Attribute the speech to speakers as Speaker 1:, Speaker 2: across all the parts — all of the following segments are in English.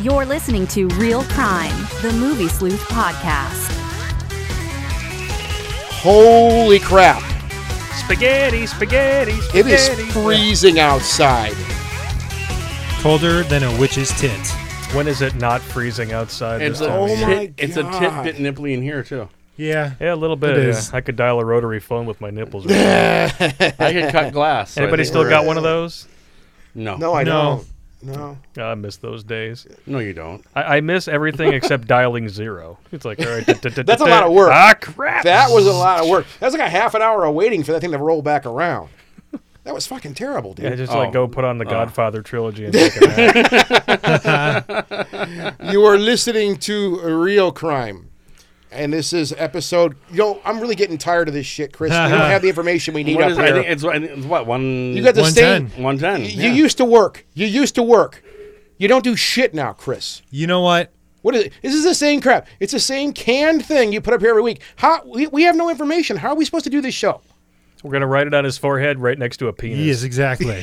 Speaker 1: You're listening to Real Crime, the Movie Sleuth podcast.
Speaker 2: Holy crap.
Speaker 3: Spaghetti, spaghetti,
Speaker 2: It
Speaker 3: spaghetti.
Speaker 2: is freezing outside.
Speaker 4: Colder than a witch's tit.
Speaker 3: When is it not freezing outside
Speaker 5: It's
Speaker 3: this
Speaker 5: a,
Speaker 3: time of
Speaker 2: oh
Speaker 3: year?
Speaker 2: my
Speaker 5: tit, it's a tit
Speaker 2: God.
Speaker 5: bit nipply in here too.
Speaker 4: Yeah.
Speaker 3: Yeah, a little bit.
Speaker 4: It
Speaker 3: yeah.
Speaker 4: is.
Speaker 3: I could dial a rotary phone with my nipples. Right
Speaker 5: I could cut glass. so I
Speaker 3: Anybody
Speaker 5: think
Speaker 3: still
Speaker 5: we're-
Speaker 3: got one of those?
Speaker 5: No,
Speaker 2: No,
Speaker 5: no,
Speaker 2: I
Speaker 4: No.
Speaker 2: don't. No.
Speaker 3: Oh, I miss those days.
Speaker 5: you don't.
Speaker 3: I, I miss everything except dialing zero. It's like all right.
Speaker 2: That's a lot of work.
Speaker 3: Ah, crap.
Speaker 2: That was a lot of work. That was like a half an hour of waiting for that thing to roll back around. That was fucking terrible,
Speaker 3: Yeah,
Speaker 2: dude.
Speaker 3: just
Speaker 5: Oh.
Speaker 3: like go put on the Godfather trilogy and take it out.
Speaker 2: You are listening to Real Crime. And this is episode. Yo, I'm really getting tired of this shit, Chris. You don't have the information we need
Speaker 5: What
Speaker 2: up
Speaker 5: is, I
Speaker 2: here.
Speaker 5: think it's, I think it's what one.
Speaker 2: you got the same.
Speaker 4: 110.
Speaker 5: one ten.
Speaker 2: You used to work. You used to work. You don't do shit now, Chris.
Speaker 4: You know what?
Speaker 2: What is it? This is the same crap. It's the same canned thing you put up here every week. How we, we have no information. How are we supposed to do this show?
Speaker 3: We're gonna write it on his forehead, right next to a penis.
Speaker 4: Yes, exactly.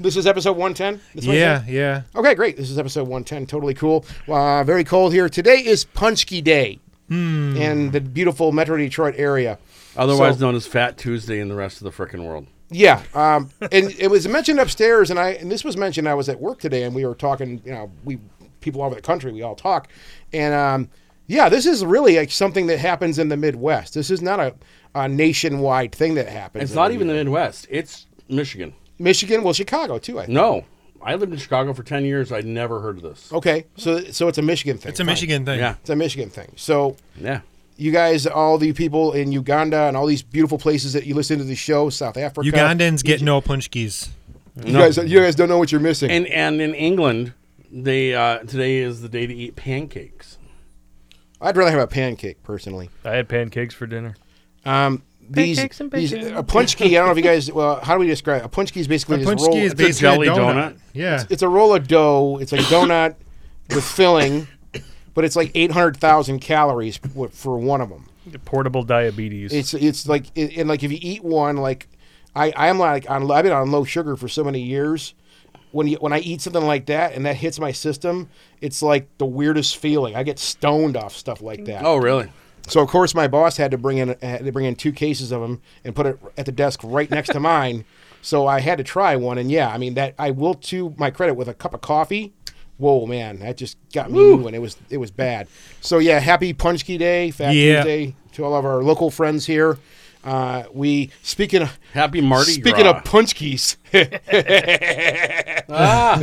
Speaker 2: This is episode 110. This one?
Speaker 4: yeah, yeah.
Speaker 2: Okay, great. This is episode 110. Totally cool. Uh, very cold here. Today is Punchki Day in the beautiful Metro Detroit area.
Speaker 5: Otherwise
Speaker 2: So-
Speaker 5: known as Fat Tuesday in the rest of the frickin' world.
Speaker 2: Yeah, um, and it was mentioned upstairs, and I and this was mentioned. I was at work today, and we were talking. You know, we people all over the country, we all talk, and um, yeah, this is really like something that happens in the Midwest. This is not a, a nationwide thing that happens.
Speaker 5: It's not even the Midwest. It's Michigan.
Speaker 2: Michigan, well, Chicago too. I think.
Speaker 5: No, I lived in Chicago for ten years. I never heard of this.
Speaker 2: Okay, so so it's a Michigan thing.
Speaker 4: It's a
Speaker 2: fine.
Speaker 4: Michigan thing.
Speaker 5: Yeah,
Speaker 2: It's a Michigan thing. So
Speaker 5: yeah.
Speaker 2: you guys, all the people in Uganda and all these beautiful places that you listen to the show, South Africa,
Speaker 4: Ugandans get no punchkis.
Speaker 2: You guys, you guys don't know what you're missing.
Speaker 5: And and in England, they uh, today is the day to eat pancakes.
Speaker 2: I'd rather have a pancake personally.
Speaker 3: I had pancakes for dinner.
Speaker 2: Um, these,
Speaker 3: Pancakes and
Speaker 2: these
Speaker 3: bacon.
Speaker 2: a punchki. I don't know if you guys. Well, how do we describe it? a punchki? Is
Speaker 4: A
Speaker 2: basically this roll.
Speaker 4: punchki is
Speaker 2: it's,
Speaker 5: a
Speaker 4: basically
Speaker 5: jelly donut.
Speaker 4: Yeah.
Speaker 2: it's a roll of dough. It's a donut with filling, but it's like eight hundred thousand calories w- for one of them.
Speaker 3: Portable diabetes.
Speaker 2: It's it's like it, and like if you eat one, like I I'm like on I've been on low sugar for so many years. When you, when I eat something like that and that hits my system, it's like the weirdest feeling. I get stoned off stuff
Speaker 3: Mm.
Speaker 2: like that.
Speaker 5: Oh, really?
Speaker 2: So of course my boss had to bring in had to bring in two cases of them and put it at the desk right next to mine. So I had to try one, and yeah, I mean that I will to my credit with a cup of coffee. Whoa, man, that just got me moving. It was it was bad. So yeah, happy Punchki Day, Fat
Speaker 4: Yeah.
Speaker 2: Tuesday to all of our local friends here. Uh, we speaking of,
Speaker 5: Happy Mardi
Speaker 2: speaking
Speaker 5: Gras.
Speaker 2: of punchkis.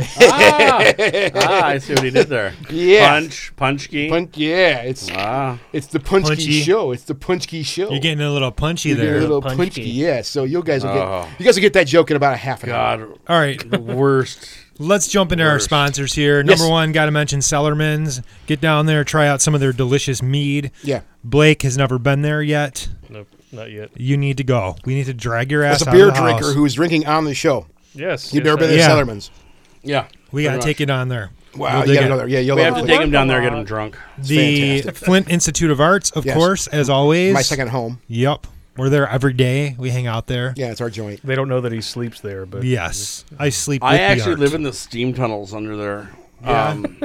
Speaker 5: ah, I see what he did there.
Speaker 2: Yeah.
Speaker 5: Punch, punchki.
Speaker 2: Pun- yeah, it's
Speaker 5: ah.
Speaker 2: it's the Punchki
Speaker 4: Punchy.
Speaker 2: show. It's the Punchki show.
Speaker 4: You're getting a little punchy
Speaker 2: You get
Speaker 4: there.
Speaker 2: a little
Speaker 3: Punchki.
Speaker 2: Punchki. Yeah, so you guys will get
Speaker 5: Oh.
Speaker 2: you guys will get that joke in about a half an hour.
Speaker 5: God,
Speaker 4: All right.
Speaker 5: the worst.
Speaker 4: Let's jump into our
Speaker 5: Worst.
Speaker 4: sponsors here.
Speaker 2: Yes.
Speaker 4: Number one, got to mention Sellerman's. Get down there, try out some of their delicious mead.
Speaker 2: Yeah.
Speaker 4: Blake has never been there yet.
Speaker 3: Nope, not yet.
Speaker 4: You need to go. We need to drag your ass
Speaker 2: As a
Speaker 4: out of
Speaker 2: beer
Speaker 4: the house.
Speaker 2: drinker who is drinking on the show.
Speaker 3: Yes.
Speaker 2: You've
Speaker 3: yes,
Speaker 2: never been
Speaker 3: I-
Speaker 2: to
Speaker 4: Yeah.
Speaker 2: Sellerman's.
Speaker 5: Yeah.
Speaker 4: we got to
Speaker 5: Pretty
Speaker 4: take it on there.
Speaker 2: Wow,
Speaker 4: We'll
Speaker 2: you
Speaker 4: dig
Speaker 2: gotta
Speaker 4: it.
Speaker 2: go there. Yeah, you'll
Speaker 5: We
Speaker 2: love
Speaker 5: have to
Speaker 2: it.
Speaker 5: take him down there, get him drunk.
Speaker 4: The
Speaker 2: fantastic.
Speaker 4: Flint Institute of Arts, of
Speaker 2: Yes.
Speaker 4: course, as always.
Speaker 2: My second home.
Speaker 4: Yep. We're there every day. We hang out there.
Speaker 2: Yeah, it's our joint.
Speaker 3: They don't know that he sleeps there, but
Speaker 4: Yes. I sleep.
Speaker 5: I
Speaker 4: with the
Speaker 5: actually
Speaker 4: art.
Speaker 5: live in the steam tunnels under there. Um,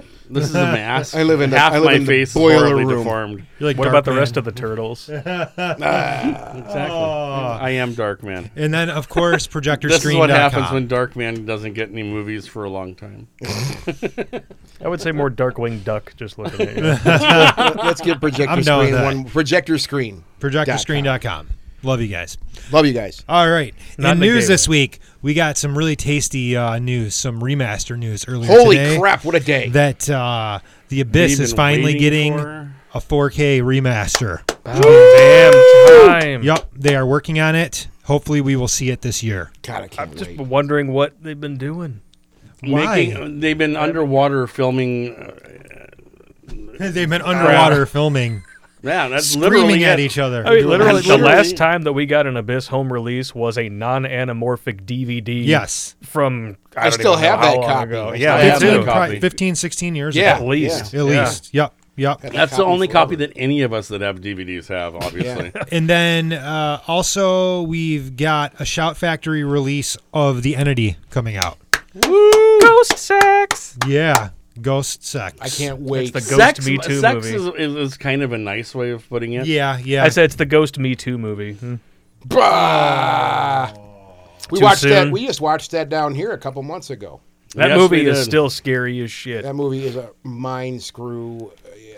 Speaker 5: this is a mass.
Speaker 2: I live in the-
Speaker 5: half
Speaker 2: I live
Speaker 5: my
Speaker 2: in the
Speaker 5: face is
Speaker 2: boiler
Speaker 5: horribly
Speaker 2: room.
Speaker 5: deformed.
Speaker 4: You're like
Speaker 3: What
Speaker 4: Dark
Speaker 3: about the
Speaker 4: Man.
Speaker 3: rest of the turtles?
Speaker 5: Exactly. I am Dark Man.
Speaker 4: And then, of course, projector
Speaker 5: This is
Speaker 4: screen.
Speaker 5: what happens when Dark Man doesn't get any movies for a long time.
Speaker 3: I would say more Darkwing Duck just looking at you.
Speaker 2: Let's get projector
Speaker 4: I'm down with
Speaker 2: screen
Speaker 4: that.
Speaker 2: one projector screen.
Speaker 4: projectorscreen.com. Love you guys.
Speaker 2: Love you guys.
Speaker 4: All right.
Speaker 3: Not
Speaker 4: In
Speaker 3: the
Speaker 4: news
Speaker 3: game.
Speaker 4: this week, we got some really tasty uh, news, some remaster news earlier
Speaker 2: Holy
Speaker 4: today
Speaker 2: crap, what a day.
Speaker 4: that uh, The Abyss
Speaker 5: We've
Speaker 4: is
Speaker 5: been
Speaker 4: finally
Speaker 5: waiting
Speaker 4: getting
Speaker 5: for-
Speaker 4: a 4K remaster.
Speaker 3: Damn time.
Speaker 4: Yep, they are working on it. Hopefully, we will see it this year.
Speaker 2: God, I can't
Speaker 3: Just
Speaker 2: wait.
Speaker 3: wondering what they've been doing.
Speaker 4: Why?
Speaker 5: Making, they've been underwater filming. uh,
Speaker 4: They've been underwater filming,
Speaker 5: yeah, that's
Speaker 4: screaming
Speaker 5: literally
Speaker 4: at
Speaker 5: it.
Speaker 4: each other.
Speaker 3: I mean, literally, the
Speaker 5: Literally-
Speaker 3: last time that we got an Abyss home release was a non-anamorphic DVD.
Speaker 4: Yes.
Speaker 3: From I,
Speaker 2: I
Speaker 3: don't
Speaker 2: still
Speaker 3: even know
Speaker 2: have
Speaker 3: how
Speaker 2: that
Speaker 3: long
Speaker 2: copy.
Speaker 3: Ago.
Speaker 2: I
Speaker 3: Yeah,
Speaker 5: still
Speaker 3: me too.
Speaker 4: 15,
Speaker 5: have that copy.
Speaker 4: probably 15, 16 years
Speaker 2: Yeah.
Speaker 4: ago.
Speaker 3: at least.
Speaker 4: At
Speaker 3: Yeah.
Speaker 4: least. Yep, yep.
Speaker 5: That's the
Speaker 2: Copy
Speaker 5: only
Speaker 2: forever.
Speaker 5: copy that any of us that have DVDs have, obviously.
Speaker 4: And then uh, also, we've got a Shout Factory release of The Entity coming out.
Speaker 3: Ghost sex.
Speaker 4: Yeah. Ghost sex.
Speaker 2: I can't wait.
Speaker 3: the Ghost
Speaker 5: sex,
Speaker 3: Me Too
Speaker 5: sex
Speaker 3: movie.
Speaker 5: Is, is, is kind of a nice way of putting it.
Speaker 4: Yeah, yeah.
Speaker 3: I said it's the Ghost Me Too movie. Hmm.
Speaker 2: Bah! We
Speaker 3: Too
Speaker 2: watched that.
Speaker 3: soon.
Speaker 2: We just watched that down here a couple months ago.
Speaker 3: That
Speaker 5: Yes,
Speaker 3: movie
Speaker 5: we
Speaker 3: is
Speaker 5: did.
Speaker 3: still scary as shit.
Speaker 2: That movie is a mind screw.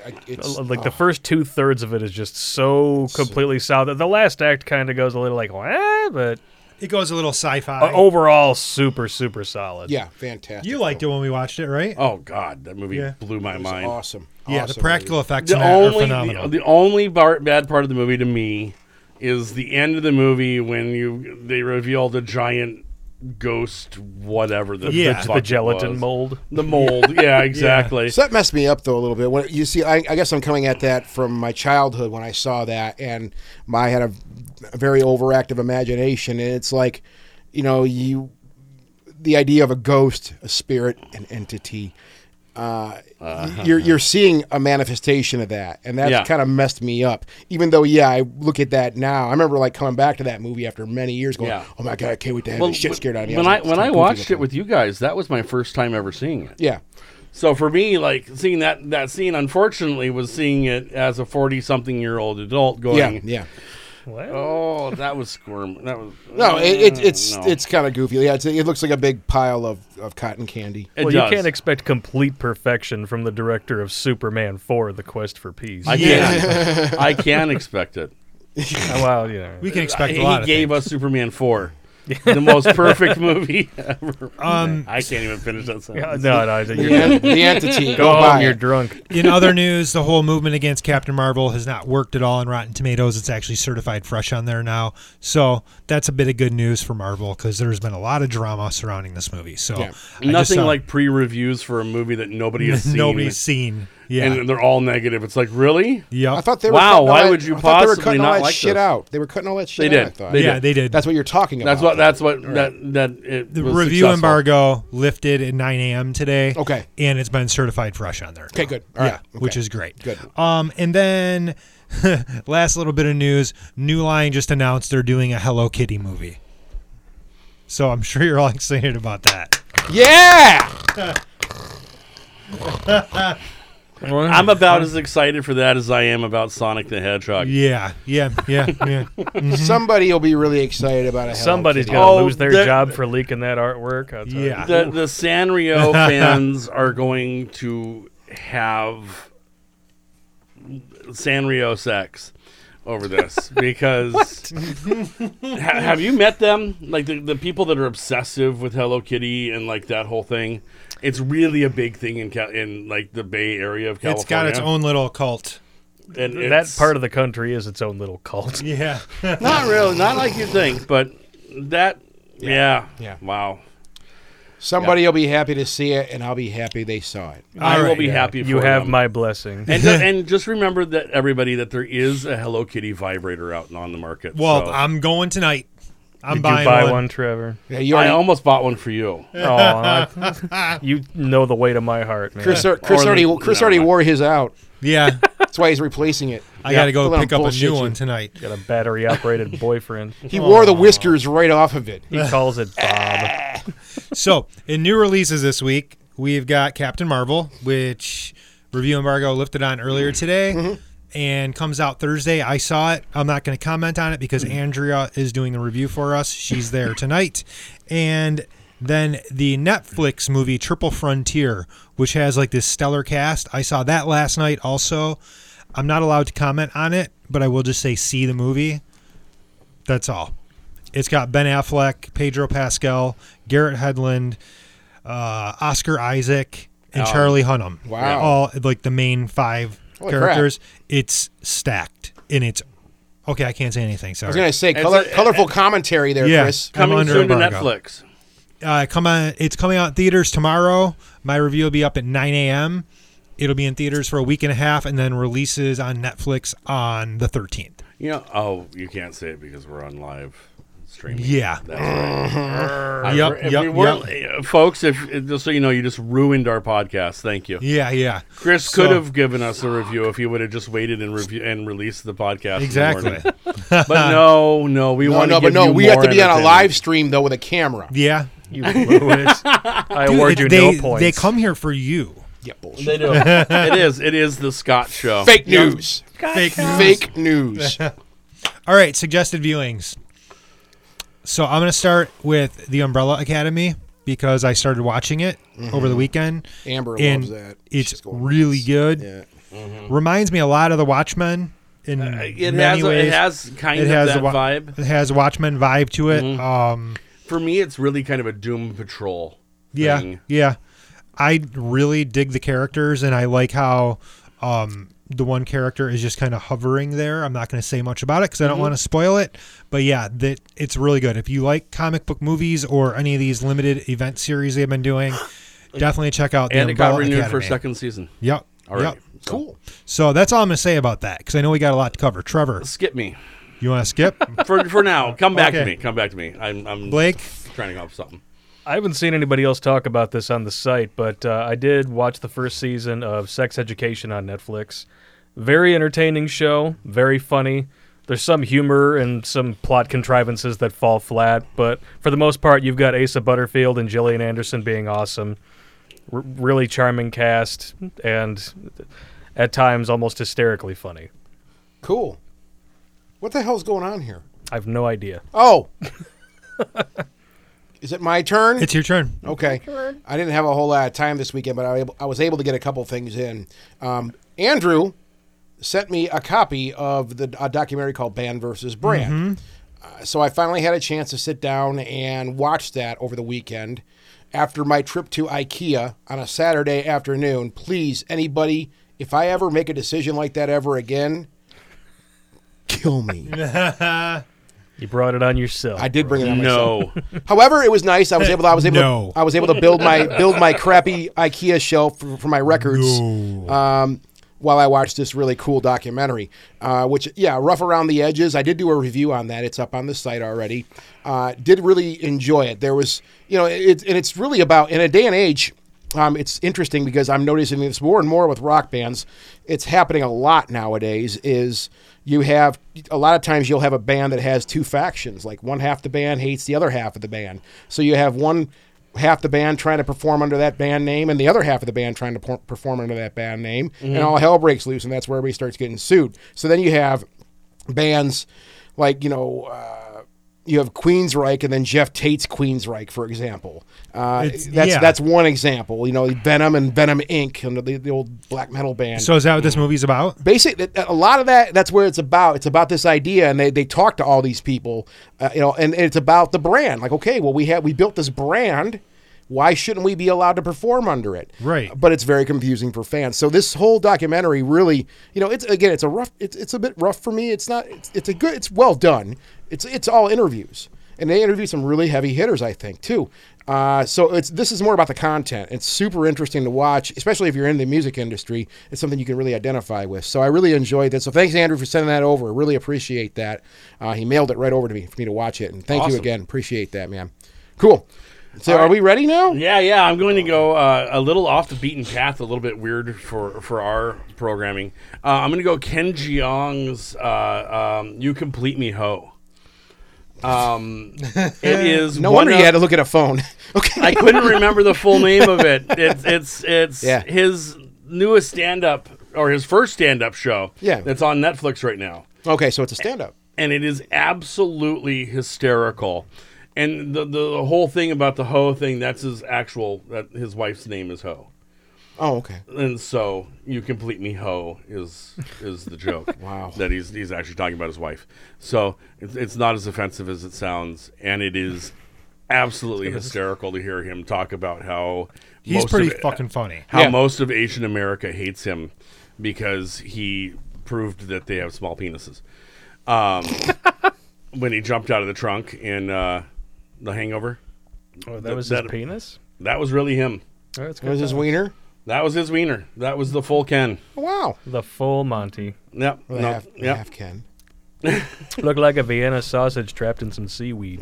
Speaker 2: uh, It's
Speaker 3: Like the first two thirds of it is just so completely south. The last act kind of goes a little like, "What?" but
Speaker 4: it goes a little sci-fi.
Speaker 3: uh, overall, super super solid.
Speaker 2: yeah, fantastic.
Speaker 4: you liked it when we watched it, right?
Speaker 5: Oh God, that movie
Speaker 4: Yeah.
Speaker 5: blew my mind.
Speaker 2: Awesome.
Speaker 4: yeah,
Speaker 2: Awesome
Speaker 4: the practical
Speaker 2: movie.
Speaker 4: effects in
Speaker 5: The
Speaker 4: that are
Speaker 5: only
Speaker 4: phenomenal.
Speaker 5: the, the only bar, bad part of the movie to me is the end of the movie when you they reveal the giant ghost whatever the
Speaker 4: Yeah.
Speaker 5: the,
Speaker 3: The
Speaker 5: fuck it
Speaker 3: gelatin
Speaker 5: was.
Speaker 3: mold.
Speaker 5: the mold yeah exactly
Speaker 2: So that messed me up though a little bit. When you see, I, I guess I'm coming at that from my childhood when I saw that, and my I had a, a very overactive imagination, and it's like, you know, you the idea of a ghost, a spirit, an entity. Uh, You're you're seeing a manifestation of that, and that's
Speaker 5: Yeah.
Speaker 2: kind of messed me up. Even though, yeah, I look at that now. I remember like coming back to that movie after many years, going,
Speaker 5: Yeah.
Speaker 2: "Oh my god, I can't wait to have
Speaker 5: Well,
Speaker 2: the shit scared out of me."
Speaker 5: when
Speaker 2: was
Speaker 5: I
Speaker 2: like,
Speaker 5: when
Speaker 2: "It's
Speaker 5: I
Speaker 2: kinda goofy
Speaker 5: watched it
Speaker 2: looking."
Speaker 5: with you guys that was my first time ever seeing it
Speaker 2: yeah,
Speaker 5: So for me, like seeing that that scene, unfortunately, was seeing it as a forty-something-year-old adult going,
Speaker 2: yeah, yeah.
Speaker 3: What?
Speaker 5: "Oh, that was squirm. That was
Speaker 2: No, it, it, it's
Speaker 5: Mm, No.
Speaker 2: it's kind of goofy. Yeah, it's, it looks like a big pile of, of cotton candy.
Speaker 5: It
Speaker 3: well,
Speaker 5: does.
Speaker 3: you can't expect complete perfection from the director of Superman 4: The Quest for Peace.
Speaker 5: I can't. I can't expect it.
Speaker 3: Oh, well, you know,
Speaker 4: we can expect
Speaker 5: he
Speaker 4: a lot. Of
Speaker 5: gave
Speaker 4: things.
Speaker 5: us Superman Four, the most perfect movie ever.
Speaker 4: Um,
Speaker 5: I can't even finish that sentence.
Speaker 3: Yeah, no, no, you're
Speaker 2: The, en- the entity.
Speaker 3: Go
Speaker 2: Don't
Speaker 3: home.
Speaker 2: buy
Speaker 3: You're
Speaker 2: it.
Speaker 3: drunk.
Speaker 4: in other news, the whole movement against Captain Marvel has not worked at all in Rotten Tomatoes. It's actually certified fresh on there now, so that's a bit of good news for Marvel because there's been a lot of drama surrounding this movie. So
Speaker 2: Yeah.
Speaker 4: I just
Speaker 5: Nothing
Speaker 4: saw-
Speaker 5: like pre-reviews for a movie that nobody has seen.
Speaker 4: nobody's seen. Yeah,
Speaker 5: and they're all negative. It's like really.
Speaker 4: Yep.
Speaker 2: I thought they were.
Speaker 5: Wow,
Speaker 2: cutting all
Speaker 5: why
Speaker 2: that-
Speaker 5: would you
Speaker 2: I thought they were
Speaker 5: possibly
Speaker 2: cutting all
Speaker 5: not
Speaker 2: that
Speaker 5: like
Speaker 2: shit
Speaker 5: this?
Speaker 2: out. They were cutting all that shit.
Speaker 5: They
Speaker 2: out, I
Speaker 5: did.
Speaker 2: thought.
Speaker 5: They
Speaker 4: yeah,
Speaker 5: did.
Speaker 4: they did.
Speaker 2: That's what you're talking about.
Speaker 5: That's what. That's what. That. That. It
Speaker 4: the
Speaker 5: was
Speaker 4: review
Speaker 5: successful.
Speaker 4: embargo lifted at 9 a.m. today.
Speaker 2: Okay.
Speaker 4: And it's been certified fresh on there.
Speaker 2: Okay,
Speaker 4: now.
Speaker 2: good. All
Speaker 4: yeah,
Speaker 2: right.
Speaker 4: which
Speaker 2: Okay.
Speaker 4: is great.
Speaker 2: Good.
Speaker 4: Um, and then last little bit of news: New Line just announced they're doing a Hello Kitty movie. So I'm sure you're all excited about that.
Speaker 2: Yeah.
Speaker 5: I'm about as excited for that as I am about Sonic the Hedgehog.
Speaker 4: Yeah, yeah, yeah, yeah.
Speaker 5: Mm-hmm.
Speaker 2: Somebody will be really excited about it.
Speaker 3: Somebody's
Speaker 2: Kitty.
Speaker 3: gonna
Speaker 5: Oh,
Speaker 3: lose their
Speaker 5: the-
Speaker 3: job for leaking that artwork. I'll tell you.
Speaker 4: Yeah.
Speaker 5: The the Sanrio fans are going to have Sanrio sex over this because ha- have you met them? Like the, the people that are obsessive with Hello Kitty and like that whole thing. It's really a big thing in Cal- in like the Bay Area of California.
Speaker 4: It's got its own little cult.
Speaker 5: and
Speaker 3: That part of the country is its own little cult.
Speaker 4: Yeah.
Speaker 5: not really, not like you think, but that yeah,
Speaker 2: Yeah.
Speaker 5: wow.
Speaker 2: Somebody will be happy to see it, and I'll be happy they saw it.
Speaker 5: I
Speaker 4: All
Speaker 5: will
Speaker 4: right,
Speaker 5: be
Speaker 4: yeah.
Speaker 5: happy.
Speaker 3: You
Speaker 5: for
Speaker 3: have
Speaker 5: them.
Speaker 3: my blessing.
Speaker 5: And, ju- and just remember that everybody that there is a Hello Kitty vibrator out and on the market.
Speaker 4: Well,
Speaker 5: so.
Speaker 4: I'm going tonight. I'm
Speaker 3: Did
Speaker 4: buying
Speaker 3: you buy one, Trevor?
Speaker 2: Yeah, you
Speaker 5: I
Speaker 2: already,
Speaker 5: almost bought one for you.
Speaker 3: Oh, I- you know the weight of my heart, man.
Speaker 2: Chris, ar- Chris
Speaker 5: Or
Speaker 2: already
Speaker 5: the-
Speaker 2: Chris
Speaker 5: never
Speaker 2: already
Speaker 5: mind.
Speaker 2: wore his out.
Speaker 4: Yeah.
Speaker 2: That's why he's replacing it.
Speaker 4: I got to go
Speaker 2: Don't let him
Speaker 4: pick up a
Speaker 2: bullshit
Speaker 4: new
Speaker 2: you.
Speaker 4: one tonight.
Speaker 3: Got a battery-operated boyfriend.
Speaker 2: He wore the whiskers right off of it.
Speaker 3: He calls it Bob.
Speaker 4: So, in new releases this week, we've got Captain Marvel, which review embargo lifted on earlier today and comes out Thursday. I saw it. I'm not going to comment on it because Andrea is doing the review for us. She's there tonight. And then the Netflix movie Triple Frontier, which has like this stellar cast. I saw that last night also. I'm not allowed to comment on it, but I will just say see the movie. That's all. It's got Ben Affleck, Pedro Pascal, Garrett Hedlund, uh, Oscar Isaac, and Charlie Hunnam.
Speaker 2: Oh. Wow.
Speaker 4: All like the main five
Speaker 2: Holy crap.
Speaker 4: characters. It's stacked and it's okay. I can't say anything. Sorry.
Speaker 2: I was gonna say
Speaker 5: It's
Speaker 2: color,
Speaker 5: a-
Speaker 2: colorful commentary there,
Speaker 4: Yeah.
Speaker 2: Chris.
Speaker 4: I'm
Speaker 5: Coming
Speaker 4: under
Speaker 5: soon
Speaker 4: embargo.
Speaker 5: to Netflix.
Speaker 4: uh, come on, it's coming out in theaters tomorrow. My review will be up at 9 a.m. It'll be in theaters for a week and a half, and then releases on Netflix on the 13th.
Speaker 5: You know, oh, you can't say it because we're on live streaming.
Speaker 4: Yeah.
Speaker 5: That's right.
Speaker 2: Mm-hmm.
Speaker 5: I-
Speaker 4: Yep,
Speaker 5: if
Speaker 4: yep,
Speaker 5: we weren't- uh, Folks, if just so you know, you just ruined our podcast. Thank you.
Speaker 4: Yeah, yeah,
Speaker 5: Chris
Speaker 4: So-
Speaker 5: could have given us a review if he would have just waited and review and released the podcast. in the
Speaker 4: exactly.
Speaker 5: morning. but no, no, we
Speaker 2: No,
Speaker 5: want
Speaker 2: no,
Speaker 5: to
Speaker 2: but
Speaker 5: give
Speaker 2: no,
Speaker 5: you
Speaker 2: we have
Speaker 5: more
Speaker 2: to be on a
Speaker 5: entertainment.
Speaker 2: live stream though with a camera.
Speaker 4: yeah.
Speaker 3: You Lewis. I
Speaker 4: Dude,
Speaker 3: award
Speaker 4: it-
Speaker 3: you
Speaker 4: they,
Speaker 3: no points.
Speaker 4: They come here for you.
Speaker 2: Yeah, bullshit.
Speaker 5: They do. it is. It is the Scott show.
Speaker 2: Fake news.
Speaker 4: Fake news.
Speaker 2: Fake news.
Speaker 4: All right, suggested viewings. So I'm going to start with The Umbrella Academy because I started watching it over the weekend.
Speaker 2: Amber
Speaker 4: and
Speaker 2: loves that. She's
Speaker 4: It's
Speaker 2: going
Speaker 4: really good.
Speaker 2: Yeah.
Speaker 4: Reminds me a lot of The Watchmen in
Speaker 5: Uh, It
Speaker 4: many
Speaker 5: has.
Speaker 4: ways.
Speaker 5: It has kind
Speaker 4: It
Speaker 5: of
Speaker 4: has
Speaker 5: that
Speaker 4: a wa-
Speaker 5: vibe. Mm-hmm.
Speaker 4: It has Watchmen vibe to it. Um,
Speaker 5: For me, it's really kind of a Doom Patrol.
Speaker 4: yeah,
Speaker 5: Thing.
Speaker 4: yeah. I really dig the characters, and I like how um, the one character is just kind of hovering there. I'm not going to say much about it because
Speaker 5: Mm-hmm.
Speaker 4: I don't want to spoil it. But yeah, that it's really good. If you like comic book movies or any of these limited event series they've been doing, definitely check out.
Speaker 5: And
Speaker 4: the
Speaker 5: it got
Speaker 4: Umbrella
Speaker 5: renewed for a
Speaker 4: Academy.
Speaker 5: second season.
Speaker 4: Yep.
Speaker 5: All right.
Speaker 4: Yep.
Speaker 2: Cool.
Speaker 4: So that's all I'm going to say about that because I know we got a lot to cover. Trevor,
Speaker 5: Skip me
Speaker 4: you want to skip?
Speaker 5: for for now. Come back to
Speaker 4: Okay.
Speaker 5: me. Come back to me. I'm. I'm
Speaker 4: Blake?
Speaker 5: trying to go up something.
Speaker 3: I haven't seen anybody else talk about this on the site, but uh, I did watch the first season of Sex Education on Netflix. Very entertaining show, very funny. There's some humor and some plot contrivances that fall flat, but for the most part, you've got Asa Butterfield and Gillian Anderson being awesome. R- really charming cast, and at times almost hysterically funny.
Speaker 2: Cool. What the hell's going on here?
Speaker 3: I have no idea.
Speaker 2: Oh. Is it my turn?
Speaker 4: it's your turn.
Speaker 2: Okay. I didn't have a whole lot of time this weekend, but I, I was able to get a couple things in. Um, Andrew sent me a copy of the a documentary called Band versus Brand. Uh, so I finally had a chance to sit down and watch that over the weekend after my trip to IKEA on a Saturday afternoon. Please, anybody, if I ever make a decision like that ever again, kill me.
Speaker 3: You brought it on yourself.
Speaker 2: I did bring it on myself.
Speaker 5: No.
Speaker 2: However, it was nice. I was able. To, I was able.
Speaker 4: No.
Speaker 2: To, I was able to build my build my crappy IKEA shelf for, for my records. Um, while I watched this really cool documentary, uh, which yeah, rough around the edges. I did do a review on that. It's up on the site already. Uh, did really enjoy it. There was you know, it, and it's really about in a day and age. Um, it's interesting because I'm noticing this more and more with rock bands. It's happening a lot nowadays. Is you have a lot of times you'll have a band that has two factions like one half the band hates the other half of the band so you have one half the band trying to perform under that band name and the other half of the band trying to por- perform under that band name
Speaker 4: Mm-hmm.
Speaker 2: and all hell breaks loose and that's where everybody starts getting sued so then you have bands like you know uh, you have Queensryche and then Jeff Tate's Queensryche, for example. Uh,
Speaker 4: It's-
Speaker 2: that's
Speaker 4: yeah.
Speaker 2: that's one example. You know, Venom and Venom Inc. and the, the old black metal band
Speaker 4: So is that what
Speaker 5: Mm-hmm.
Speaker 4: this movie's about?
Speaker 2: basically a lot of that that's where it's about it's about this idea and they, they talk to all these people uh, you know and it's about the brand like okay well we had we built this brand why shouldn't we be allowed to perform under it
Speaker 4: Right.
Speaker 2: but it's very confusing for fans so this whole documentary really you know it's again it's a rough it's, it's a bit rough for me it's not it's, it's a good it's well done it's it's all interviews and they interview some really heavy hitters i think too uh, so it's this is more about the content. It's super interesting to watch, especially if you're in the music industry. It's something you can really identify with. So I really enjoyed that. So thanks, Andrew, for sending that over. Really appreciate that. Uh, he mailed it right over to me for me to watch it. And thank you
Speaker 5: Awesome.
Speaker 2: again. Appreciate that, man. Cool. So are we ready now?
Speaker 5: Yeah, yeah. I'm going to go uh, a little off the beaten path, a little bit weird for for our programming. Uh, I'm going to go Ken Jeong's uh, um, "You Complete Me Ho." Um, it is
Speaker 2: No
Speaker 5: one
Speaker 2: wonder
Speaker 5: of,
Speaker 2: you had to look at a phone. okay.
Speaker 5: I couldn't remember the full name of it. It's it's it's
Speaker 2: Yeah.
Speaker 5: his newest stand up or his first stand up show.
Speaker 2: Yeah.
Speaker 5: that's on Netflix right now
Speaker 2: Okay, so it's a stand up.
Speaker 5: and it is absolutely hysterical. And the, the the whole thing about the Ho thing, that's his actual that his wife's name is Ho.
Speaker 2: Oh, okay.
Speaker 5: And so you complete me Ho is is the joke.
Speaker 2: Wow.
Speaker 5: That he's he's actually talking about his wife. So it's, it's not as offensive as it sounds and it is absolutely hysterical to hear him talk about how
Speaker 4: He's
Speaker 5: most of
Speaker 4: pretty
Speaker 5: it-
Speaker 4: fucking funny.
Speaker 5: how
Speaker 2: Yeah.
Speaker 5: most of Asian America hates him because he proved that they have small penises. Um, when he jumped out of the trunk in uh, The Hangover,
Speaker 3: oh, that
Speaker 5: Th-
Speaker 3: was his
Speaker 5: that-
Speaker 3: penis?
Speaker 5: that was really him.
Speaker 3: Oh, that's good
Speaker 2: There's his
Speaker 5: Uh-huh.
Speaker 3: times.
Speaker 2: wiener. Oh,
Speaker 5: That was his wiener. That was the full Ken.
Speaker 2: Wow.
Speaker 3: The full Monty.
Speaker 5: Yep.
Speaker 2: Or the
Speaker 5: no,
Speaker 2: half, the
Speaker 5: yep.
Speaker 2: half Ken.
Speaker 3: Looked like a Vienna sausage trapped in some seaweed.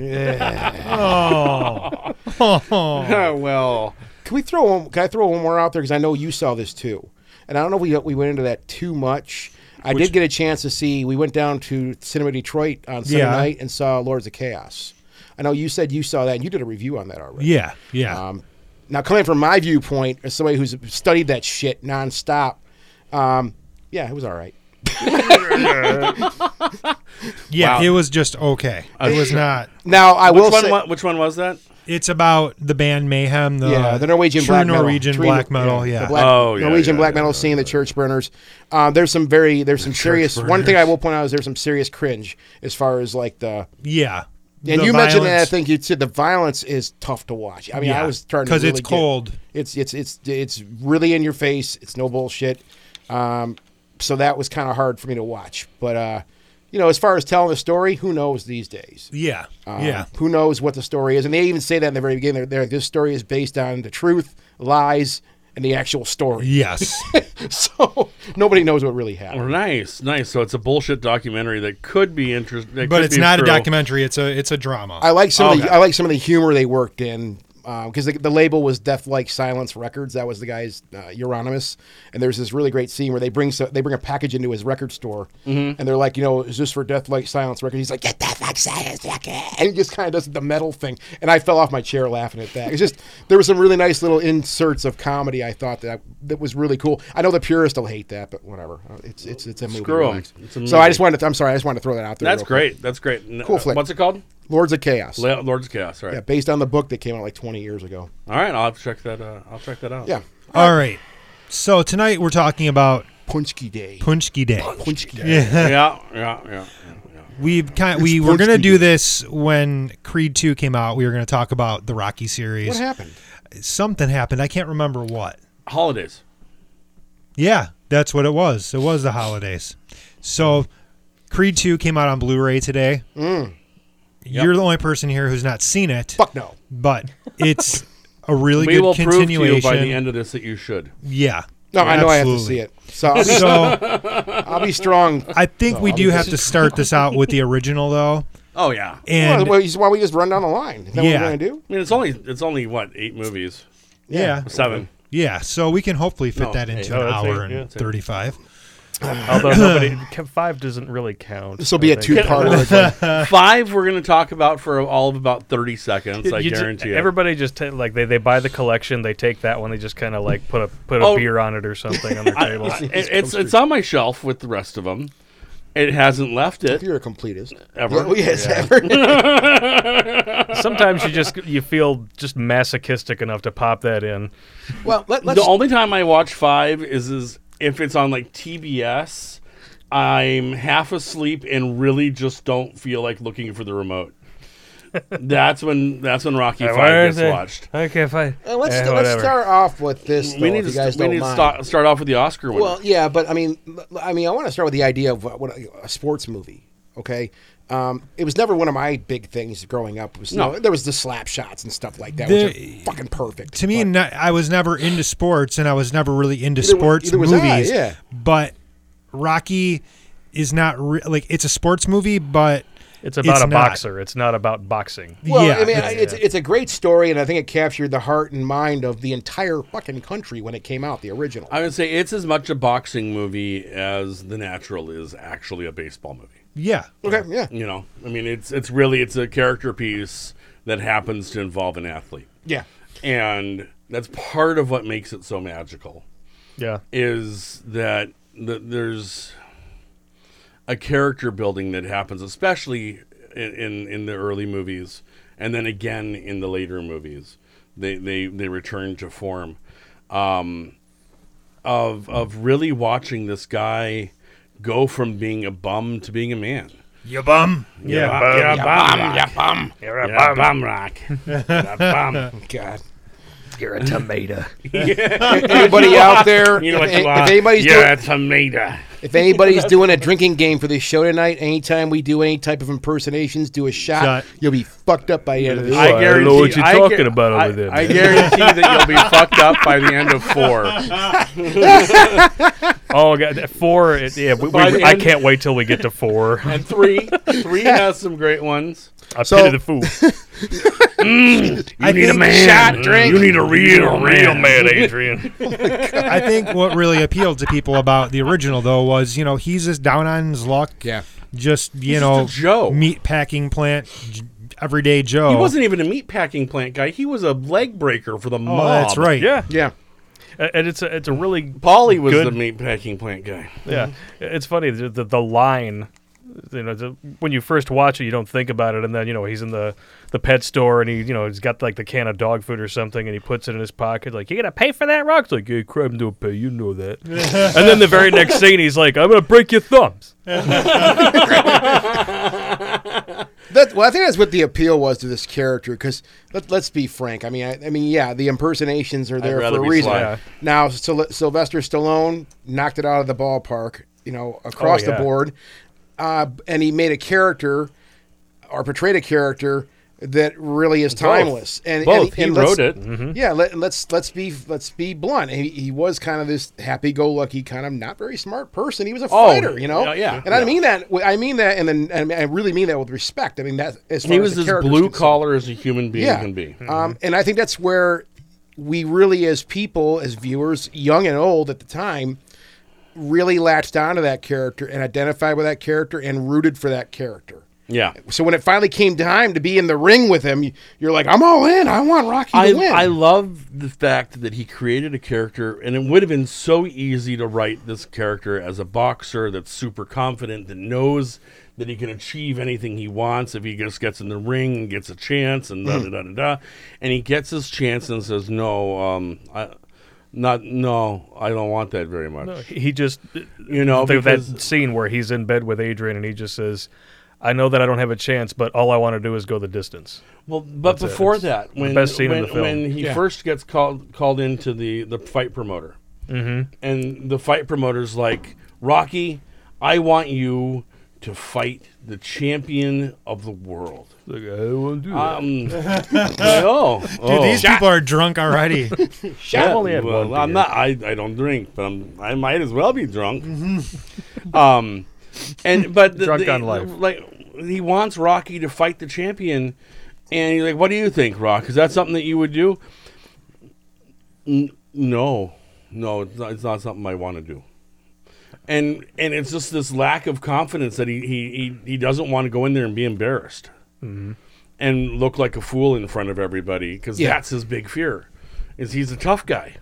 Speaker 5: well,
Speaker 2: Can we throw one? Can I throw one more out there? Because I know you saw this too, and I don't know if we we went into that too much. I did get a chance to see. We went down to Cinema Detroit on Sunday
Speaker 4: Yeah.
Speaker 2: night and saw Lords of Chaos. I know you said you saw that, and you did a review on that already.
Speaker 5: Uh,
Speaker 4: Yeah, yeah.
Speaker 2: Um, Now, coming from my viewpoint, as somebody who's studied that shit nonstop, um, yeah, it was all right.
Speaker 4: Yeah,
Speaker 5: Wow.
Speaker 4: it was just okay. It was not.
Speaker 2: Now, I
Speaker 5: Which
Speaker 2: will
Speaker 5: one?
Speaker 2: say,
Speaker 5: wa- which one was that?
Speaker 4: It's about the band Mayhem, the,
Speaker 2: yeah, the Norwegian
Speaker 4: Uh, true
Speaker 2: black
Speaker 4: Norwegian
Speaker 2: metal, True-
Speaker 4: black metal. Yeah,
Speaker 2: the black,
Speaker 5: Oh, yeah,
Speaker 2: Norwegian
Speaker 5: yeah,
Speaker 2: black
Speaker 5: yeah,
Speaker 2: metal scene, the church burners. Um, there's some very, there's some serious. One thing I will point out is there's some serious cringe as far as like the.
Speaker 4: yeah.
Speaker 2: And
Speaker 4: The
Speaker 2: you mentioned that I
Speaker 4: violence.
Speaker 2: think you said the violence is tough to watch. I mean, I
Speaker 4: Yeah,
Speaker 2: was trying to
Speaker 4: 'cause it's
Speaker 2: really get-
Speaker 4: cold.
Speaker 2: it's it's it's it's really in your face. It's no bullshit. Um, so that was kind of hard for me to watch. But uh, you know, as far as telling the story, who knows these days?
Speaker 4: Yeah,
Speaker 2: Um,
Speaker 4: yeah,
Speaker 2: Who knows what the story is? And they even say that in the very beginning. They're, they're, this story is based on the truth, lies, and the actual story.
Speaker 4: yes.
Speaker 2: so nobody knows what really happened.
Speaker 5: Nice, nice. So it's a bullshit documentary that could be interesting,
Speaker 4: but it's not a documentary. It's a it's a drama.
Speaker 2: I like some of the
Speaker 5: Okay.
Speaker 2: I like some of the humor they worked in because the, the label was Death Like Silence Records. That was the guy's uh, Euronymous, and there's this really great scene where they bring so, they bring a package into his record store,
Speaker 5: Mm-hmm.
Speaker 2: and they're like, you know, is this for Death Like Silence Records? He's like, yeah, Death Like Silence Records, and he just kind of does the metal thing, and I fell off my chair laughing at that. It's just there were some really nice little inserts of comedy. I thought that that was really cool. I know the purist will hate that, but whatever. Uh, It's it's it's a movie.
Speaker 5: Screw 'em.
Speaker 2: relax.
Speaker 5: It's a
Speaker 2: So I
Speaker 5: movie.
Speaker 2: just wanted. To, I'm sorry. I just wanted to throw that out there.
Speaker 5: That's
Speaker 2: real quick.
Speaker 5: great. That's great. N- uh,
Speaker 2: Cool flick.
Speaker 5: What's it called?
Speaker 2: Lords of Chaos.
Speaker 5: La- Lords of Chaos. Right.
Speaker 2: Yeah, based on the book that came out like 20 years ago.
Speaker 5: All right. I'll have to check that. Uh, I'll check that out.
Speaker 2: Yeah.
Speaker 4: All right. So tonight we're talking about
Speaker 2: Punchki Day.
Speaker 4: Punchki Day.
Speaker 2: Punchki Day.
Speaker 4: Yeah.
Speaker 5: Yeah. Yeah. Yeah. yeah.
Speaker 4: We've kind we
Speaker 2: It's
Speaker 4: were gonna
Speaker 2: Punchki
Speaker 4: do
Speaker 2: Day.
Speaker 4: this when Creed Two came out. We were gonna talk about the Rocky series.
Speaker 2: What happened?
Speaker 4: Something happened. I can't remember what.
Speaker 5: Holidays.
Speaker 4: Yeah, that's what it was. It was the holidays. So Creed Two came out on Blu-ray today.
Speaker 5: Mm.
Speaker 4: You're the only person here who's not seen it,
Speaker 2: Fuck no.
Speaker 4: but it's a really
Speaker 5: We
Speaker 4: good
Speaker 5: will prove to
Speaker 4: continuation.
Speaker 5: you by the end of this that you should.
Speaker 4: Yeah.
Speaker 2: No, I know I have to
Speaker 4: Absolutely.
Speaker 2: see it. So I'll be,
Speaker 4: So
Speaker 2: I'll be strong.
Speaker 4: I think we do have to start this out with the original though.
Speaker 5: Oh yeah. I
Speaker 4: And
Speaker 2: well, you- why don't we just run down the line? Is that
Speaker 4: Yeah.
Speaker 2: what we're going to do?
Speaker 5: mean, it's only it's only what eight movies,
Speaker 4: yeah,
Speaker 5: seven.
Speaker 4: yeah. So we can hopefully fit
Speaker 5: No,
Speaker 4: that
Speaker 5: hey,
Speaker 4: into
Speaker 5: no,
Speaker 4: an
Speaker 5: that's
Speaker 4: hour
Speaker 5: eight,
Speaker 4: and
Speaker 5: yeah, that's eight.
Speaker 4: thirty-five.
Speaker 3: Although nobody, five doesn't really count.
Speaker 2: This will be
Speaker 3: I
Speaker 2: a
Speaker 3: think.
Speaker 2: two-parter.
Speaker 4: Uh,
Speaker 5: Five we're going to talk about for all of about thirty seconds. I
Speaker 3: You ju-
Speaker 5: guarantee it.
Speaker 3: Everybody just ta- like they, they buy the collection, they take that one, they just kind of like put a put a
Speaker 5: Oh.
Speaker 3: beer on it or something on their
Speaker 5: I-
Speaker 3: table.
Speaker 5: I- it's it's on my shelf with the rest of them. It hasn't left
Speaker 2: if
Speaker 5: it
Speaker 2: you're a completist.
Speaker 5: ever.
Speaker 2: Oh, yes, ever.
Speaker 3: Sometimes you just you feel just masochistic enough to pop that in.
Speaker 2: well, let, let's.
Speaker 5: The only time I watch five is is if it's on like TBS. I'm half asleep and really just don't feel like looking for the remote. that's when that's when Rocky Five gets watched.
Speaker 3: Okay, fine.
Speaker 2: Uh, let's, let's start off with this. Though,
Speaker 5: We need
Speaker 2: if
Speaker 5: to
Speaker 2: you guys
Speaker 5: st- we
Speaker 2: don't
Speaker 5: need to
Speaker 2: mind.
Speaker 5: start, start off with the Oscar winner.
Speaker 2: Well, yeah, but I mean, l- I mean, I want to start with the idea of what, what a sports movie. Okay, um, it was never one of my big things growing up. It was no,
Speaker 5: No.
Speaker 2: there was the slap shots and stuff like that,
Speaker 4: There-
Speaker 2: which are fucking perfect
Speaker 4: To me,
Speaker 2: But-
Speaker 4: no- I was never into sports, and I was never really into
Speaker 2: Either wa-
Speaker 4: sports
Speaker 2: either was I,
Speaker 4: movies.
Speaker 2: yeah.
Speaker 4: But Rocky is not re- like it's a sports movie, but
Speaker 3: It's about a
Speaker 4: not.
Speaker 3: boxer. It's not about boxing.
Speaker 2: Well,
Speaker 4: yeah,
Speaker 2: I mean, it's it's a great story, and I think it captured the heart and mind of the entire fucking country when it came out, the original.
Speaker 5: I would say it's as much a boxing movie as The Natural is actually a baseball movie.
Speaker 4: yeah.
Speaker 2: okay, yeah,
Speaker 5: You know, I mean, it's it's really it's a character piece that happens to involve an athlete,
Speaker 2: yeah.
Speaker 5: and that's part of what makes it so magical
Speaker 3: Yeah.
Speaker 5: is that th- there's a character building that happens, especially in, in in the early movies, and then again in the later movies, they they they return to form. Um, of of really watching this guy go from being a bum to being a man.
Speaker 4: You bum.
Speaker 5: Yeah, you're a bum. You're a bum. You're a bum. rock. You're a bum.
Speaker 2: God.
Speaker 3: You're a tomato.
Speaker 2: Anybody out there?
Speaker 5: You know what
Speaker 2: if,
Speaker 5: you
Speaker 2: if
Speaker 5: are.
Speaker 2: anybody's
Speaker 5: You're
Speaker 2: doing,
Speaker 5: a tomato.
Speaker 2: if anybody's doing a drinking game for this show tonight, anytime we do any type of impersonations, do a shot.
Speaker 4: Shot.
Speaker 2: You'll be fucked up by the end of this.
Speaker 3: I
Speaker 2: show.
Speaker 3: don't know what you're
Speaker 5: I
Speaker 3: talking
Speaker 5: gu-
Speaker 3: about over
Speaker 5: I,
Speaker 3: there,
Speaker 5: I
Speaker 3: man.
Speaker 5: guarantee that you'll be fucked up by the end of four.
Speaker 3: Oh god, that four. It, yeah, we, we,
Speaker 5: By the
Speaker 3: I
Speaker 5: end-
Speaker 3: can't wait till we get to four. I
Speaker 5: And three, three has some great ones.
Speaker 3: pity
Speaker 2: So-
Speaker 3: the fool.
Speaker 5: You need a man. Mm.
Speaker 2: shot, drink.
Speaker 5: You need a real, real man.
Speaker 3: Adrian.
Speaker 4: I think what really appealed to people about the original though was you know he's just down on his luck.
Speaker 2: Yeah.
Speaker 4: Just you know
Speaker 5: just a Joe.
Speaker 4: meat packing plant j- everyday Joe.
Speaker 5: He wasn't even a meat packing plant guy. He was a leg breaker for the
Speaker 4: Oh,
Speaker 5: mob.
Speaker 4: that's right.
Speaker 3: Yeah,
Speaker 2: Yeah.
Speaker 3: A- and it's a, it's a really
Speaker 5: Polly was
Speaker 3: Good.
Speaker 5: the meat packing plant guy.
Speaker 3: yeah. It's funny the the, the line. You know, the, when you first watch it, you don't think about it, and then you know he's in the, the pet store, and he you know he's got like the can of dog food or something, and he puts it in his pocket, like you gonna pay for that, Rock? It's like, yeah, crap, I'm doing pay, you know that. and then the very next scene, he's like, I'm gonna break your thumbs.
Speaker 2: That, well, I think that's what the appeal was to this character. Because let, let's be frank. I mean, I, I mean, yeah, the impersonations are there
Speaker 5: rather
Speaker 2: for a
Speaker 5: be
Speaker 2: reason.
Speaker 5: Sly.
Speaker 2: Now, Syl- Sylvester Stallone knocked it out of the ballpark. You know, across
Speaker 5: Oh,
Speaker 3: yeah.
Speaker 2: the board, uh, and he made a character or portrayed a character that really is timeless. And and-
Speaker 5: Both. He
Speaker 2: and
Speaker 5: wrote
Speaker 2: let's-
Speaker 5: it.
Speaker 2: Yeah. Let, let's let's be let's be blunt. He, he was kind of this happy-go-lucky kind of not very smart person. He was a
Speaker 5: Oh,
Speaker 2: fighter. You know.
Speaker 5: yeah, yeah.
Speaker 2: And I mean that. wi- I mean that, and then and I really mean that with respect. I mean that as far
Speaker 5: He
Speaker 2: as
Speaker 5: was
Speaker 2: the
Speaker 5: as
Speaker 2: character's
Speaker 5: blue
Speaker 2: concerned.
Speaker 5: collar as a human being
Speaker 2: yeah.
Speaker 5: can be.
Speaker 2: Um, and I think that's where we really, as people, as viewers, young and old at the time, really latched onto that character and identified with that character and rooted for that character.
Speaker 5: Yeah.
Speaker 2: So when it finally came time to be in the ring with him, you- you're like, I'm all in. I want Rocky to
Speaker 5: I,
Speaker 2: win.
Speaker 5: I love the fact that he created a character, and it would have been so easy to write this character as a boxer that's super confident, that knows that he can achieve anything he wants if he just gets in the ring and gets a chance, and
Speaker 2: Mm.
Speaker 5: da da da da da. And he gets his chance and says, "No, um, I, not no, I don't want that very much."
Speaker 3: He he just
Speaker 5: you know,
Speaker 3: think
Speaker 5: because
Speaker 3: that scene where he's in bed with Adrian, and he just says, "I know that I don't have a chance, but all I want to do is go the distance."
Speaker 5: Well, but
Speaker 3: it.
Speaker 5: before
Speaker 3: It's
Speaker 5: that,
Speaker 3: the
Speaker 5: when
Speaker 3: best scene in
Speaker 5: when,
Speaker 3: the film.
Speaker 5: when he first gets called called into the the fight promoter, mm-hmm. and the fight promoter's like, Rocky, I want you to fight the champion of the world.
Speaker 3: Like, I don't want to do that.
Speaker 5: Um, no,
Speaker 4: Dude,
Speaker 5: oh.
Speaker 4: these people are drunk already.
Speaker 5: Yeah,
Speaker 3: I've only had
Speaker 5: well,
Speaker 3: one
Speaker 5: I'm
Speaker 3: beer.
Speaker 5: not. I, I don't drink, but I'm. I might as well be drunk. um, and but the-
Speaker 3: Drunk
Speaker 5: the-
Speaker 3: on life.
Speaker 5: Like he wants Rocky to fight the champion, and he's like, "What do you think, Rock? Is that something that you would do?" N- no, no, it's not, it's not something I want to do. And and it's just this lack of confidence that he he he, he doesn't want to go in there and be embarrassed and look like a fool in front of everybody because
Speaker 2: Yeah.
Speaker 5: that's his big fear is he's a tough guy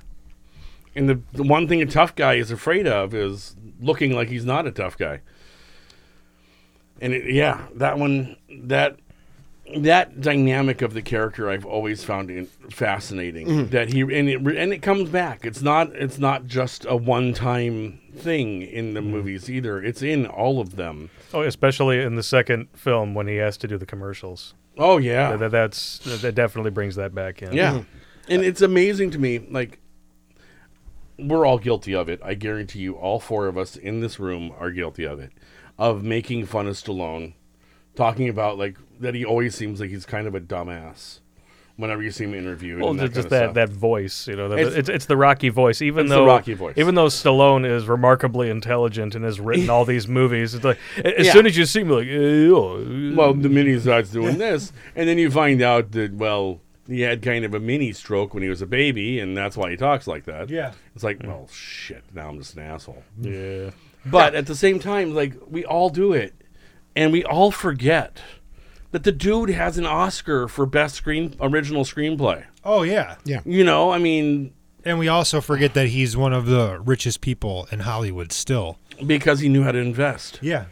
Speaker 5: and the, the one thing a tough guy is afraid of is looking like he's not a tough guy and it, yeah that one that that dynamic of the character I've always found in, fascinating. That he and it re- and it comes back. It's not it's not just a one time thing in the movies either. It's in all of them.
Speaker 3: Oh, especially in the second film when he has to do the commercials.
Speaker 5: Oh yeah,
Speaker 3: That, that's that definitely brings that back in.
Speaker 5: Yeah. Mm-hmm. And it's amazing to me, like we're all guilty of it. I guarantee you all four of us in this room are guilty of it. Of making fun of Stallone, talking about like that he always seems like he's kind of a dumbass whenever you see him interviewed.
Speaker 3: Well,
Speaker 5: and
Speaker 3: just,
Speaker 5: that
Speaker 3: just
Speaker 5: kind
Speaker 3: that,
Speaker 5: of
Speaker 3: that voice, you know, that,
Speaker 5: It's-
Speaker 3: it's, it's the Rocky voice. Even
Speaker 5: It's the
Speaker 3: though
Speaker 5: Rocky voice.
Speaker 3: even though Stallone is remarkably intelligent and has written all these movies, it's like a- as
Speaker 5: Yeah.
Speaker 3: soon as you see him, like, "Eh, "Ew."
Speaker 5: Well, the mini starts doing this, and then you find out that well, he had kind of a mini stroke when he was a baby, and that's why he talks like that.
Speaker 4: Yeah.
Speaker 5: it's like, well, shit. Now I'm just an asshole.
Speaker 3: yeah,
Speaker 5: But at the same time, like we all do it, and we all forget that the dude has an Oscar for best screen original screenplay.
Speaker 4: oh yeah.
Speaker 2: Yeah.
Speaker 5: You know, I mean,
Speaker 4: And we also forget that he's one of the richest people in Hollywood still.
Speaker 5: because he knew how to invest.
Speaker 4: Yeah.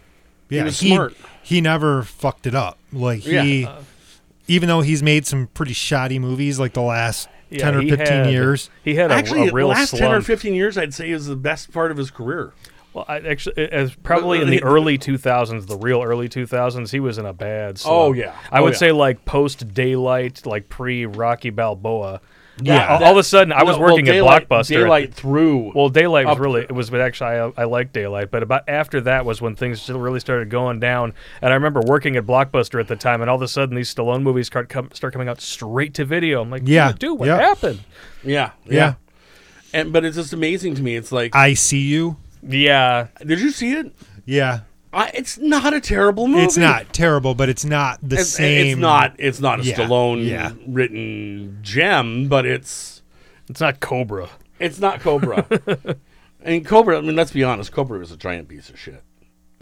Speaker 4: Yeah.
Speaker 5: was smart.
Speaker 4: He never fucked it up. Like he
Speaker 5: Yeah.
Speaker 4: even though he's made some pretty shoddy movies like the last
Speaker 3: Yeah,
Speaker 4: ten or
Speaker 3: he
Speaker 4: fifteen
Speaker 3: had-
Speaker 4: years.
Speaker 3: He had a,
Speaker 5: Actually,
Speaker 3: a real
Speaker 5: the last
Speaker 3: slump.
Speaker 5: ten or fifteen years, I'd say, is the best part of his career.
Speaker 3: Well, I actually, it- it's probably in
Speaker 5: Uh,
Speaker 3: the early 2000s, the real early 2000s, he was in a bad slump.
Speaker 5: Oh, yeah.
Speaker 3: I
Speaker 5: Oh,
Speaker 3: would
Speaker 5: yeah.
Speaker 3: say like post daylight, like pre Rocky Balboa.
Speaker 5: Yeah.
Speaker 3: all, all of a sudden I was
Speaker 5: No, well,
Speaker 3: working
Speaker 5: Daylight-
Speaker 3: at Blockbuster.
Speaker 5: Daylight through.
Speaker 3: well, daylight was
Speaker 5: up
Speaker 3: really
Speaker 5: there.
Speaker 3: it was but actually I, I liked daylight, but about after that was when things still really started going down. And I remember working at Blockbuster at the time, and all of a sudden these Stallone movies start com- start coming out straight to video. I'm like,
Speaker 4: Yeah.
Speaker 3: dude, what
Speaker 4: Yeah.
Speaker 3: happened?
Speaker 5: yeah, yeah,
Speaker 4: Yeah.
Speaker 5: And but it's just amazing to me. It's like,
Speaker 4: I see you.
Speaker 3: Yeah,
Speaker 5: did you see it?
Speaker 4: Yeah.
Speaker 5: I, it's not a terrible movie.
Speaker 4: It's not terrible, but it's not the
Speaker 5: it's,
Speaker 4: same
Speaker 5: It's not. It's not a
Speaker 4: Yeah,
Speaker 5: Stallone
Speaker 4: yeah.
Speaker 5: written gem, but it's
Speaker 3: it's not Cobra.
Speaker 5: it's not Cobra. and Cobra. I mean, let's be honest. Cobra is a giant piece of shit.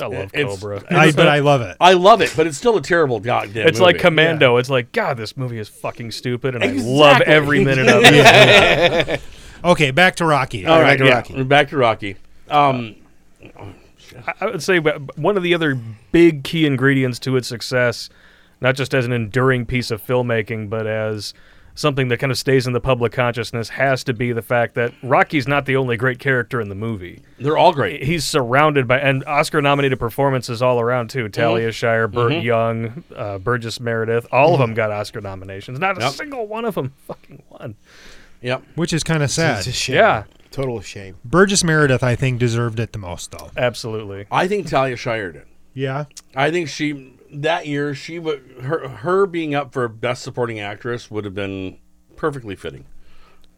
Speaker 3: I love
Speaker 5: It's-
Speaker 3: Cobra.
Speaker 4: I, but I love it.
Speaker 5: I love it, but it's still a terrible goddamn.
Speaker 3: It's like
Speaker 5: movie.
Speaker 3: Commando. It's like God, this movie is fucking stupid, and
Speaker 5: Exactly.
Speaker 3: I love every minute of it.
Speaker 4: Okay, back to Rocky.
Speaker 5: All right,
Speaker 2: Back to
Speaker 5: yeah,
Speaker 2: Rocky.
Speaker 5: we're back to Rocky. Um,
Speaker 3: I- I would say but- but one of the other big key ingredients to its success, not just as an enduring piece of filmmaking, but as something that kind of stays in the public consciousness, has to be the fact that Rocky's not the only great character in the movie.
Speaker 5: they're all great.
Speaker 3: He's surrounded by and Oscar-nominated performances all around too. Talia Shire, Burt Young, uh, Burgess Meredith, all of them got Oscar nominations. Not a
Speaker 5: Yep.
Speaker 3: single one of them fucking won.
Speaker 5: Yep.
Speaker 4: Which is kind of sad.
Speaker 2: It's a shame.
Speaker 3: Yeah.
Speaker 2: Total shame.
Speaker 4: Burgess Meredith, I think, deserved it the most, though.
Speaker 3: Absolutely.
Speaker 5: I think Talia Shire did.
Speaker 4: Yeah.
Speaker 5: I think she that year she would her her being up for best supporting actress would have been perfectly fitting,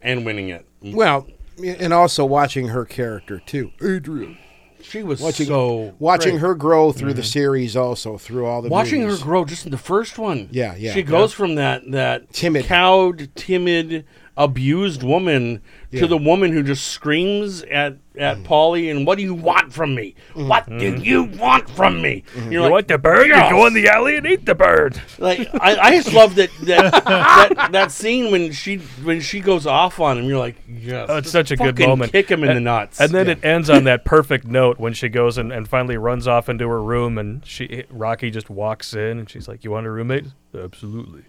Speaker 5: and winning it.
Speaker 2: Well, and also watching her character too. Adrian.
Speaker 5: She was
Speaker 2: Watching,
Speaker 5: so
Speaker 2: watching
Speaker 5: great.
Speaker 2: her grow through the series, also through all the
Speaker 5: watching
Speaker 2: movies.
Speaker 5: her grow just in the first one.
Speaker 2: Yeah, yeah,
Speaker 5: She goes from that that
Speaker 2: Timid.
Speaker 5: cowed, timid, abused woman
Speaker 2: Yeah. Mm.
Speaker 5: to the woman who just screams at at Polly and what do you want from me? What do you want from me?
Speaker 2: Mm-hmm.
Speaker 5: You're
Speaker 3: You
Speaker 5: like,
Speaker 3: want the bird?
Speaker 5: Yes.
Speaker 3: You go in the alley and eat the bird.
Speaker 5: like I, I just love that that, that that scene when she when she goes off on him. You're like, yes,
Speaker 3: Oh, it's
Speaker 5: just
Speaker 3: such a good
Speaker 5: fucking
Speaker 3: moment.
Speaker 5: Kick him in
Speaker 3: and,
Speaker 5: the nuts.
Speaker 3: And then it ends on that perfect note when she goes and, and finally runs off into her room, and she Rocky just walks in, and she's like, "You want a roommate?" Absolutely.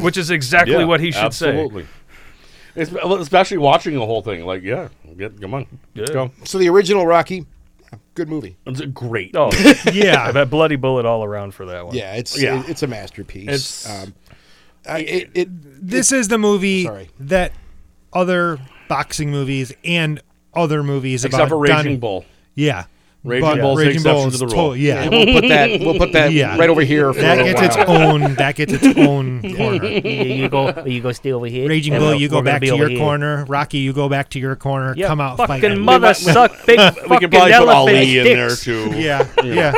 Speaker 3: Which is exactly
Speaker 5: Yeah,
Speaker 3: what he should
Speaker 5: absolutely. It's, especially watching the whole thing. Like, yeah, get, come on, let's
Speaker 3: Yeah.
Speaker 5: go.
Speaker 2: So the original Rocky, good movie.
Speaker 5: It's a great.
Speaker 3: say. Oh,
Speaker 4: Yeah.
Speaker 3: that bloody bullet all around for that one.
Speaker 2: Yeah, it's
Speaker 5: Yeah.
Speaker 2: it- it's a masterpiece.
Speaker 5: It's-
Speaker 2: um, I, it, it
Speaker 4: this is the movie
Speaker 2: Sorry.
Speaker 4: that other boxing movies and other movies
Speaker 5: except
Speaker 4: about
Speaker 5: for Raging
Speaker 4: Donnie-
Speaker 5: Bull.
Speaker 4: Yeah.
Speaker 5: Raging Bull's the exception to the
Speaker 4: is
Speaker 5: rule.
Speaker 4: tot- yeah.
Speaker 2: we'll put that we'll put that
Speaker 4: Yeah.
Speaker 2: right over here. For a
Speaker 4: That
Speaker 2: little
Speaker 4: gets its
Speaker 2: while.
Speaker 4: own. That gets its own corner.
Speaker 6: you, you go, you go stay over here.
Speaker 4: Raging
Speaker 6: and
Speaker 4: Bull,
Speaker 6: we're-
Speaker 4: you
Speaker 6: we're
Speaker 4: go
Speaker 6: gonna
Speaker 4: back
Speaker 6: be
Speaker 4: to
Speaker 6: over
Speaker 4: your
Speaker 6: here.
Speaker 4: corner. Rocky, you go back to your corner.
Speaker 3: Yeah,
Speaker 4: Come out
Speaker 3: fucking
Speaker 4: fighting.
Speaker 3: mother suck big
Speaker 5: We could
Speaker 3: fucking
Speaker 5: probably put
Speaker 3: elephant
Speaker 5: Ali in there
Speaker 3: dicks.
Speaker 5: too.
Speaker 4: yeah, yeah.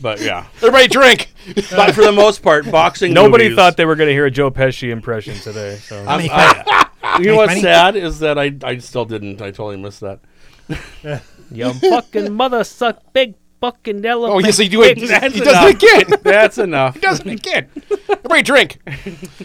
Speaker 5: but yeah.
Speaker 2: Everybody drink.
Speaker 5: But for the most part, boxing.
Speaker 3: Nobody
Speaker 5: movies-
Speaker 3: thought they were going to hear a Joe Pesci impression today. So
Speaker 5: I'm- I- you know
Speaker 4: Make
Speaker 5: what's
Speaker 4: money.
Speaker 5: sad is that I I still didn't. I totally missed that.
Speaker 3: Yum.
Speaker 6: Fucking mother suck big fucking
Speaker 2: Oh
Speaker 6: elephant.
Speaker 2: yes, he do it. He
Speaker 5: That's
Speaker 2: does
Speaker 5: enough.
Speaker 2: it again.
Speaker 5: That's enough.
Speaker 2: He does it again. Everybody drink.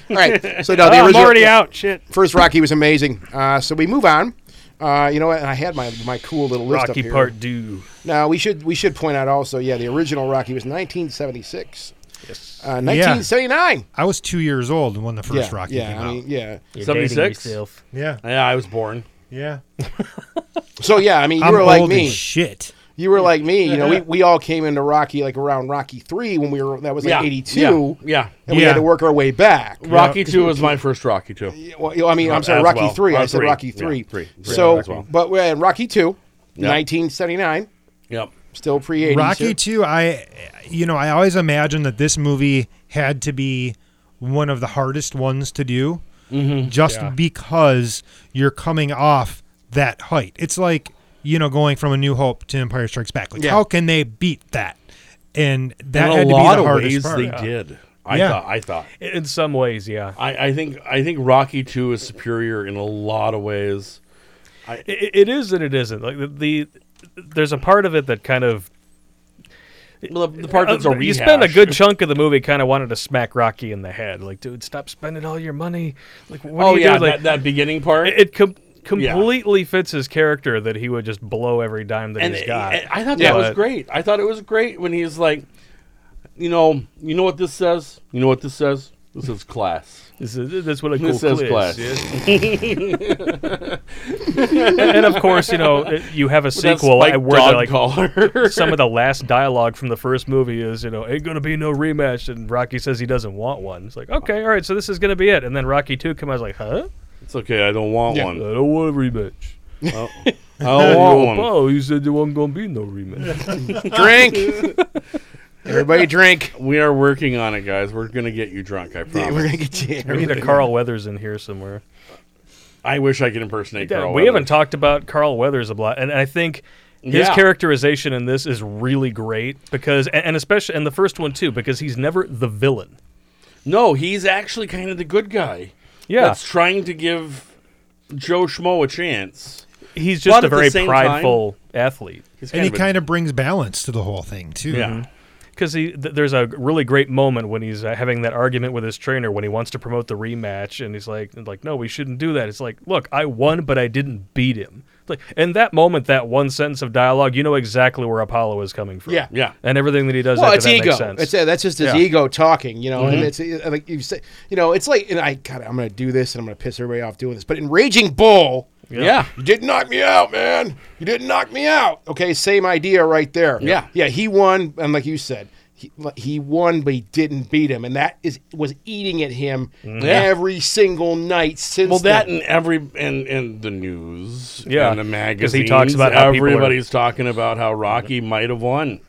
Speaker 2: All right. So no, the
Speaker 3: I'm
Speaker 2: original,
Speaker 3: already out. Shit.
Speaker 2: First Rocky was amazing. Uh, so we move on. Uh, you know what? And I had my, my cool little list up
Speaker 3: Rocky
Speaker 2: here.
Speaker 3: Part Two.
Speaker 2: Now we should we should point out also, yeah, the original Rocky was 1976. Yes. Uh, 1979.
Speaker 4: I was two years old when the first
Speaker 2: yeah,
Speaker 4: Rocky
Speaker 2: yeah,
Speaker 4: came
Speaker 2: I
Speaker 4: out.
Speaker 2: mean, yeah.
Speaker 6: You're
Speaker 5: 76?
Speaker 6: dating yourself.
Speaker 4: yeah,
Speaker 5: Yeah, I was born.
Speaker 4: yeah.
Speaker 2: So yeah, I mean, you
Speaker 4: I'm
Speaker 2: were like
Speaker 4: old
Speaker 2: me.
Speaker 4: as shit.
Speaker 2: you were like me. You know, we, we all came into Rocky like around Rocky three when we were that was like
Speaker 5: yeah.
Speaker 2: 82,
Speaker 5: Yeah. yeah.
Speaker 2: and we had
Speaker 4: Yeah.
Speaker 2: to work our way back.
Speaker 5: Rocky two was my first Rocky two.
Speaker 2: Well, you know, I mean, I'm sorry,
Speaker 5: As
Speaker 2: Rocky
Speaker 5: well.
Speaker 2: three.
Speaker 5: Or
Speaker 2: I said
Speaker 5: three.
Speaker 2: Rocky
Speaker 5: Yeah,
Speaker 2: three.
Speaker 5: three. Three,
Speaker 2: So,
Speaker 5: as well.
Speaker 2: but we had Rocky two,
Speaker 5: Yeah.
Speaker 2: 1979,
Speaker 5: Yep.
Speaker 2: still pre 80s.
Speaker 4: Rocky too. I, you know, I always imagined that this movie had to be one of the hardest ones to do,
Speaker 5: Mm-hmm.
Speaker 4: just because you're coming off that height. It's like you know going from A New Hope to Empire Strikes Back. Like,
Speaker 2: Yeah.
Speaker 4: how can they beat that? And that
Speaker 5: In
Speaker 4: had
Speaker 5: a
Speaker 4: to be
Speaker 5: lot
Speaker 4: the
Speaker 5: of
Speaker 4: hardest
Speaker 5: ways
Speaker 4: part.
Speaker 5: they did. I
Speaker 4: Yeah.
Speaker 5: thought. I thought.
Speaker 3: In some ways, yeah.
Speaker 5: I, I think. I think Rocky two is superior in a lot of ways.
Speaker 3: it, it is and it isn't. Like the, the there's a part of it that kind of
Speaker 5: Well, the, the part that's a
Speaker 3: Uh,
Speaker 5: rehash.
Speaker 3: you spend a good chunk of the movie kind of wanted to smack Rocky in the head, like, dude, stop spending all your money. Like, what
Speaker 5: Oh
Speaker 3: are you
Speaker 5: yeah,
Speaker 3: doing? Like,
Speaker 5: that, that beginning part.
Speaker 3: it, it com- completely fits his character that he would just blow every dime that
Speaker 5: and
Speaker 3: he's
Speaker 5: it-
Speaker 3: got.
Speaker 5: it- I thought that
Speaker 3: Yeah.
Speaker 5: was
Speaker 3: But-
Speaker 5: great. I thought it was great when he's like, you know, you know what this says. You know what this says. This is class.
Speaker 3: this is that's what a cool
Speaker 5: This says
Speaker 3: quiz.
Speaker 5: class.
Speaker 3: And, and of course, you know, it- you have a
Speaker 5: That's
Speaker 3: sequel.
Speaker 5: Mike
Speaker 3: I word
Speaker 5: Dog
Speaker 3: like
Speaker 5: Collar.
Speaker 3: some of the last dialogue from the first movie is, you know, ain't gonna be no rematch, and Rocky says he doesn't want one. It's like, okay, all right, so this is gonna be it. And then Rocky two comes, I was like, huh?
Speaker 5: It's okay. I don't want
Speaker 2: Yeah.
Speaker 3: I
Speaker 5: one.
Speaker 3: don't want a rematch.
Speaker 5: I don't want one.
Speaker 3: Oh, you said there wasn't gonna be no rematch.
Speaker 2: drink. Everybody drink.
Speaker 5: We are working on it, guys. We're gonna get you drunk. I
Speaker 2: We're
Speaker 5: promise.
Speaker 2: gonna get you.
Speaker 3: we need a Carl Weathers in here somewhere.
Speaker 5: I wish I could impersonate.
Speaker 3: Yeah,
Speaker 5: Carl
Speaker 3: we haven't
Speaker 5: Weathers.
Speaker 3: talked about Carl Weathers a lot, and I think his
Speaker 5: Yeah.
Speaker 3: characterization in this is really great because, and and especially in the first one too, because he's never the villain.
Speaker 5: No, he's actually kind of the good guy.
Speaker 3: Yeah.
Speaker 5: that's trying to give Joe Schmo a chance.
Speaker 3: He's
Speaker 5: But
Speaker 3: just a
Speaker 5: at the
Speaker 3: very
Speaker 5: same
Speaker 3: prideful athlete.
Speaker 5: He's
Speaker 4: and he
Speaker 5: of a-
Speaker 4: kind of brings balance to the whole thing too. Mm-hmm.
Speaker 5: yeah.
Speaker 3: Mm-hmm. because he th- there's a really great moment when he's uh, having that argument with his trainer when he wants to promote the rematch and he's like like no we shouldn't do that it's like look I won but I didn't beat him like in that moment that one sentence of dialogue you know exactly where Apollo is coming from
Speaker 2: Yeah.
Speaker 5: Yeah.
Speaker 3: and everything that he does
Speaker 2: Well,
Speaker 3: after
Speaker 2: it's
Speaker 3: that
Speaker 2: ego.
Speaker 3: makes sense
Speaker 2: It's uh, that's just his
Speaker 3: Yeah.
Speaker 2: ego talking, you know.
Speaker 5: Mm-hmm.
Speaker 2: And it's uh, like you say, you know, it's like, and I, God, I'm gonna do this, and I'm gonna piss everybody off doing this. But in Raging Bull,
Speaker 5: Yeah.
Speaker 2: you didn't knock me out, man. You didn't knock me out. Okay, same idea right there.
Speaker 5: Yeah.
Speaker 2: yeah. He won, and like you said, he, he won, but he didn't beat him, and that is was eating at him
Speaker 3: Mm-hmm.
Speaker 2: every single night since.
Speaker 5: Well, that
Speaker 2: then.
Speaker 5: and every and and the news,
Speaker 3: Yeah,
Speaker 5: and the
Speaker 3: 'cause
Speaker 5: magazines.
Speaker 3: he talks about how people are-
Speaker 5: everybody's talking about how Rocky might have won,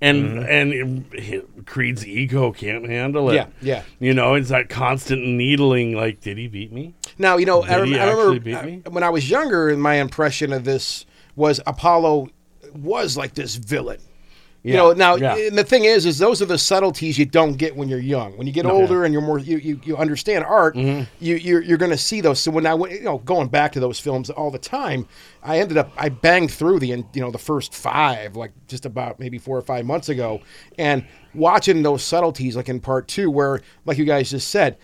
Speaker 5: and
Speaker 3: Mm-hmm.
Speaker 5: and it- Creed's ego can't handle it.
Speaker 2: Yeah, yeah.
Speaker 5: You know, it's that constant needling. Like, did he beat me?
Speaker 2: Now you know. I,
Speaker 5: Did he
Speaker 2: rem- I remember
Speaker 5: actually beat me?
Speaker 2: uh, when I was younger, my impression of this was Apollo was like this villain. You
Speaker 5: Yeah,
Speaker 2: know, now eh,
Speaker 5: yeah.
Speaker 2: and the thing is, is those are the subtleties you don't get when you're young. When you get older and you're more, you you, you understand art,
Speaker 5: Mm-hmm.
Speaker 2: you you're, you're going to see those. So when I went, you know, going back to those films all the time, I ended up I banged through the en- you know the first five like just about maybe four or five months ago, and watching those subtleties like in part two where like you guys just said,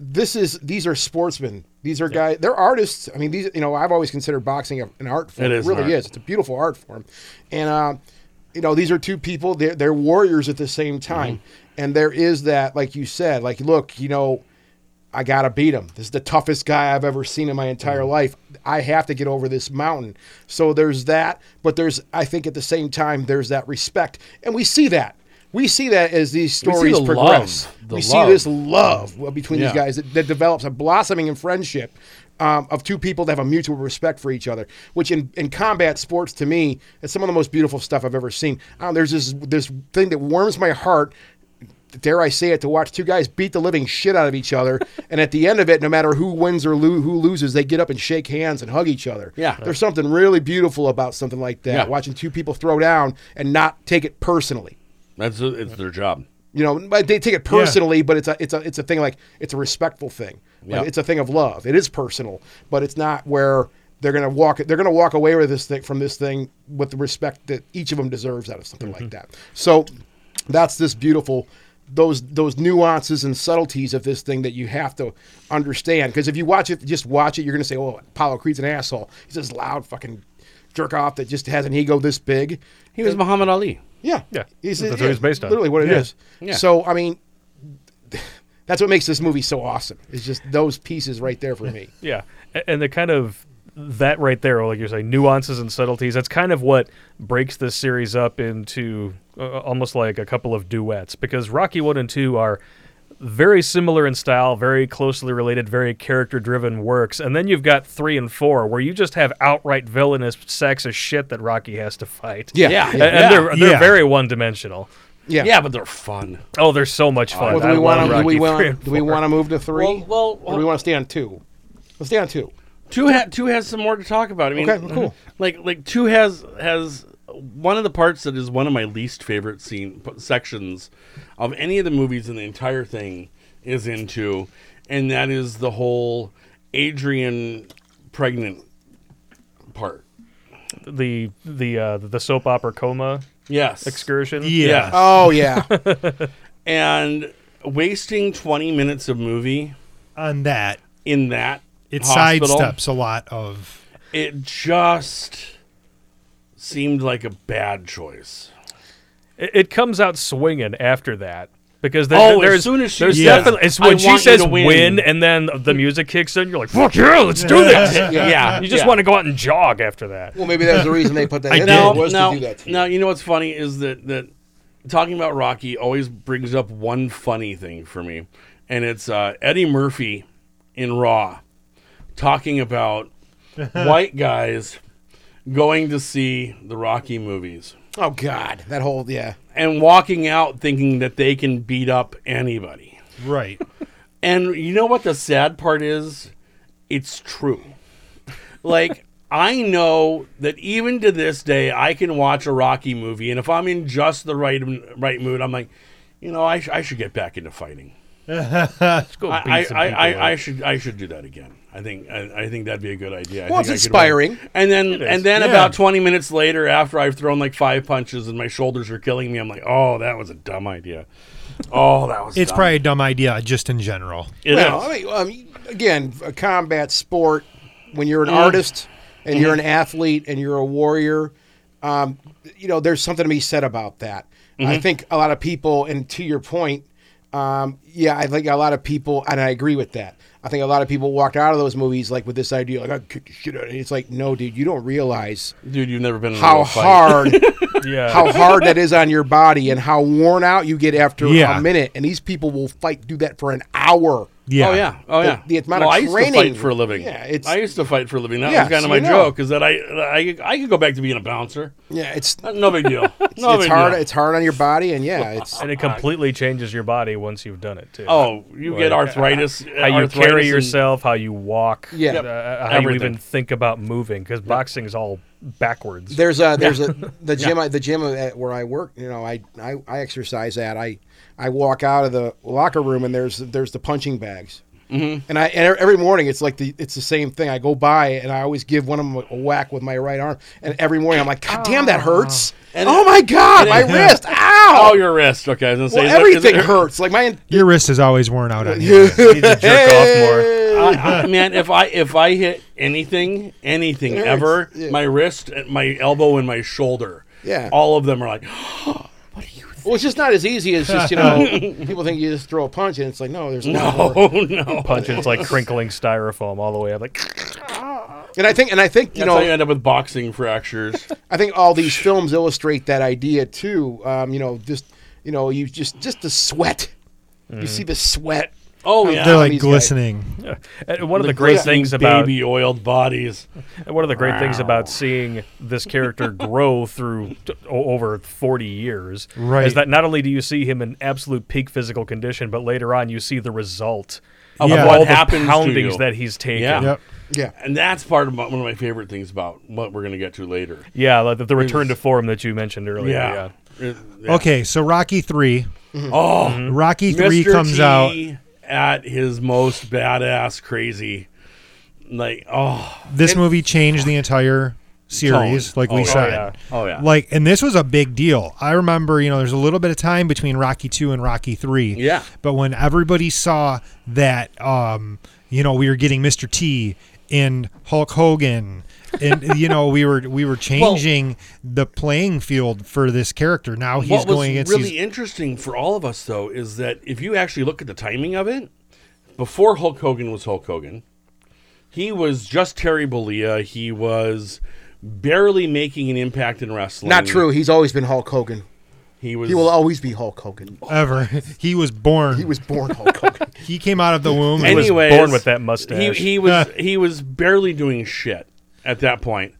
Speaker 2: this is these are sportsmen. These are guys. They're artists. I mean, these. You know, I've always considered boxing a- an art form.
Speaker 5: It
Speaker 2: It,
Speaker 5: is an
Speaker 2: really
Speaker 5: art.
Speaker 2: is. It's a beautiful art form, and uh, you know, these are two people. They're, they're warriors at the same time, and there is that, like you said, like look, you know, I gotta beat him. This is the toughest guy I've ever seen in my entire
Speaker 5: Mm-hmm.
Speaker 2: life. I have to get over this mountain. So there's that, but there's I think at the same time there's that respect, and we see that. We see that as these
Speaker 5: We see
Speaker 2: stories
Speaker 5: the
Speaker 2: progress.
Speaker 5: love. The
Speaker 2: we
Speaker 5: love.
Speaker 2: see this love well, between
Speaker 5: Yeah.
Speaker 2: these guys that, that develops a blossoming in friendship um, of two people that have a mutual respect for each other, which in, in combat sports to me is some of the most beautiful stuff I've ever seen. Uh, there's this this thing that warms my heart. Dare I say it? To watch two guys beat the living shit out of each other, and at the end of it, no matter who wins or lo- who loses, they get up and shake hands and hug each other.
Speaker 5: Yeah.
Speaker 2: there's something really beautiful about something like that.
Speaker 5: Yeah.
Speaker 2: Watching two people throw down and not take it personally
Speaker 5: That's it's their job.
Speaker 2: you know but they take it personally but it's a it's a it's a thing like it's a respectful thing Like,
Speaker 5: Yeah.
Speaker 2: it's a thing of love it is personal but it's not where they're gonna walk they're gonna walk away with this thing from this thing with the respect that each of them deserves out of something like that so that's this beautiful those those nuances and subtleties of this thing that you have to understand because if you watch it just watch it you're gonna say oh Apollo Creed's an asshole he's this loud fucking jerk off that just has an ego this big
Speaker 5: He was Muhammad Ali.
Speaker 2: yeah.
Speaker 3: Yeah.
Speaker 2: He's,
Speaker 3: That's
Speaker 2: yeah,
Speaker 3: what it's based on.
Speaker 2: Literally what it
Speaker 3: Yeah.
Speaker 2: is.
Speaker 5: Yeah.
Speaker 2: So, I mean, that's what makes this movie so awesome. It's just those pieces right there for me.
Speaker 3: Yeah, A- and the kind of that right there, like you're saying, nuances and subtleties. That's kind of what breaks this series up into uh, almost like a couple of duets because Rocky One and Two are very similar in style, very closely related, very character-driven works, and then you've got three and four where you just have outright villainous sacks of shit that Rocky has to fight.
Speaker 2: Yeah.
Speaker 5: Yeah.
Speaker 2: Yeah.
Speaker 3: and, and they're they're
Speaker 4: Yeah.
Speaker 3: very one-dimensional.
Speaker 2: Yeah.
Speaker 5: Yeah, but they're fun.
Speaker 3: Oh, they're so much fun.
Speaker 2: Well, do
Speaker 3: I
Speaker 2: we
Speaker 3: love
Speaker 2: want to do
Speaker 3: Rocky
Speaker 2: we
Speaker 3: three and
Speaker 2: want do we
Speaker 3: four.
Speaker 2: want to move to three?
Speaker 5: Well, well,
Speaker 2: or do we want to stay on two? Let's stay on two.
Speaker 5: Two ha- two has some more to talk about. I mean,
Speaker 2: Okay, cool.
Speaker 5: Like like two has has one of the parts that is one of my least favorite scene p- sections of any of the movies in the entire thing is into, and that is the whole Adrian pregnant part.
Speaker 3: the the uh, the soap opera coma
Speaker 5: Yes.
Speaker 3: excursion.
Speaker 5: Yes. Uh,
Speaker 2: Oh yeah.
Speaker 5: and wasting twenty minutes of movie
Speaker 4: On that,
Speaker 5: in that
Speaker 4: it
Speaker 5: hospital,
Speaker 4: sidesteps a lot of.
Speaker 5: It just seemed like a bad choice.
Speaker 3: it, it comes out swinging after that because there,
Speaker 5: Oh, as
Speaker 3: there's,
Speaker 5: soon as she
Speaker 3: there's
Speaker 5: says,
Speaker 3: definitely it's
Speaker 5: "I
Speaker 3: when she
Speaker 5: want you
Speaker 3: says
Speaker 5: to win."
Speaker 3: win. and then the music kicks in. You're like, fuck yeah, let's do this.
Speaker 5: yeah,
Speaker 3: You just
Speaker 5: yeah.
Speaker 3: want to go out and jog after that.
Speaker 2: well, maybe that's the reason they put that in
Speaker 5: now,
Speaker 2: there was
Speaker 5: now,
Speaker 2: to do that. to you.
Speaker 5: now, you know what's funny is that that talking about Rocky always brings up one funny thing for me, and it's uh, Eddie Murphy in Raw talking about white guys going to see the Rocky movies
Speaker 2: Oh God, that whole yeah.
Speaker 5: and walking out thinking that they can beat up anybody.
Speaker 4: Right.
Speaker 5: And you know what the sad part is? It's true. Like, I know that even to this day, I can watch a Rocky movie, and if I'm in just the right right mood, I'm like, you know, I, sh- I should get back into fighting.
Speaker 3: Let's go beat
Speaker 5: I,
Speaker 3: some
Speaker 5: I,
Speaker 3: people up.
Speaker 5: I, I should I should do that again. I think I, I think that'd be a good idea. I
Speaker 2: Well,
Speaker 5: think
Speaker 2: it's
Speaker 5: I could win.
Speaker 2: inspiring.
Speaker 5: And then and then
Speaker 4: Yeah.
Speaker 5: about twenty minutes later, after I've thrown like five punches and my shoulders are killing me, I'm like, oh, that was a dumb idea. Oh, that was.
Speaker 4: It's
Speaker 5: dumb.
Speaker 4: probably a dumb idea just in general.
Speaker 5: It
Speaker 2: Well,
Speaker 5: is.
Speaker 2: I mean, um, again, a combat sport. When you're an
Speaker 4: Mm-hmm.
Speaker 2: artist and you're an athlete and you're a warrior, um, you know, there's something to be said about that. I
Speaker 4: Mm-hmm.
Speaker 2: think a lot of people, and to your point, um, yeah, I think a lot of people, and I agree with that. I think a lot of people walked out of those movies like with this idea, like I kick the shit out of you. It's like, no, dude, you don't realize
Speaker 5: dude, you've never been in a
Speaker 2: how
Speaker 5: real fight.
Speaker 2: hard
Speaker 3: yeah.
Speaker 2: how hard that is on your body and how worn out you get after
Speaker 4: Yeah.
Speaker 2: a minute. And these people will fight do that for an hour.
Speaker 4: Yeah.
Speaker 5: Oh yeah, oh
Speaker 2: The-
Speaker 5: yeah.
Speaker 2: the amount
Speaker 5: well,
Speaker 2: of
Speaker 5: I used to
Speaker 2: training-
Speaker 5: fight for a living.
Speaker 2: Yeah, it's-
Speaker 5: I used to fight for a living. That
Speaker 2: Yeah,
Speaker 5: was kind
Speaker 2: so
Speaker 5: of my
Speaker 2: you know.
Speaker 5: joke is that I, I I could go back to being a bouncer.
Speaker 2: Yeah, it's
Speaker 5: No big deal. No
Speaker 2: it's
Speaker 5: big
Speaker 2: hard.
Speaker 5: deal.
Speaker 2: It's hard on your body, and yeah, it's
Speaker 3: and it completely changes your body once you've done it too.
Speaker 5: Oh, you get
Speaker 3: Like,
Speaker 5: arthritis.
Speaker 3: how you
Speaker 5: arthritis
Speaker 3: carry
Speaker 5: and-
Speaker 3: yourself, how you walk,
Speaker 2: Yeah.
Speaker 3: uh,
Speaker 2: Yep.
Speaker 3: uh, how
Speaker 5: Everything.
Speaker 3: you even think about moving because boxing is all backwards.
Speaker 2: there's a there's a the gym I, the gym at where I work. You know, I, I I exercise at. I I walk out of the locker room and there's there's the punching bags. Mm-hmm. And I and every morning it's like the it's the same thing. I go by and I always give one of them a whack with my right arm. And every morning I'm like, God damn, that hurts! oh my God, my wrist! Ow!
Speaker 5: Oh, your wrist. Okay, I was gonna say
Speaker 2: Well,
Speaker 5: is that- is
Speaker 2: everything
Speaker 5: that-
Speaker 2: hurts. Like my
Speaker 4: Your wrist is always worn out on you.
Speaker 3: You need to jerk off more.
Speaker 5: I, I, man, if I if I hit anything, anything
Speaker 2: hurts.
Speaker 5: ever,
Speaker 2: Yeah.
Speaker 5: my wrist, and my elbow, and my shoulder,
Speaker 2: Yeah.
Speaker 5: all of them are like,
Speaker 2: Well, it's just not as easy as just you know. people think you just throw a punch and it's like no, there's no.
Speaker 5: oh no,
Speaker 3: Punch it's like crinkling styrofoam all the way up. Like
Speaker 2: And I think and I think you
Speaker 5: that's
Speaker 2: know
Speaker 5: how you end up with boxing fractures.
Speaker 2: I think all these films illustrate that idea too. Um, you know, just you know, you just just the sweat.
Speaker 5: Mm.
Speaker 2: You see the sweat.
Speaker 5: Oh yeah,
Speaker 2: These
Speaker 4: They're like
Speaker 2: guys.
Speaker 4: glistening.
Speaker 3: and one of the great
Speaker 5: glistening
Speaker 3: things about
Speaker 5: baby oiled bodies.
Speaker 3: And one of the great things about seeing this character grow through t- o- over 40 years
Speaker 4: Right.
Speaker 3: is that not only do you see him in absolute peak physical condition, but later on you see the result of
Speaker 4: Yeah.
Speaker 3: all
Speaker 5: What
Speaker 3: the
Speaker 5: happens to
Speaker 3: poundings
Speaker 5: you.
Speaker 3: that he's taken.
Speaker 5: Yeah.
Speaker 4: Yep.
Speaker 2: Yeah.
Speaker 5: And that's part of my, one of my favorite things about what we're gonna get to later.
Speaker 3: Yeah, like the, the return to form that you mentioned earlier. Yeah.
Speaker 5: Yeah. It- yeah.
Speaker 4: Okay, so Rocky 3.
Speaker 5: Oh,
Speaker 4: Rocky 3
Speaker 5: Mr.
Speaker 4: comes
Speaker 5: T
Speaker 4: out.
Speaker 5: at his most badass, crazy. Like oh,
Speaker 4: This movie changed the entire series,
Speaker 5: Tone.
Speaker 4: like we
Speaker 5: Oh,
Speaker 4: said.
Speaker 3: yeah.
Speaker 5: Oh, yeah.
Speaker 4: Like, and this was a big deal. I remember, you know, there's a little bit of time between Rocky 2 and Rocky 3.
Speaker 5: Yeah.
Speaker 4: But when everybody saw that, um, you know, we were getting Mr. T and Hulk Hogan. and you know we were we were changing the playing field for this character. Now he's
Speaker 5: what was
Speaker 4: going against
Speaker 5: really
Speaker 4: these-
Speaker 5: interesting for all of us though is that if you actually look at the timing of it, before Hulk Hogan was Hulk Hogan, he was just Terry Bollea. He was barely making an impact in wrestling.
Speaker 2: Not true. He's always been Hulk Hogan.
Speaker 5: He was.
Speaker 2: He will always be Hulk Hogan.
Speaker 4: ever. He was born.
Speaker 2: He was born Hulk Hogan.
Speaker 4: He came out of the womb. and was-
Speaker 5: anyway,
Speaker 3: born with that mustache.
Speaker 5: He, he was he was barely doing shit at that point,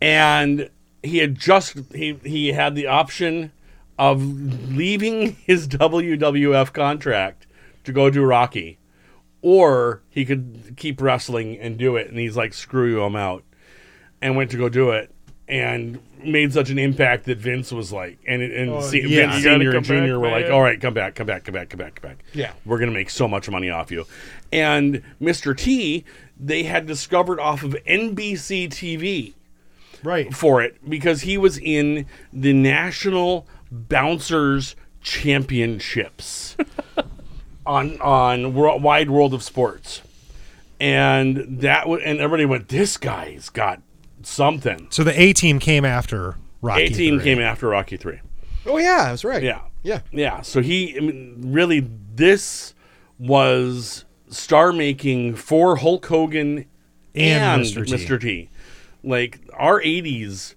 Speaker 5: and he had just he he had the option of leaving his WWF contract to go do Rocky, or he could keep wrestling and do it. And he's like, "Screw you, I'm out," and went to go do it. And made such an impact that Vince was like, and and
Speaker 4: yeah.
Speaker 5: se- Vince
Speaker 4: You
Speaker 3: Oh, gotta
Speaker 5: Senior
Speaker 3: come
Speaker 5: and Junior
Speaker 3: back,
Speaker 5: were like,
Speaker 3: man.
Speaker 5: "All right, come back, come back, come back, come back, come back."
Speaker 2: Yeah.
Speaker 5: we're gonna make so much money off you. And Mr. T, they had discovered off of NBC TV
Speaker 4: right.
Speaker 5: for it because he was in the National Bouncers Championships on on World, Wide World of Sports, and that w- and everybody went, "This guy's got something."
Speaker 4: So the A team came after Rocky.
Speaker 5: A team
Speaker 4: III.
Speaker 5: came after Rocky Three.
Speaker 2: oh yeah, that's right.
Speaker 5: Yeah.
Speaker 2: Yeah.
Speaker 5: Yeah. So he, I mean, really, this was star making for Hulk Hogan and,
Speaker 4: And
Speaker 5: Mr.
Speaker 4: Mr.
Speaker 5: T.
Speaker 4: T.
Speaker 5: Like, our 80s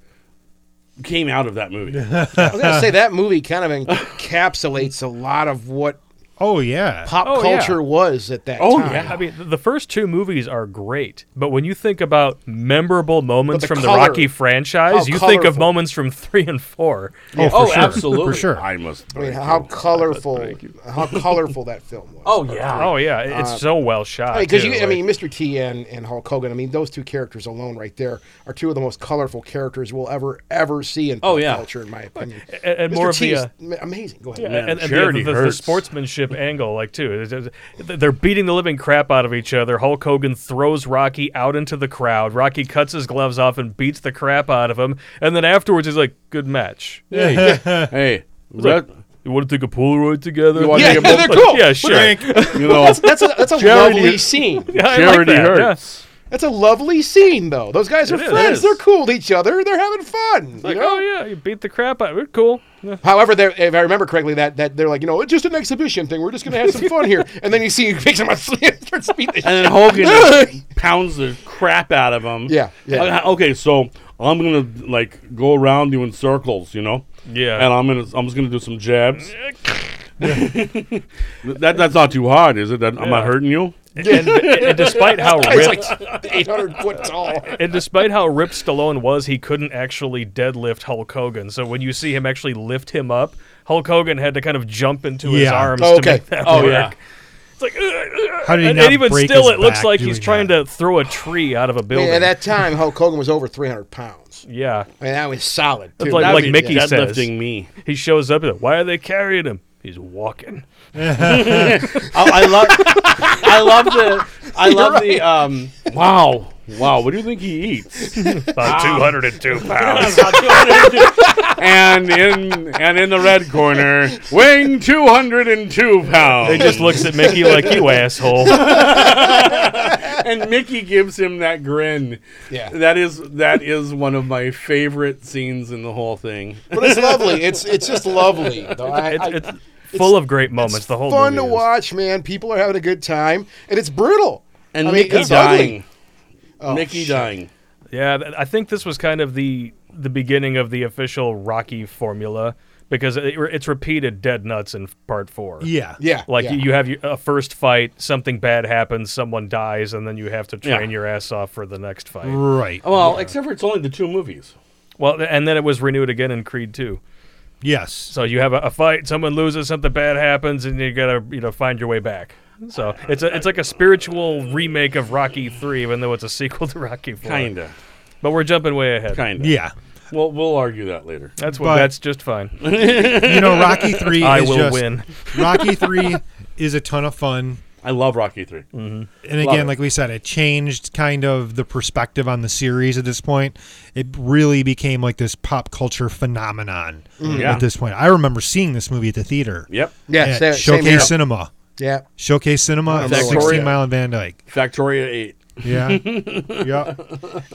Speaker 5: came out of that movie.
Speaker 3: Oh,
Speaker 2: I was gonna say that movie kind of encapsulates a lot of what
Speaker 4: Oh yeah.
Speaker 2: pop
Speaker 3: Oh, yeah.
Speaker 2: culture was at that
Speaker 5: Oh,
Speaker 2: time.
Speaker 5: yeah.
Speaker 3: I mean, th- the first two movies are great, but when you think about memorable moments
Speaker 2: the
Speaker 3: from
Speaker 2: color-
Speaker 3: the Rocky franchise,
Speaker 2: how
Speaker 3: you think of
Speaker 2: colorful.
Speaker 3: moments from three and four.
Speaker 4: Oh, for
Speaker 5: oh,
Speaker 4: sure.
Speaker 5: absolutely.
Speaker 4: For sure.
Speaker 5: I must.
Speaker 2: I mean, how colorful, how colorful that film was.
Speaker 5: oh, yeah.
Speaker 3: Oh yeah, it- it's so well shot.
Speaker 2: because
Speaker 3: too,
Speaker 2: you, Uh, I
Speaker 3: like-
Speaker 2: mean, Mr. T and, and Hulk Hogan. I mean, those two characters alone, right there, are two of the most colorful characters we'll ever ever see in
Speaker 5: Oh,
Speaker 2: pop
Speaker 5: yeah.
Speaker 2: culture, in my opinion.
Speaker 3: and
Speaker 2: Mr.
Speaker 3: more of
Speaker 2: T
Speaker 3: the,
Speaker 2: is
Speaker 3: uh,
Speaker 2: ma- amazing. Go ahead.
Speaker 5: Man,
Speaker 3: and, and the-
Speaker 5: charity
Speaker 3: the, the
Speaker 5: hurts.
Speaker 3: sportsmanship angle, like too. It's just- They're beating the living crap out of each other. Hulk Hogan throws Rocky out into the crowd. Rocky cuts his gloves off and beats the crap out of him. And then afterwards, he's like, "Good match."
Speaker 5: Hey, hey,
Speaker 3: like-
Speaker 5: Red,
Speaker 3: You want to take a Polaroid together?
Speaker 5: You wanna Yeah, take a-
Speaker 2: they're cool.
Speaker 3: Yeah, sure.
Speaker 4: Drink.
Speaker 5: you know,
Speaker 2: That's a, that's a
Speaker 5: Charity-
Speaker 2: lovely scene.
Speaker 3: Yeah, I like
Speaker 5: charity
Speaker 3: that, yeah.
Speaker 5: hurts.
Speaker 2: That's a lovely scene, though. Those guys are
Speaker 3: It is.
Speaker 2: friends.
Speaker 5: It is.
Speaker 2: They're cool to each other. They're having fun. you
Speaker 3: Like,
Speaker 2: know?
Speaker 3: oh yeah, you beat the crap out. We're cool. Yeah.
Speaker 2: However, they're- if I remember correctly, that, that they're like, you know, it's just an exhibition thing. We're just going to have some fun here. And then you see he picks him up and starts beating the
Speaker 5: And then
Speaker 2: shit.
Speaker 5: Hogan just pounds the crap out of him.
Speaker 2: Yeah, yeah.
Speaker 5: Uh, Okay, so I'm gonna like go around you in circles, you know.
Speaker 3: Yeah.
Speaker 5: And I'm gonna I'm just gonna do some jabs. that that's not too hard, is it? That, I'm not
Speaker 3: Yeah.
Speaker 5: hurting you.
Speaker 3: and, and despite how
Speaker 2: He's
Speaker 3: ripped,
Speaker 2: like 800 foot tall.
Speaker 3: and despite how ripped Stallone was, he couldn't actually deadlift Hulk Hogan. So when you see him actually lift him up, Hulk Hogan had to kind of jump into his
Speaker 4: Yeah.
Speaker 3: arms
Speaker 2: Oh,
Speaker 3: to
Speaker 2: okay.
Speaker 3: make that
Speaker 5: Oh,
Speaker 3: work.
Speaker 5: yeah.
Speaker 3: It's like, "Ugh, ugh."
Speaker 4: How did he
Speaker 3: and,
Speaker 4: not
Speaker 3: and even
Speaker 4: break
Speaker 3: still,
Speaker 4: his
Speaker 3: it looks
Speaker 4: back
Speaker 3: like he's
Speaker 4: doing
Speaker 3: trying
Speaker 4: that?
Speaker 3: to throw a tree out of a building.
Speaker 2: at that time, Hulk Hogan was over 300 pounds.
Speaker 3: yeah,
Speaker 2: I mean, that was solid. Too.
Speaker 3: like-
Speaker 5: That'd
Speaker 3: like
Speaker 5: be
Speaker 3: Mickey says.
Speaker 5: deadlifting me.
Speaker 3: he shows up. And, Why are they carrying him? He's walking.
Speaker 5: I, I love I love the I love the um wow wow what do you think he eats
Speaker 3: About 202 pounds.
Speaker 5: and in and in the red corner weighing 202
Speaker 3: he
Speaker 5: pounds
Speaker 3: just looks at Mickey like, you asshole.
Speaker 5: and Mickey gives him that grin
Speaker 2: Yeah.
Speaker 5: that is that is one of my favorite scenes in the whole thing
Speaker 2: but it's lovely. It's it's just lovely. Though. I, I-
Speaker 3: It's, it's full of great moments. the whole
Speaker 2: fun
Speaker 3: movie
Speaker 2: to
Speaker 3: is.
Speaker 2: watch, man. People are having a good time, and it's brutal.
Speaker 5: and
Speaker 2: I mean,
Speaker 5: Mickey
Speaker 2: it's ugly. Oh,
Speaker 5: dying Mickey dying
Speaker 3: Yeah, th- I think this was kind of the the beginning of the official Rocky formula because it, it's repeated dead nuts in part four.
Speaker 4: Yeah.
Speaker 2: Yeah,
Speaker 3: Like
Speaker 2: yeah.
Speaker 3: you have your, a first fight, something bad happens, someone dies, and then you have to train
Speaker 5: Yeah.
Speaker 3: your ass off for the next fight.
Speaker 4: Right.
Speaker 2: Oh.
Speaker 5: well except for it's only the two movies
Speaker 3: Well, th- and then it was renewed again in Creed two.
Speaker 4: Yes.
Speaker 3: So you have a, a fight, someone loses, something bad happens, and you gotta you know find your way back. So it's a, it's like a spiritual remake of Rocky three, even though it's a sequel to Rocky four.
Speaker 5: kinda
Speaker 3: But we're jumping way ahead.
Speaker 5: kinda
Speaker 4: Yeah.
Speaker 5: well we'll argue that later
Speaker 3: That's what.
Speaker 4: But-
Speaker 3: that's just fine.
Speaker 4: You know, Rocky Three
Speaker 3: I
Speaker 4: is
Speaker 3: will
Speaker 4: just
Speaker 3: win.
Speaker 4: Rocky Three is a ton of fun.
Speaker 5: I love Rocky three
Speaker 4: And
Speaker 5: Love
Speaker 4: again,
Speaker 5: it.
Speaker 4: like we said, it changed kind of the perspective on the series at this point. It really became like this pop culture phenomenon
Speaker 3: Mm,
Speaker 5: Yeah.
Speaker 4: at this point. I remember seeing this movie at the theater.
Speaker 5: yep
Speaker 2: yeah,
Speaker 4: at
Speaker 2: sa- same here.
Speaker 4: Showcase Cinema.
Speaker 2: Yeah,
Speaker 4: Showcase Cinema at
Speaker 2: That
Speaker 4: 16
Speaker 5: Korea.
Speaker 4: Mile and Van Dyke.
Speaker 5: Factoria eight
Speaker 4: Yeah. yeah.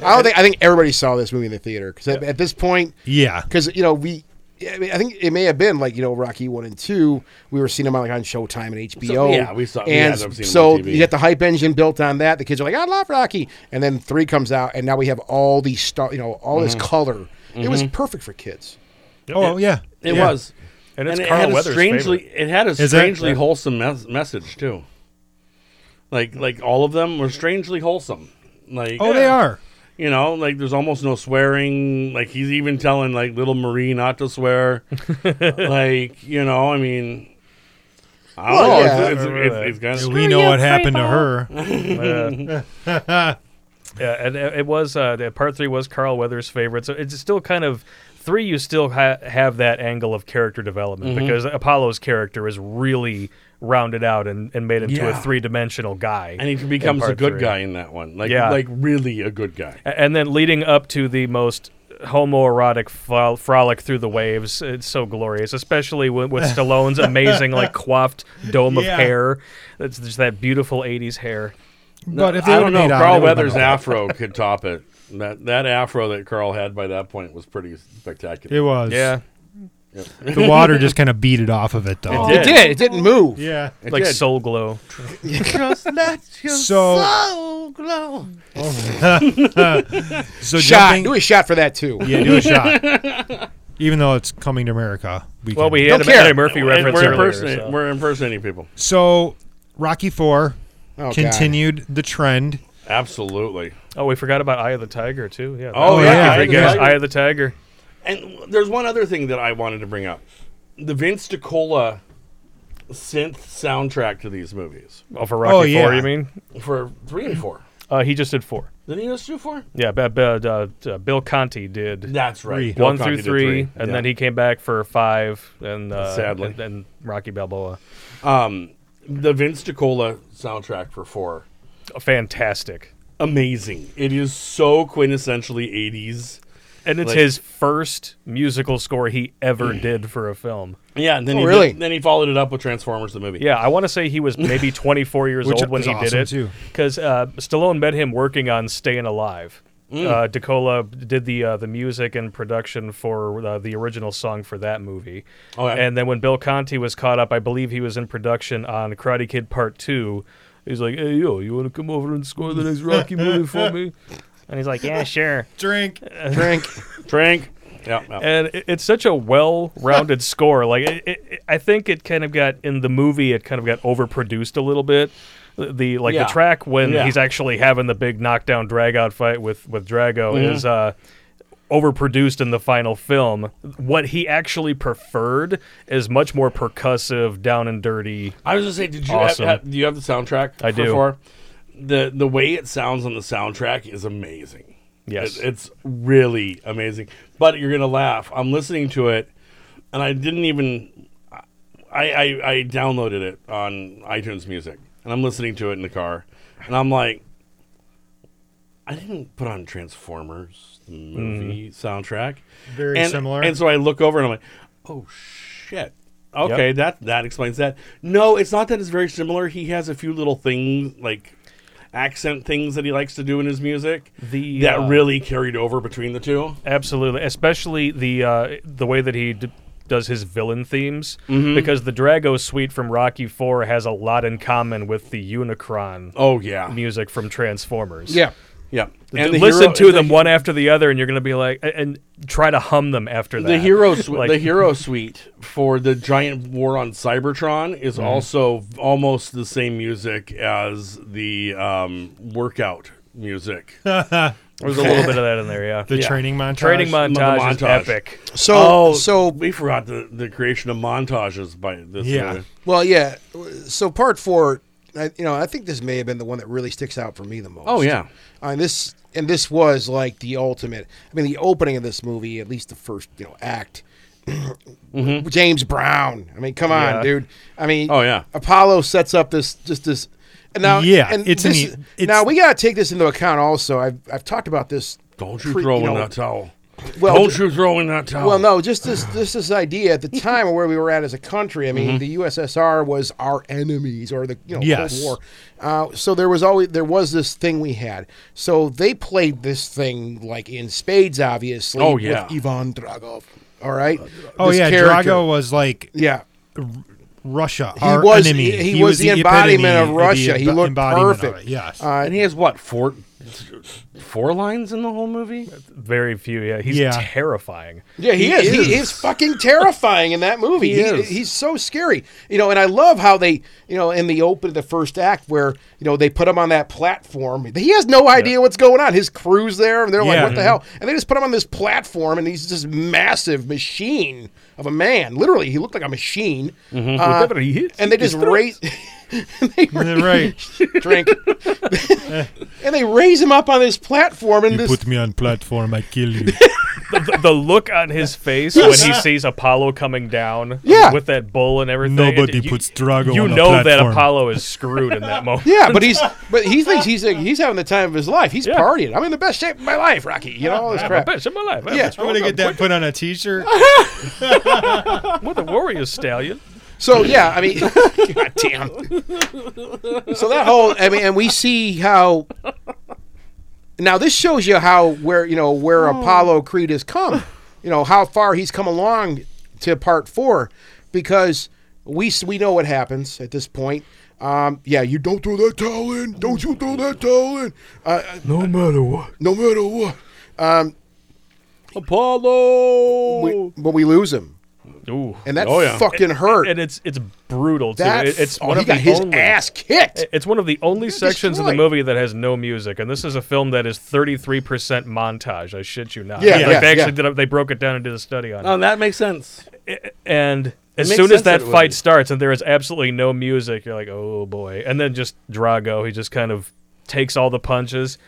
Speaker 2: I don't think I think everybody saw this movie in the theater because at, at this point,
Speaker 4: Yeah.
Speaker 2: because you know we. I mean, I think it may have been like you know Rocky one and two. We were seeing them on like on Showtime and HBO.
Speaker 5: yeah, we saw- we
Speaker 2: And
Speaker 5: had them seen them
Speaker 2: so
Speaker 5: on TV.
Speaker 2: you get the hype engine built on that. The kids are like, I love Rocky, and then three comes out, and now we have all these star, you know, all this
Speaker 5: Mm-hmm.
Speaker 2: color. It was perfect for kids.
Speaker 4: Oh, yeah.
Speaker 5: It
Speaker 4: Yeah.
Speaker 5: was.
Speaker 3: And it's
Speaker 5: it
Speaker 3: Carl
Speaker 5: had
Speaker 3: Weathers'
Speaker 5: a strangely it had a
Speaker 4: it?
Speaker 5: strangely
Speaker 4: Yeah.
Speaker 5: wholesome mes- message too. Like like all of them were strangely wholesome. Like
Speaker 4: Oh, they are.
Speaker 5: You know, like there's almost no swearing. Like he's even telling like little Marie not to swear. like you know, I mean, I don't
Speaker 2: Well,
Speaker 5: know.
Speaker 2: yeah.
Speaker 5: It's, it's, it's, it's kind of
Speaker 4: We know what happened to her.
Speaker 3: Uh, yeah, and it it was uh, the part three was Carl Weathers' favorite, so it's still kind of three. You still ha- have that angle of character development
Speaker 5: Mm-hmm.
Speaker 3: because Apollo's character is really rounded out and, and made into
Speaker 5: Yeah.
Speaker 3: a three dimensional guy,
Speaker 5: and he becomes a
Speaker 3: part
Speaker 5: good
Speaker 3: three.
Speaker 5: guy in that one. Like
Speaker 3: Yeah.
Speaker 5: like really a good guy.
Speaker 3: A- and then leading up to the most homoerotic fro- frolic through the waves it's so glorious especially with, with stallone's amazing like coiffed dome
Speaker 4: Yeah.
Speaker 3: of hair it's just that beautiful 80s hair
Speaker 4: But if they
Speaker 5: I don't
Speaker 4: would've
Speaker 5: know,
Speaker 4: made out,
Speaker 5: Carl
Speaker 4: it would've been
Speaker 5: Weathers'
Speaker 4: all-
Speaker 5: afro could top it. That that afro that Carl had by that point was pretty spectacular.
Speaker 4: It was.
Speaker 3: yeah
Speaker 4: The water just kind of beat it off of it, though.
Speaker 5: It did.
Speaker 2: It did. It didn't move.
Speaker 4: Yeah.
Speaker 5: It
Speaker 3: like
Speaker 5: did.
Speaker 3: soul glow
Speaker 4: So.
Speaker 2: Oh,
Speaker 4: so
Speaker 2: Shot.
Speaker 4: jumping,
Speaker 2: Do a shot for that too.
Speaker 4: Yeah, do a shot. Even though it's coming to America. We
Speaker 3: Well,
Speaker 4: can-
Speaker 3: we had
Speaker 2: Don't
Speaker 3: a Eddie
Speaker 2: care.
Speaker 3: Murphy
Speaker 5: And
Speaker 3: reference
Speaker 5: we're,
Speaker 3: earlier.
Speaker 5: impersonating,
Speaker 3: so.
Speaker 5: we're impersonating people.
Speaker 4: So, Rocky Four
Speaker 2: Oh, God.
Speaker 4: continued the trend.
Speaker 5: Absolutely.
Speaker 3: Oh, we forgot about Eye of the Tiger too. Yeah.
Speaker 5: Oh,
Speaker 3: Rocky
Speaker 4: yeah. Eye of the
Speaker 3: Rodriguez,
Speaker 5: Tiger.
Speaker 3: Eye of the Tiger.
Speaker 5: And there's one other thing that I wanted to bring up: the Vince DiCola synth soundtrack to these movies
Speaker 3: Oh, for Rocky
Speaker 4: Oh, yeah.
Speaker 3: Four, you mean?
Speaker 5: for three and four.
Speaker 3: Uh, he just did four.
Speaker 5: Did he do two for?
Speaker 3: Yeah, but, but, uh, uh, Bill Conti did
Speaker 5: That's right. Bill
Speaker 3: one
Speaker 5: Conti
Speaker 3: through three,
Speaker 5: did
Speaker 3: and
Speaker 5: Yeah.
Speaker 3: then he came back for five, and uh,
Speaker 5: Sadly.
Speaker 3: and, and Rocky Balboa.
Speaker 5: um the Vince DiCola soundtrack for four.
Speaker 3: Fantastic,
Speaker 5: Amazing. It is so quintessentially eighties.
Speaker 3: and it's
Speaker 5: Like-
Speaker 3: his first musical score he ever did for a film.
Speaker 5: Yeah, and then
Speaker 2: Oh,
Speaker 5: he
Speaker 2: really?
Speaker 5: did- then he followed it up with Transformers the movie.
Speaker 3: Yeah, I want to say he was maybe 24 years
Speaker 4: Which
Speaker 3: old when
Speaker 4: is
Speaker 3: he
Speaker 4: awesome,
Speaker 3: did
Speaker 4: too.
Speaker 3: it, because uh, Stallone met him working on Staying Alive.
Speaker 4: Mm.
Speaker 3: Uh, DiCola did the uh, the music and production for uh, the original song for that movie,
Speaker 5: Oh, yeah.
Speaker 3: and then when Bill Conti was caught up, I believe he was in production on Karate Kid Part Two. He's like, "Hey yo, you want to come over and score the next Rocky movie for me?"
Speaker 6: And he's like, yeah, sure.
Speaker 4: Drink.
Speaker 2: Drink.
Speaker 5: Trank. Yeah. yeah.
Speaker 3: and it, it's such a well-rounded score. Like it, it, it- I think it kind of got in the movie, it kind of got overproduced a little bit. The- The like
Speaker 5: Yeah.
Speaker 3: the track when
Speaker 5: Yeah.
Speaker 3: he's actually having the big knockdown dragout fight with with Drago
Speaker 5: Mm-hmm.
Speaker 3: is uh, overproduced in the final film. What he actually preferred is much more percussive, down and dirty.
Speaker 5: I was gonna say, did you
Speaker 3: Awesome.
Speaker 5: have, have do you have the soundtrack?
Speaker 3: I
Speaker 5: for
Speaker 3: do.
Speaker 5: Four? The the way it sounds on the soundtrack is amazing.
Speaker 3: Yes.
Speaker 5: It- it's really amazing. But you're gonna laugh. I'm listening to it, and I didn't even. I I, I downloaded it on iTunes Music, and I'm listening to it in the car, and I'm like, I didn't put on Transformers the
Speaker 3: Mm.
Speaker 5: movie soundtrack.
Speaker 4: Very
Speaker 5: and,
Speaker 4: similar.
Speaker 5: And so I look over and I'm like, oh shit. Okay, that that explains that. No, it's not that it's very similar. He has a few little things like accent things that he likes to do in his music
Speaker 3: The,
Speaker 5: that
Speaker 3: uh,
Speaker 5: really carried over between the two.
Speaker 3: Absolutely, especially the uh, the way that he d- does his villain themes,
Speaker 5: Mm-hmm.
Speaker 3: because the Drago suite from Rocky Four has a lot in common with the Unicron
Speaker 5: Oh yeah,
Speaker 3: music from Transformers.
Speaker 2: Yeah.
Speaker 5: yeah.
Speaker 3: and
Speaker 5: the
Speaker 3: listen
Speaker 5: hero-
Speaker 3: to
Speaker 5: the-
Speaker 3: them one after the other, and you're gonna be like, and try to hum them after that.
Speaker 5: The hero, su-
Speaker 3: Like-
Speaker 5: the hero suite for the giant war on Cybertron is
Speaker 3: Mm-hmm.
Speaker 5: also almost the same music as the um, workout music.
Speaker 3: There's a little bit of that in there, yeah.
Speaker 4: The
Speaker 5: Yeah.
Speaker 4: training montage.
Speaker 3: training montage, is
Speaker 5: montage.
Speaker 3: epic.
Speaker 2: So
Speaker 5: Oh.
Speaker 2: so
Speaker 5: we forgot the, the creation of montages by this.
Speaker 4: Yeah.
Speaker 5: movie.
Speaker 2: Well, yeah. So part four, I, you know, I think this may have been the one that really sticks out for me the most.
Speaker 5: Oh, yeah.
Speaker 2: I mean, this and this was like the ultimate. I mean, the opening of this movie, at least the first you know act. James Brown. I mean, come on,
Speaker 3: Yeah.
Speaker 2: dude. I mean,
Speaker 5: Mm-hmm. Oh, yeah.
Speaker 2: Apollo sets up this just this. And now,
Speaker 4: Yeah,
Speaker 2: and
Speaker 4: it's
Speaker 2: this-
Speaker 4: an e- it's-
Speaker 2: now we got to take this into account. Also, I've I've talked about this.
Speaker 5: Don't you
Speaker 2: pre-
Speaker 5: throw in
Speaker 2: know,
Speaker 5: that towel.
Speaker 2: well,
Speaker 5: Don't you throw in that towel.
Speaker 4: Oh.
Speaker 2: well, no, just this just this idea at the time of where we were at as a country. I mean,
Speaker 4: Mm-hmm.
Speaker 2: the USSR was our enemies, or the you know
Speaker 4: Yes.
Speaker 2: Cold War. Uh, so there was always there was this thing we had. So they played this thing like in spades, obviously.
Speaker 5: Oh, yeah.
Speaker 2: with Ivan Dragov. All right.
Speaker 4: Oh
Speaker 2: This
Speaker 4: yeah,
Speaker 2: character.
Speaker 4: Drago was like
Speaker 2: Yeah.
Speaker 4: Russia.
Speaker 2: He
Speaker 4: our
Speaker 2: was
Speaker 4: enemy.
Speaker 2: He, he was, the embodiment
Speaker 4: epitome
Speaker 2: of Russia.
Speaker 4: the
Speaker 2: he
Speaker 4: emb-
Speaker 2: looked
Speaker 4: embodiment of
Speaker 2: perfect.
Speaker 4: it, Yes.
Speaker 2: Uh,
Speaker 5: and he has what four four lines in the whole movie?
Speaker 3: Very few, yeah. He's
Speaker 4: Yeah.
Speaker 3: terrifying.
Speaker 2: Yeah, he, is. He is fucking terrifying in that movie. He
Speaker 5: is.
Speaker 2: He's so scary. You know, and I love how they, you know, in the open of the first act where, you know, they put him on that platform. He has no idea what's going on. His crew's there and they're like,
Speaker 4: Yeah.
Speaker 2: what the hell? And they just put him on this platform and he's this massive machine of a man. Literally, he looked like a machine. Uh,
Speaker 3: Whatever he hits,
Speaker 2: and they
Speaker 3: he
Speaker 2: just
Speaker 3: destroys.
Speaker 2: raise they
Speaker 4: Yeah, right.
Speaker 2: drink. and they raise him up on this platform and this
Speaker 4: me on platform, I kill you.
Speaker 3: the, the look on his face when he sees Apollo coming down
Speaker 2: Yeah.
Speaker 3: with that bull and everything.
Speaker 4: Nobody
Speaker 3: it- you,
Speaker 4: puts Drago
Speaker 3: You
Speaker 4: on a
Speaker 3: know that
Speaker 4: platform.
Speaker 3: Apollo is screwed in that moment.
Speaker 2: Yeah, but he's but he thinks he's he's having the time of his life. He's
Speaker 3: Yeah.
Speaker 2: partying. I'm in the best shape of my life, Rocky. You know all this crap.
Speaker 3: Bitch, I'm alive.
Speaker 2: Yeah.
Speaker 4: I'm gonna get that put on a T-shirt.
Speaker 3: What the warrior stallion?
Speaker 2: So yeah, I mean, God damn. So that whole I mean, and we see how. Now this shows you how where you know where Apollo Creed has come, you know how far he's come along to part four, because we s- we know what happens at this point. Um, yeah, you don't throw that towel in. Don't you throw that towel in. Uh, no matter what. No matter what.
Speaker 5: Apollo.
Speaker 2: We, but we lose him,
Speaker 3: Ooh.
Speaker 2: and that
Speaker 5: Oh, yeah.
Speaker 2: fucking hurt.
Speaker 3: and it's it's brutal too.
Speaker 2: that
Speaker 3: It- it's
Speaker 2: oh,
Speaker 3: one
Speaker 2: he
Speaker 3: of
Speaker 2: got
Speaker 3: the
Speaker 2: his
Speaker 3: only,
Speaker 2: ass kicked.
Speaker 3: It's one of the only sections of the
Speaker 2: destroyed.
Speaker 3: movie that has no music, and this is a film that is 33% montage. I shit you not.
Speaker 2: Yeah,
Speaker 3: like,
Speaker 2: yeah,
Speaker 3: they actually
Speaker 2: yeah.
Speaker 3: did a, they broke it down and did a study on it.
Speaker 5: Oh, that makes sense.
Speaker 3: and as
Speaker 5: makes
Speaker 3: soon
Speaker 5: sense
Speaker 3: as
Speaker 5: that
Speaker 3: that
Speaker 5: it would
Speaker 3: fight
Speaker 5: be.
Speaker 3: starts and there is absolutely no music, you're like, oh boy. And then just Drago, he just kind of takes all the punches.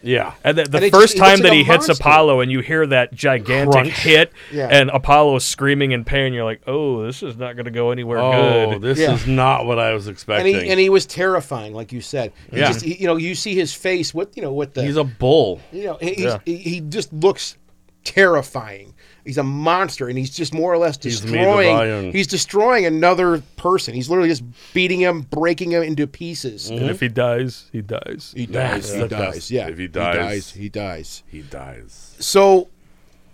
Speaker 5: Yeah.
Speaker 3: And the, the
Speaker 2: And it just-
Speaker 3: first
Speaker 2: it looks
Speaker 3: time that
Speaker 2: like
Speaker 3: he
Speaker 2: a
Speaker 3: hits
Speaker 2: monster.
Speaker 3: Apollo and you hear that gigantic
Speaker 5: Crunch.
Speaker 3: hit
Speaker 2: Yeah.
Speaker 3: and Apollo screaming in pain, you're like, oh, this is not going to go anywhere
Speaker 5: Oh,
Speaker 3: good.
Speaker 5: this
Speaker 2: Yeah.
Speaker 5: is not what I was expecting.
Speaker 2: and he and he was terrifying, like you said. He
Speaker 5: Yeah.
Speaker 2: just, he, you know, you see his face. What you know, with the
Speaker 5: He's a bull.
Speaker 2: you know, he,
Speaker 3: Yeah.
Speaker 2: he, he just looks terrifying. He's a monster, and he's just more or less
Speaker 5: He's made the
Speaker 2: destroying.
Speaker 5: volume.
Speaker 2: He's, destroying another person. He's literally just beating him, breaking him into pieces.
Speaker 3: And if he dies, he dies.
Speaker 2: He
Speaker 5: Mm-hmm. That's
Speaker 2: dies.
Speaker 5: the
Speaker 2: He
Speaker 5: best.
Speaker 2: dies. Yeah.
Speaker 5: If he dies.
Speaker 2: he dies. He dies.
Speaker 5: He dies.
Speaker 2: So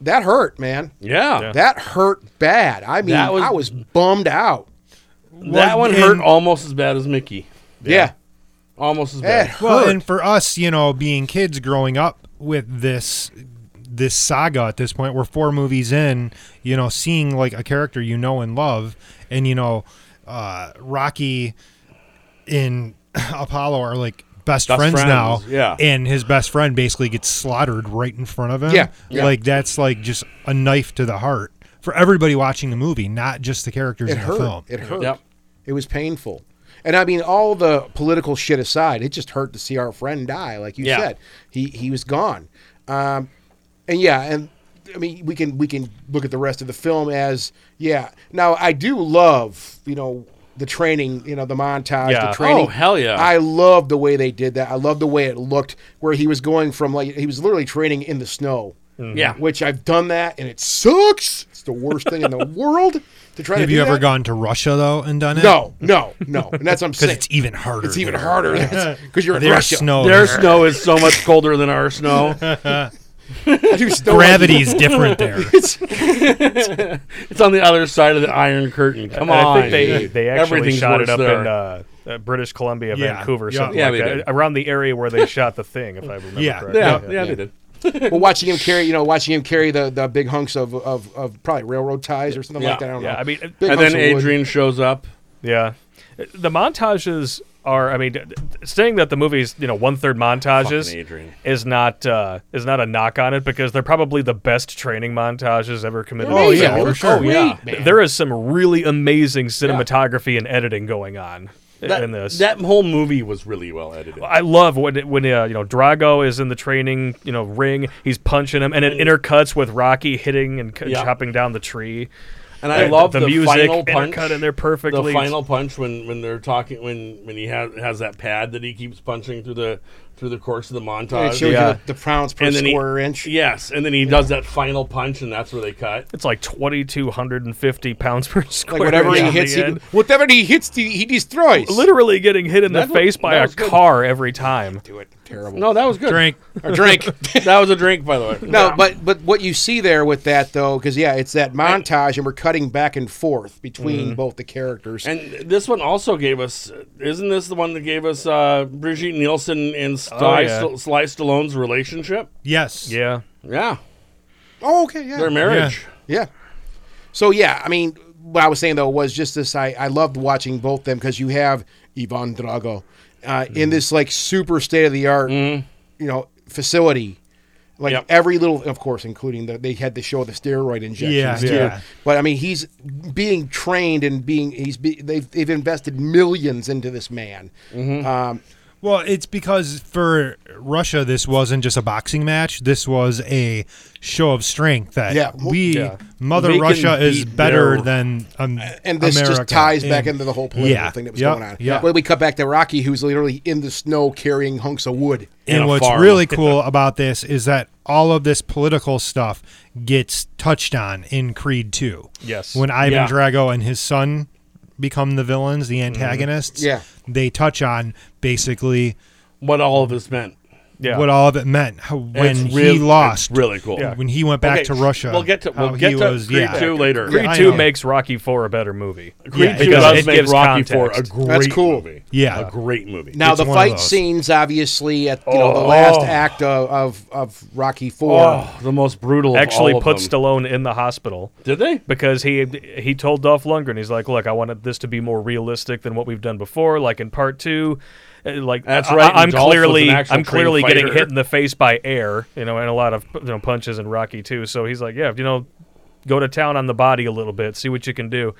Speaker 2: that hurt, man.
Speaker 5: Yeah.
Speaker 2: That hurt bad. I mean,
Speaker 5: That was-
Speaker 2: I was bummed out.
Speaker 5: That one
Speaker 4: and-
Speaker 5: hurt almost as bad as Mickey.
Speaker 2: Yeah.
Speaker 5: Almost as
Speaker 2: That
Speaker 5: bad.
Speaker 2: hurt.
Speaker 4: Well, and for us, you know, being kids growing up with this this saga at this point, we're four movies in, you know, seeing like a character you know and love, and you know, uh, Rocky in Apollo are like best,
Speaker 5: Best
Speaker 4: friends,
Speaker 5: friends,
Speaker 4: now,
Speaker 5: yeah.
Speaker 4: and his best friend basically gets slaughtered right in front of him.
Speaker 2: Yeah, yeah.
Speaker 4: like that's like just a knife to the heart for everybody watching the movie, not just the characters
Speaker 2: It
Speaker 4: in
Speaker 2: hurt.
Speaker 4: the film.
Speaker 2: It hurt.
Speaker 5: Yep.
Speaker 2: It was painful. And I mean, all the political shit aside, it just hurt to see our friend die. Like you
Speaker 5: Yeah.
Speaker 2: said, he he was gone. Um, and yeah, and I mean, we can we can look at the rest of the film as yeah. Now I do love you know the training, you know the montage,
Speaker 3: Yeah.
Speaker 2: the training.
Speaker 5: Oh, hell yeah.
Speaker 2: I love the way they did that. I love the way it looked, where he was going from like he was literally training in the snow.
Speaker 5: Yeah.
Speaker 2: Which I've done that, and it sucks. It's the worst thing in the world to try to.
Speaker 4: Have
Speaker 2: do
Speaker 4: you ever
Speaker 2: that.
Speaker 4: gone to Russia though and done it?
Speaker 2: No, no, no. And that's what I'm
Speaker 4: because
Speaker 2: saying.
Speaker 4: it's even harder.
Speaker 2: It's even
Speaker 4: there.
Speaker 2: harder because you're in
Speaker 4: There's
Speaker 2: Russia.
Speaker 4: snow.
Speaker 5: Their
Speaker 4: there.
Speaker 5: snow is so much colder than our snow.
Speaker 2: There's snow
Speaker 4: Gravity is different there.
Speaker 5: It's on the other side of the Iron Curtain. Come
Speaker 3: And
Speaker 5: on.
Speaker 3: I think they, they actually
Speaker 5: Everything's
Speaker 3: shot
Speaker 5: worse
Speaker 3: it up
Speaker 5: there.
Speaker 3: in uh, uh, British Columbia,
Speaker 4: Yeah,
Speaker 3: Vancouver,
Speaker 4: yeah.
Speaker 3: something
Speaker 5: Yeah,
Speaker 3: like
Speaker 5: they
Speaker 3: that.
Speaker 5: did.
Speaker 3: Around the area where they shot the thing, if I remember
Speaker 4: Yeah.
Speaker 3: correctly.
Speaker 5: yeah, yeah, they did.
Speaker 2: well, watching him carry, you know, watching him carry the, the big hunks of, of, of probably railroad ties or something
Speaker 5: Yeah, uh,
Speaker 2: like that. I don't
Speaker 3: yeah,
Speaker 2: know.
Speaker 3: I mean,
Speaker 2: Big
Speaker 3: And
Speaker 5: And
Speaker 2: hunks
Speaker 5: then
Speaker 2: of wood.
Speaker 5: Adrian shows up.
Speaker 3: Yeah, the montages are. I mean, d- d- saying that the movie's you know one third montages
Speaker 5: Fucking Adrian.
Speaker 3: is not uh, is not a knock on it because they're probably the best training montages ever committed.
Speaker 2: Oh
Speaker 3: to
Speaker 2: yeah,
Speaker 3: film.
Speaker 2: for
Speaker 5: Oh,
Speaker 2: sure.
Speaker 5: yeah.
Speaker 2: Great, man.
Speaker 3: there is some really amazing cinematography and editing going on in this.
Speaker 5: that whole movie was really well edited.
Speaker 3: I love when it, when uh, you know Drago is in the training you know ring. He's punching him, and it intercuts with Rocky hitting and c-
Speaker 5: Yeah.
Speaker 3: chopping down the tree.
Speaker 5: And I
Speaker 3: Uh,
Speaker 5: love
Speaker 3: the
Speaker 5: the,
Speaker 3: music
Speaker 5: final punch
Speaker 3: intercut in there perfectly.
Speaker 5: The final punch when when they're talking when when he has has that pad that he keeps punching through the through the course of the
Speaker 2: And
Speaker 5: montage.
Speaker 2: it shows
Speaker 3: Yeah.
Speaker 2: you the, the pounds per
Speaker 5: uh, And then he-
Speaker 2: square inch.
Speaker 5: Yes, and then he does that final punch, and that's where they cut.
Speaker 3: It's like twenty two hundred and fifty pounds per square.
Speaker 2: Like whatever
Speaker 3: inch
Speaker 2: he
Speaker 3: on the
Speaker 2: hits, he,
Speaker 3: end.
Speaker 2: whatever he hits, he, he destroys.
Speaker 3: literally getting hit in the
Speaker 5: That was-
Speaker 3: face by
Speaker 5: that
Speaker 3: a
Speaker 5: was good.
Speaker 3: car every time.
Speaker 2: do it. Terrible.
Speaker 5: No, that was good.
Speaker 4: Drink.
Speaker 2: Or drink.
Speaker 5: That was a drink, by the way.
Speaker 2: No, but but what you see there with that though, because yeah, it's that montage, and we're cutting back and forth between both the characters.
Speaker 5: Mm-hmm. And this one also gave us. Isn't this the one that gave us uh, Brigitte Nielsen and Sly,
Speaker 3: Oh, yeah.
Speaker 5: St- Sly Stallone's relationship?
Speaker 4: Yes.
Speaker 3: Yeah.
Speaker 5: Yeah,
Speaker 2: oh, okay, yeah,
Speaker 5: their marriage.
Speaker 2: Yeah. So yeah, I mean, what I was saying though was just this. I I loved watching both them because you have Ivan Drago uh,
Speaker 4: Mm-hmm.
Speaker 2: in this like super state of the art, you know, facility. Like
Speaker 5: Yep.
Speaker 2: every little, of course, including the they had to show the steroid injections
Speaker 4: Yeah,
Speaker 2: too.
Speaker 4: yeah.
Speaker 2: But I mean, he's being trained and being he's be, they've they've invested millions into this man.
Speaker 4: Mm-hmm.
Speaker 2: Um,
Speaker 4: Well, it's because for Russia, this wasn't just a boxing match. This was a show of strength that
Speaker 2: Yeah.
Speaker 4: we,
Speaker 3: Yeah.
Speaker 4: Mother
Speaker 5: We can
Speaker 4: Russia, is
Speaker 5: beat
Speaker 4: better
Speaker 5: their-
Speaker 4: than um,
Speaker 2: and this
Speaker 4: America.
Speaker 2: just ties back
Speaker 4: And-
Speaker 2: into the whole political
Speaker 4: yeah,
Speaker 2: thing that was
Speaker 4: yeah,
Speaker 2: going on.
Speaker 4: yeah.
Speaker 2: But we cut back to Rocky, who's literally in the snow carrying hunks of wood.
Speaker 5: in
Speaker 4: And
Speaker 5: a
Speaker 4: what's
Speaker 5: farm.
Speaker 4: really cool about this is that all of this political stuff gets touched on in Creed 2.
Speaker 3: Yes.
Speaker 4: When Ivan
Speaker 5: Yeah. Mm-hmm.
Speaker 4: Drago and his son become the villains, the antagonists,
Speaker 2: Yeah.
Speaker 4: they touch on basically
Speaker 5: What all of this meant.
Speaker 3: Yeah.
Speaker 4: what all of it meant how, when
Speaker 5: It's
Speaker 4: he
Speaker 5: real-
Speaker 4: lost.
Speaker 5: it's really cool.
Speaker 4: When he went back
Speaker 5: Okay,
Speaker 4: to Russia.
Speaker 5: We'll get to
Speaker 4: how
Speaker 5: we'll get
Speaker 4: he
Speaker 5: to
Speaker 4: was-
Speaker 5: Creed
Speaker 4: yeah.
Speaker 5: two later.
Speaker 4: Yeah,
Speaker 3: Creed
Speaker 4: I
Speaker 3: Two
Speaker 4: know.
Speaker 3: makes Rocky Four a better movie.
Speaker 5: Creed
Speaker 4: Yeah,
Speaker 5: two
Speaker 4: because
Speaker 5: does
Speaker 3: it
Speaker 5: make
Speaker 3: gives
Speaker 5: Rocky Four a
Speaker 3: context.
Speaker 5: great
Speaker 2: That's cool.
Speaker 5: movie.
Speaker 4: Yeah.
Speaker 5: a great movie.
Speaker 2: Now
Speaker 4: It's
Speaker 2: the
Speaker 4: one of
Speaker 2: fight
Speaker 4: those.
Speaker 2: scenes, obviously, at you know, the last act of, of, of Rocky Four.
Speaker 5: oh, the most brutal. of all
Speaker 3: Actually,
Speaker 5: of
Speaker 3: put
Speaker 5: them.
Speaker 3: Stallone in the hospital
Speaker 5: Did they?
Speaker 3: because he he told Dolph Lundgren, he's like, "Look, I wanted this to be more realistic than what we've done before, like in Part Two, Uh, like
Speaker 5: That's
Speaker 3: I-
Speaker 5: right,
Speaker 3: I, am
Speaker 5: and Dolph was an
Speaker 3: clearly
Speaker 5: actual
Speaker 3: I'm
Speaker 5: trained
Speaker 3: clearly getting
Speaker 5: fighter.
Speaker 3: hit in the face by air, you know, and a lot of you know, punches in Rocky too. So he's like, "Yeah, you know, go to town on the body a little bit, see what you can do."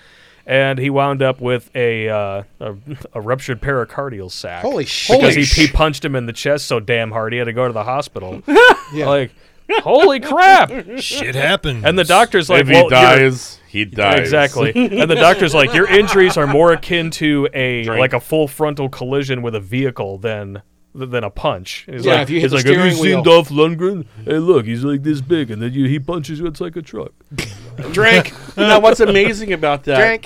Speaker 3: and he wound up with a uh, a, a ruptured pericardial sac.
Speaker 2: Holy shit.
Speaker 3: Because
Speaker 2: Holy
Speaker 3: he, he
Speaker 2: sh-
Speaker 3: punched him in the chest so damn hard he had to go to the hospital.
Speaker 2: Yeah.
Speaker 3: Like, holy crap!
Speaker 4: Shit happened.
Speaker 3: And the doctor's like,
Speaker 5: if he
Speaker 3: well, you're-
Speaker 5: dies, he dies.
Speaker 3: Exactly. and the doctor's like, your injuries are more akin to a
Speaker 5: Drink.
Speaker 3: like a full frontal collision with a vehicle than than a punch. And He's
Speaker 2: Yeah,
Speaker 3: like,
Speaker 2: if you hit
Speaker 3: he's
Speaker 2: the
Speaker 3: like, have you
Speaker 2: steering wheel."
Speaker 3: seen Dolph Lundgren? Hey, look, he's like this big, and then you, he punches you. It's like a truck.
Speaker 5: Drink. now, what's amazing about that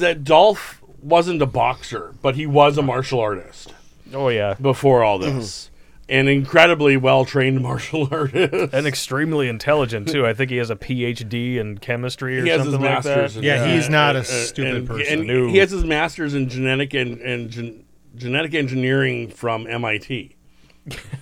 Speaker 2: Drink.
Speaker 5: that Dolph wasn't a boxer, but he was a martial artist
Speaker 3: Oh yeah,
Speaker 5: before all this. An incredibly well trained martial artist.
Speaker 3: and extremely intelligent too. I think he has a PhD in chemistry or
Speaker 5: he has his
Speaker 3: something like
Speaker 5: master's.
Speaker 3: that.
Speaker 5: in-
Speaker 4: Yeah, he's not a stupid
Speaker 5: Uh, and-
Speaker 4: person.
Speaker 5: and he has his master's in genetic and, and gen- genetic engineering from MIT.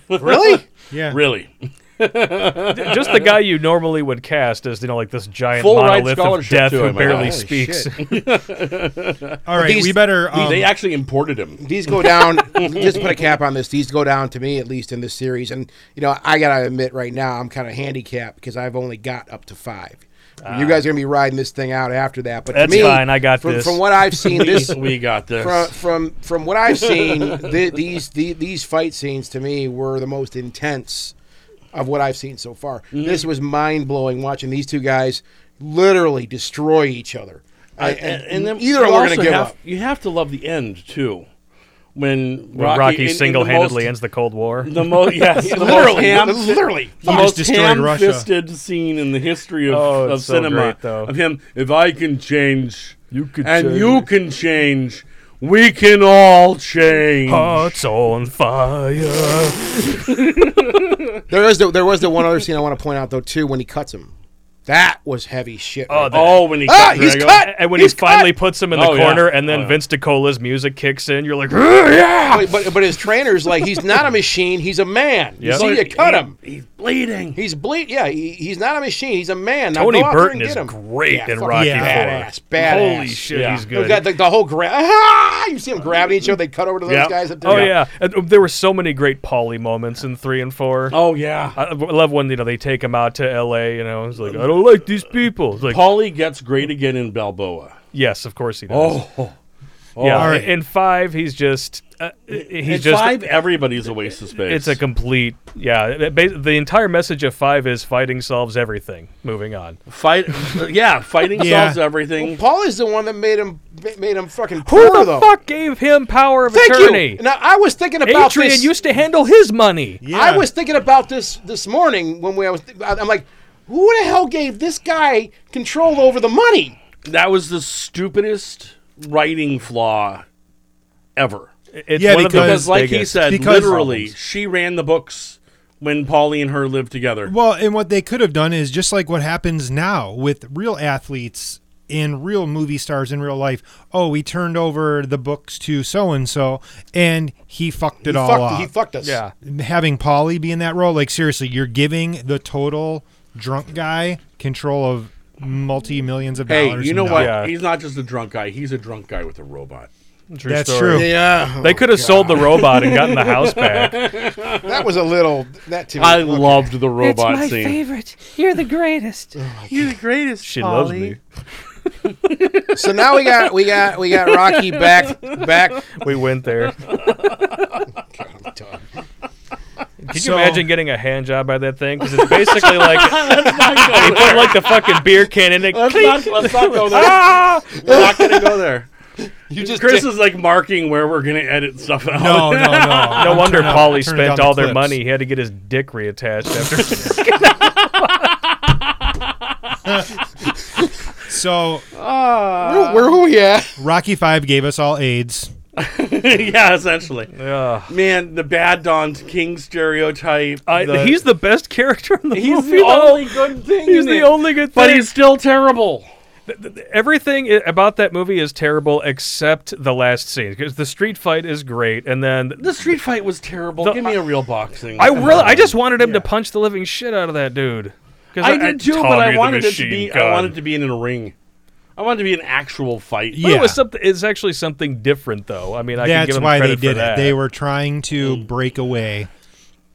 Speaker 2: really?
Speaker 4: yeah.
Speaker 5: Really,
Speaker 3: Just the guy you normally would cast as you know like this giant
Speaker 5: Full ride
Speaker 3: monolith of
Speaker 5: scholarship
Speaker 3: death
Speaker 5: to
Speaker 3: who
Speaker 5: him, I
Speaker 3: barely
Speaker 5: know. Holy
Speaker 3: speaks.
Speaker 4: All right,
Speaker 2: These-
Speaker 4: we better. Um,
Speaker 5: they actually imported him.
Speaker 2: These go down. just to put a cap on this. These go down to me at least in this series. And you know, I gotta admit, right now I'm kind of handicapped because I've only got up to five. you guys are gonna be riding this thing out after that. But to
Speaker 3: That's
Speaker 2: me,
Speaker 3: fine, I got
Speaker 2: from,
Speaker 3: this.
Speaker 2: From what I've seen, this
Speaker 5: we got this.
Speaker 2: from from from what I've seen, th these the, these fight scenes to me were the most intense of what I've seen so far.
Speaker 3: Mm-hmm.
Speaker 2: This was mind blowing watching these two guys literally destroy each other. I, and, either
Speaker 5: you
Speaker 2: one are going
Speaker 5: also
Speaker 2: to give
Speaker 5: have-
Speaker 2: up.
Speaker 5: You have to love the end too, when
Speaker 3: Rocky,
Speaker 5: Rocky, in- in the
Speaker 3: single-handedly
Speaker 5: most-
Speaker 3: ends the Cold War.
Speaker 5: the most yes, the most
Speaker 2: Literally,
Speaker 5: ham,
Speaker 2: literally.
Speaker 5: the
Speaker 4: He just
Speaker 5: most
Speaker 4: destroyed Russia.
Speaker 5: ham-fisted scene in the history of,
Speaker 3: Oh, it's
Speaker 5: of
Speaker 3: so
Speaker 5: cinema.
Speaker 3: great, though.
Speaker 5: Of him, if I can change,
Speaker 3: You could
Speaker 5: and
Speaker 3: change.
Speaker 5: you can change. We can all change.
Speaker 3: Hearts on fire.
Speaker 2: There was the, there was the one other scene I want to point out though too when he cuts him. That was heavy shit. right there.
Speaker 5: oh, when he
Speaker 2: Ah,
Speaker 5: cut
Speaker 2: he's
Speaker 5: Drago.
Speaker 2: cut!
Speaker 3: and when
Speaker 2: He's
Speaker 3: he finally
Speaker 2: cut!
Speaker 3: puts him in the
Speaker 5: Oh, yeah.
Speaker 3: corner, and then
Speaker 5: Oh, yeah.
Speaker 3: Vince DiCola's music kicks in, you're like, "Ugh, yeah.
Speaker 2: But, but but his trainer's like he's not a machine. He's a man. You
Speaker 3: Yep.
Speaker 2: see, you cut him.
Speaker 5: Oh, He- he's bleeding.
Speaker 2: He's bleed. Yeah, he, he's not a machine. He's a man. Now
Speaker 3: Tony
Speaker 2: go out there
Speaker 3: Burton
Speaker 2: and
Speaker 3: is
Speaker 2: get him.
Speaker 3: great
Speaker 2: Yeah,
Speaker 3: in
Speaker 2: fucking
Speaker 3: Rocky
Speaker 4: yeah.
Speaker 2: Badass,
Speaker 3: Four.
Speaker 2: badass.
Speaker 3: Holy shit,
Speaker 5: Yeah.
Speaker 3: he's
Speaker 2: They've
Speaker 3: good.
Speaker 2: got the, the whole grab. Ah! You see them grabbing each other. They cut over to those
Speaker 5: Yep.
Speaker 2: guys. That did
Speaker 3: oh
Speaker 2: that.
Speaker 3: yeah, And there were so many great Polly moments in three and four.
Speaker 5: Oh yeah.
Speaker 3: I I love when you know they take him out to L.A. You know, he's like, I don't like these people. It's like,
Speaker 5: Paulie gets great again in Balboa.
Speaker 3: yes, of course he does.
Speaker 5: Oh,
Speaker 3: yeah.
Speaker 4: all right.
Speaker 3: In five, he's just uh, he's
Speaker 5: in
Speaker 3: just
Speaker 5: five, everybody's a waste of space.
Speaker 3: It's a complete yeah. it bas- the entire message of five is fighting solves everything. Moving on.
Speaker 5: fight. yeah, fighting
Speaker 4: Yeah.
Speaker 5: solves everything.
Speaker 2: Paul is the one that made him ma- made him fucking
Speaker 3: Who
Speaker 2: poor
Speaker 3: the
Speaker 2: though.
Speaker 3: fuck gave him power of
Speaker 2: Thank
Speaker 3: attorney?
Speaker 2: you. Now I was thinking about
Speaker 3: Adrian
Speaker 2: this.
Speaker 3: used to handle his money.
Speaker 4: yeah.
Speaker 2: I was thinking about this this morning when we, I was. I- I'm like, who the hell gave this guy control over the money?
Speaker 5: That was the stupidest writing flaw ever.
Speaker 3: It's
Speaker 4: Yeah,
Speaker 3: one of the
Speaker 5: Because,
Speaker 4: because-
Speaker 5: like he
Speaker 3: biggest-
Speaker 5: said,
Speaker 4: because-
Speaker 5: literally, she ran the books when Paulie and her lived together.
Speaker 4: Well, and what they could have done is just like what happens now with real athletes and real movie stars in real life. Oh, we turned over the books to so and so, and he fucked it
Speaker 2: He
Speaker 4: all
Speaker 2: fucked,
Speaker 4: up.
Speaker 2: he fucked us.
Speaker 3: Oh, uh, yeah,
Speaker 4: Having Polly be in that role, like seriously, you're giving the total drunk guy control of multi millions of
Speaker 5: Hey,
Speaker 4: dollars.
Speaker 5: you know
Speaker 4: in
Speaker 5: what?
Speaker 4: dollars.
Speaker 3: Yeah.
Speaker 5: He's not just a drunk guy. He's a drunk guy with a robot.
Speaker 3: true
Speaker 4: That's
Speaker 3: story.
Speaker 4: true.
Speaker 2: Yeah,
Speaker 3: They could have sold the robot and gotten the house back.
Speaker 2: that was a little that to me.
Speaker 5: I loved the robot scene.
Speaker 6: favorite. You're the greatest.
Speaker 5: You're the greatest.
Speaker 3: She loves me.
Speaker 2: so now we got we got we got Rocky back back.
Speaker 3: We went there. Could you
Speaker 4: So-
Speaker 3: imagine getting a hand job by that thing? Because it's basically like he put like the fucking beer can in it.
Speaker 5: Let's
Speaker 3: clink.
Speaker 5: not, let's not go there. We're not going to go there.
Speaker 2: You just
Speaker 5: Chris is like marking where we're going to edit stuff out.
Speaker 4: No, no, no.
Speaker 3: No wonder
Speaker 4: down-
Speaker 3: Polly
Speaker 4: turn
Speaker 3: spent
Speaker 4: down the
Speaker 3: all their
Speaker 4: clips.
Speaker 3: money. He had to get his dick reattached after.
Speaker 4: So
Speaker 2: where, where were we at?
Speaker 4: Rocky Five gave us all AIDS.
Speaker 5: yeah, essentially.
Speaker 3: Ugh.
Speaker 5: Man, the bad Don King stereotype.
Speaker 3: I,
Speaker 5: the-
Speaker 3: he's the best character in the
Speaker 5: he's
Speaker 3: movie.
Speaker 5: the
Speaker 3: though.
Speaker 5: only good thing.
Speaker 3: he's
Speaker 5: in
Speaker 3: the
Speaker 5: it.
Speaker 3: only good
Speaker 5: but
Speaker 3: thing.
Speaker 5: he's still terrible.
Speaker 3: everything i- about that movie is terrible except the last scene because the street fight is great, and then
Speaker 5: The street fight was terrible.
Speaker 3: The-
Speaker 5: Give me a real boxing.
Speaker 3: I
Speaker 5: Come
Speaker 3: really,
Speaker 5: on.
Speaker 3: I just wanted him to punch the living shit out of that dude. 'Cause
Speaker 5: I did too, but
Speaker 3: Tommy
Speaker 5: I
Speaker 3: the
Speaker 5: wanted it to
Speaker 3: Machine
Speaker 5: be. I
Speaker 3: Gun.
Speaker 5: wanted to be in a ring. I wanted to be an actual fight.
Speaker 3: But
Speaker 4: Yeah.
Speaker 3: it was something. It's actually something different, though. I mean, I can
Speaker 4: That's
Speaker 3: give him
Speaker 4: why they
Speaker 3: credit for
Speaker 4: did it.
Speaker 3: that.
Speaker 4: They were trying to break away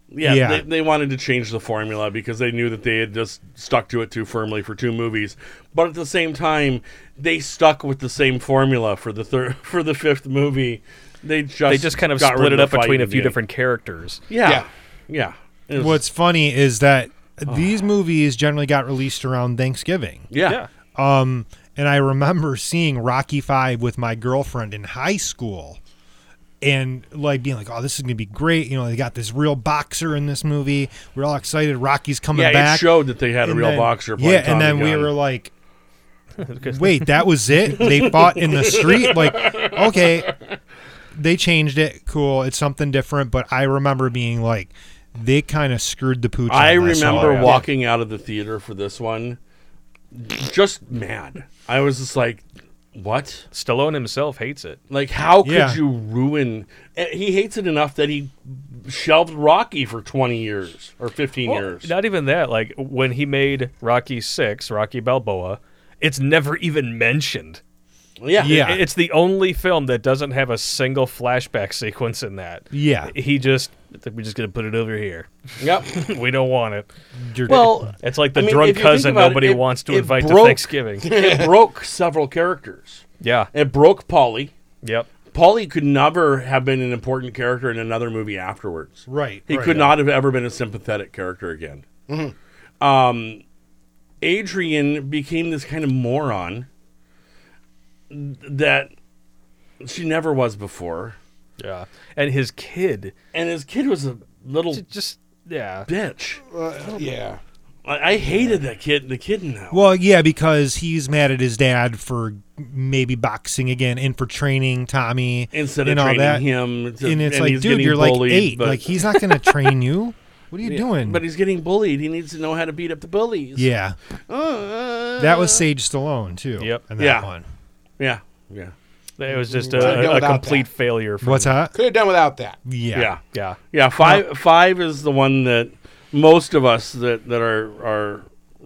Speaker 5: Yeah,
Speaker 4: Yeah.
Speaker 5: They, they wanted to change the formula because they knew that they had just stuck to it too firmly for two movies. But at the same time, they stuck with the same formula for the third for the fifth movie. They just
Speaker 3: They just kind of
Speaker 5: got
Speaker 3: split
Speaker 5: rid
Speaker 3: it up
Speaker 5: of the
Speaker 3: between a
Speaker 5: fighting
Speaker 3: few
Speaker 5: game.
Speaker 3: different characters.
Speaker 5: yeah yeah. It was-
Speaker 4: What's funny is that these movies generally got released around Thanksgiving.
Speaker 5: yeah.
Speaker 4: Um, and I remember seeing Rocky Five with my girlfriend in high school, and like being like, "Oh, this is gonna be great!" You know, they got this real boxer in this movie. We're all excited. Rocky's coming
Speaker 5: Yeah,
Speaker 4: back.
Speaker 5: it showed that they had a
Speaker 4: And
Speaker 5: real
Speaker 4: then-
Speaker 5: boxer. playing
Speaker 4: Yeah, and
Speaker 5: Tommy
Speaker 4: then we
Speaker 5: Gunn.
Speaker 4: were like, "Wait, that was it? They fought in the street? Like, okay, they changed it. Cool, it's something different." But I remember being like, "They kind of screwed the pooch."
Speaker 5: I
Speaker 4: on this one.
Speaker 5: remember
Speaker 3: yeah.
Speaker 5: walking out of the theater for this one, just mad. I was just like, "What?
Speaker 3: Stallone himself hates it.
Speaker 5: Like, how could
Speaker 4: Yeah.
Speaker 5: you ruin?" eh, He hates it enough that he shelved Rocky for twenty years or fifteen
Speaker 3: Well,
Speaker 5: years.
Speaker 3: Not even that. Like when he made Rocky Six, Rocky Balboa, it's never even mentioned.
Speaker 5: yeah,
Speaker 4: Yeah.
Speaker 3: I- It's the only film that doesn't have a single flashback sequence in that.
Speaker 4: Yeah.
Speaker 3: He just we're just gonna put it over here.
Speaker 5: yep.
Speaker 3: we don't want it.
Speaker 4: You're-
Speaker 5: Well,
Speaker 3: It's like the
Speaker 5: I mean,
Speaker 3: drunk
Speaker 5: if you think
Speaker 3: cousin
Speaker 5: about it,
Speaker 3: nobody
Speaker 5: it-
Speaker 3: wants to
Speaker 5: it
Speaker 3: invite
Speaker 5: broke-
Speaker 3: to Thanksgiving.
Speaker 5: it broke several characters.
Speaker 3: yeah.
Speaker 5: It broke Polly.
Speaker 3: Yep.
Speaker 5: Paulie could never have been an important character in another movie afterwards.
Speaker 4: Right,
Speaker 5: He
Speaker 4: right.
Speaker 5: could not have ever been a sympathetic character again.
Speaker 4: Mm-hmm.
Speaker 5: Um, Adrian became this kind of moron that she never was before.
Speaker 3: Yeah. And his kid
Speaker 5: And his kid was a little
Speaker 3: j- just yeah.
Speaker 5: bitch.
Speaker 2: yeah.
Speaker 5: I, I hated that kid, the kid in that.
Speaker 4: Well, yeah, because he's mad at his dad for maybe boxing again and for training Tommy
Speaker 5: Instead of
Speaker 4: and all
Speaker 5: training
Speaker 4: that.
Speaker 5: him. to-
Speaker 4: and it's like,
Speaker 5: he's
Speaker 4: dude,
Speaker 5: getting
Speaker 4: you're like
Speaker 5: bullied,
Speaker 4: eight.
Speaker 5: but-
Speaker 4: Like he's not going to train you. What are you doing?
Speaker 5: But he's getting bullied. He needs to know how to beat up the bullies.
Speaker 4: yeah,
Speaker 5: Uh,
Speaker 4: that was Sage Stallone too.
Speaker 3: Yep.
Speaker 4: And that
Speaker 5: Yeah.
Speaker 4: one.
Speaker 5: Yeah. Yeah.
Speaker 3: It was just
Speaker 2: Could've done
Speaker 3: a, a
Speaker 2: without
Speaker 3: complete
Speaker 2: that.
Speaker 3: failure from
Speaker 4: What's that?
Speaker 2: Could have done without that.
Speaker 4: Yeah.
Speaker 5: Yeah.
Speaker 3: Yeah.
Speaker 5: Yeah, five five is the one that most of us that, that are are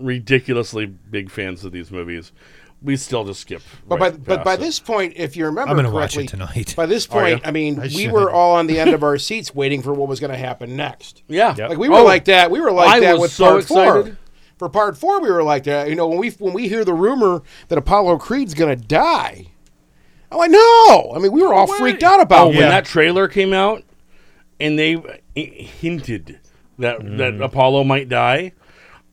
Speaker 5: ridiculously big fans of these movies, we still just skip.
Speaker 2: But
Speaker 5: right
Speaker 2: by but by
Speaker 5: past it.
Speaker 2: this point, if you remember
Speaker 4: I'm gonna watch
Speaker 2: correctly,
Speaker 4: it tonight.
Speaker 2: by this
Speaker 5: Are ya?
Speaker 2: point, I mean,
Speaker 4: I
Speaker 2: we
Speaker 4: should.
Speaker 2: were all on the end of our seats waiting for what was going to happen next.
Speaker 5: yeah,
Speaker 3: Yep.
Speaker 2: Like we were
Speaker 5: Oh,
Speaker 2: like that. We were like
Speaker 5: I
Speaker 2: that
Speaker 5: was
Speaker 2: with
Speaker 5: so
Speaker 2: part
Speaker 5: excited.
Speaker 2: four. For part four, we were like that. You know, when we when we hear the rumor that Apollo Creed's going to die, I'm like, no. I mean, we were all freaked out
Speaker 5: Oh,
Speaker 2: about
Speaker 5: when
Speaker 2: it.
Speaker 5: that trailer came out, and they h- hinted that that
Speaker 3: Mm.
Speaker 5: Apollo might die,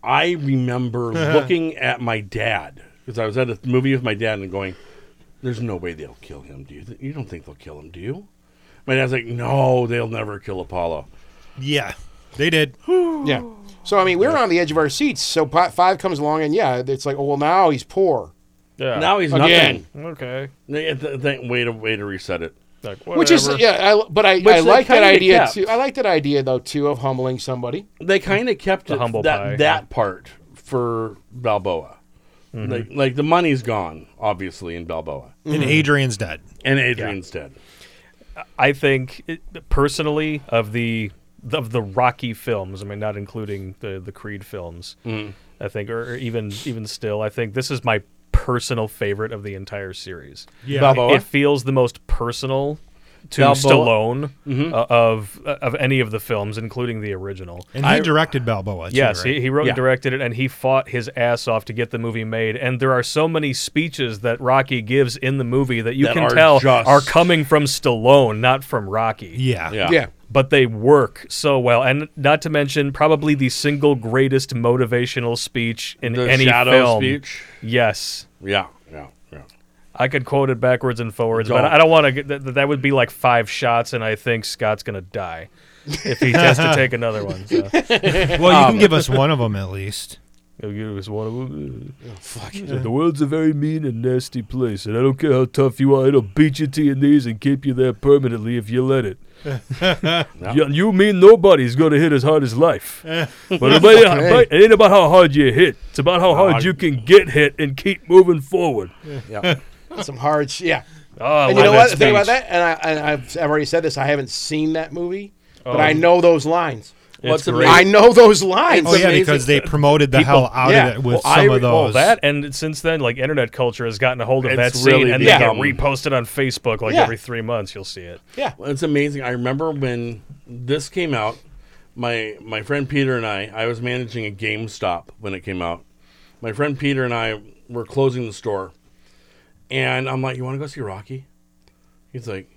Speaker 5: I remember looking at my dad because I was at a movie with my dad and going, "There's no way they'll kill him. Do you? Th- you don't think they'll kill him? Do you?" My dad's like, "No, they'll never kill Apollo."
Speaker 4: Yeah. They did.
Speaker 2: Yeah. So I mean, we were on the edge of our seats. So part five comes along, and yeah, it's like, oh well, now he's poor,
Speaker 3: Yeah.
Speaker 5: Now he's
Speaker 2: Again.
Speaker 5: nothing.
Speaker 3: okay.
Speaker 5: They- they- they- way to way to reset it.
Speaker 3: Like,
Speaker 2: which is
Speaker 3: whatever.
Speaker 2: yeah. I, but I,
Speaker 5: Which
Speaker 2: I
Speaker 5: they
Speaker 2: like that
Speaker 5: kinda
Speaker 2: idea
Speaker 5: kept.
Speaker 2: too. I like that idea though too of humbling somebody.
Speaker 5: They kind of kept
Speaker 3: The
Speaker 5: it-
Speaker 3: humble
Speaker 5: that
Speaker 3: pie.
Speaker 5: that part for Balboa.
Speaker 3: Mm-hmm.
Speaker 5: Like like the money's gone obviously in Balboa,
Speaker 4: And Adrian's dead.
Speaker 5: and Adrian's dead.
Speaker 3: I think it, personally of the of the Rocky films. I mean, not including the the Creed films.
Speaker 5: Mm.
Speaker 3: I think, or, or even even still, I think this is my personal favorite of the entire series.
Speaker 4: Yeah.
Speaker 5: Balboa.
Speaker 3: It feels the most personal to
Speaker 5: Balboa. Mm-hmm.
Speaker 3: Stallone uh, of of any of the films, including the original.
Speaker 4: And he directed Balboa. Too,
Speaker 3: Yes,
Speaker 4: right?
Speaker 3: he, he wrote
Speaker 5: Yeah.
Speaker 3: and directed it, and he fought his ass off to get the movie made. And there are so many speeches that Rocky gives in the movie that you
Speaker 5: That
Speaker 3: can
Speaker 5: are
Speaker 3: tell
Speaker 5: just-
Speaker 3: are coming from Stallone, not from Rocky.
Speaker 4: yeah.
Speaker 5: Yeah.
Speaker 2: Yeah.
Speaker 3: But they work so well, and not to mention probably the single greatest motivational speech in
Speaker 5: The
Speaker 3: any
Speaker 5: shadow
Speaker 3: film.
Speaker 5: speech.
Speaker 3: Yes,
Speaker 5: Yeah, yeah, yeah.
Speaker 3: I could quote it backwards and forwards, but
Speaker 5: Don't.
Speaker 3: I don't want to. That, that would be like five shots, and I think Scott's gonna die if he has to take another one. So.
Speaker 4: Well,
Speaker 5: Um,
Speaker 4: you can give us one of them at least.
Speaker 3: It was one
Speaker 2: Oh,
Speaker 3: of- The world's a very mean and nasty place, and I don't care how tough you are, it'll beat you to your knees and keep you there permanently if you let it. you, you mean nobody's going to hit as hard as life. but it, ain't, but it ain't about how hard you hit, it's about how hard you can get hit and keep moving forward.
Speaker 2: Some hard, sh- yeah.
Speaker 3: Oh, I
Speaker 2: And you know
Speaker 3: love
Speaker 2: what? The
Speaker 3: that
Speaker 2: thing about
Speaker 3: speech.
Speaker 2: that, and, I, and I've, I've already said this. I haven't seen that movie, but
Speaker 3: Oh.
Speaker 2: I know those lines.
Speaker 3: It's
Speaker 5: What's
Speaker 3: great.
Speaker 2: I know those lines.
Speaker 4: Oh, yeah, because they promoted the hell out
Speaker 2: yeah.
Speaker 4: of it with
Speaker 3: Well, I
Speaker 4: some of
Speaker 3: re- well,
Speaker 4: those.
Speaker 3: that and since then, like internet culture has gotten a hold of
Speaker 5: It's
Speaker 3: that scene,
Speaker 5: really
Speaker 3: and they get
Speaker 5: become-
Speaker 3: reposted on Facebook like
Speaker 2: Yeah.
Speaker 3: every three months. You'll see it.
Speaker 2: yeah.
Speaker 5: Well, It's amazing. I remember when this came out, my my friend Peter and I, I was managing a GameStop when it came out. My friend Peter and I were closing the store, and I'm like, "You want to go see Rocky?" He's like,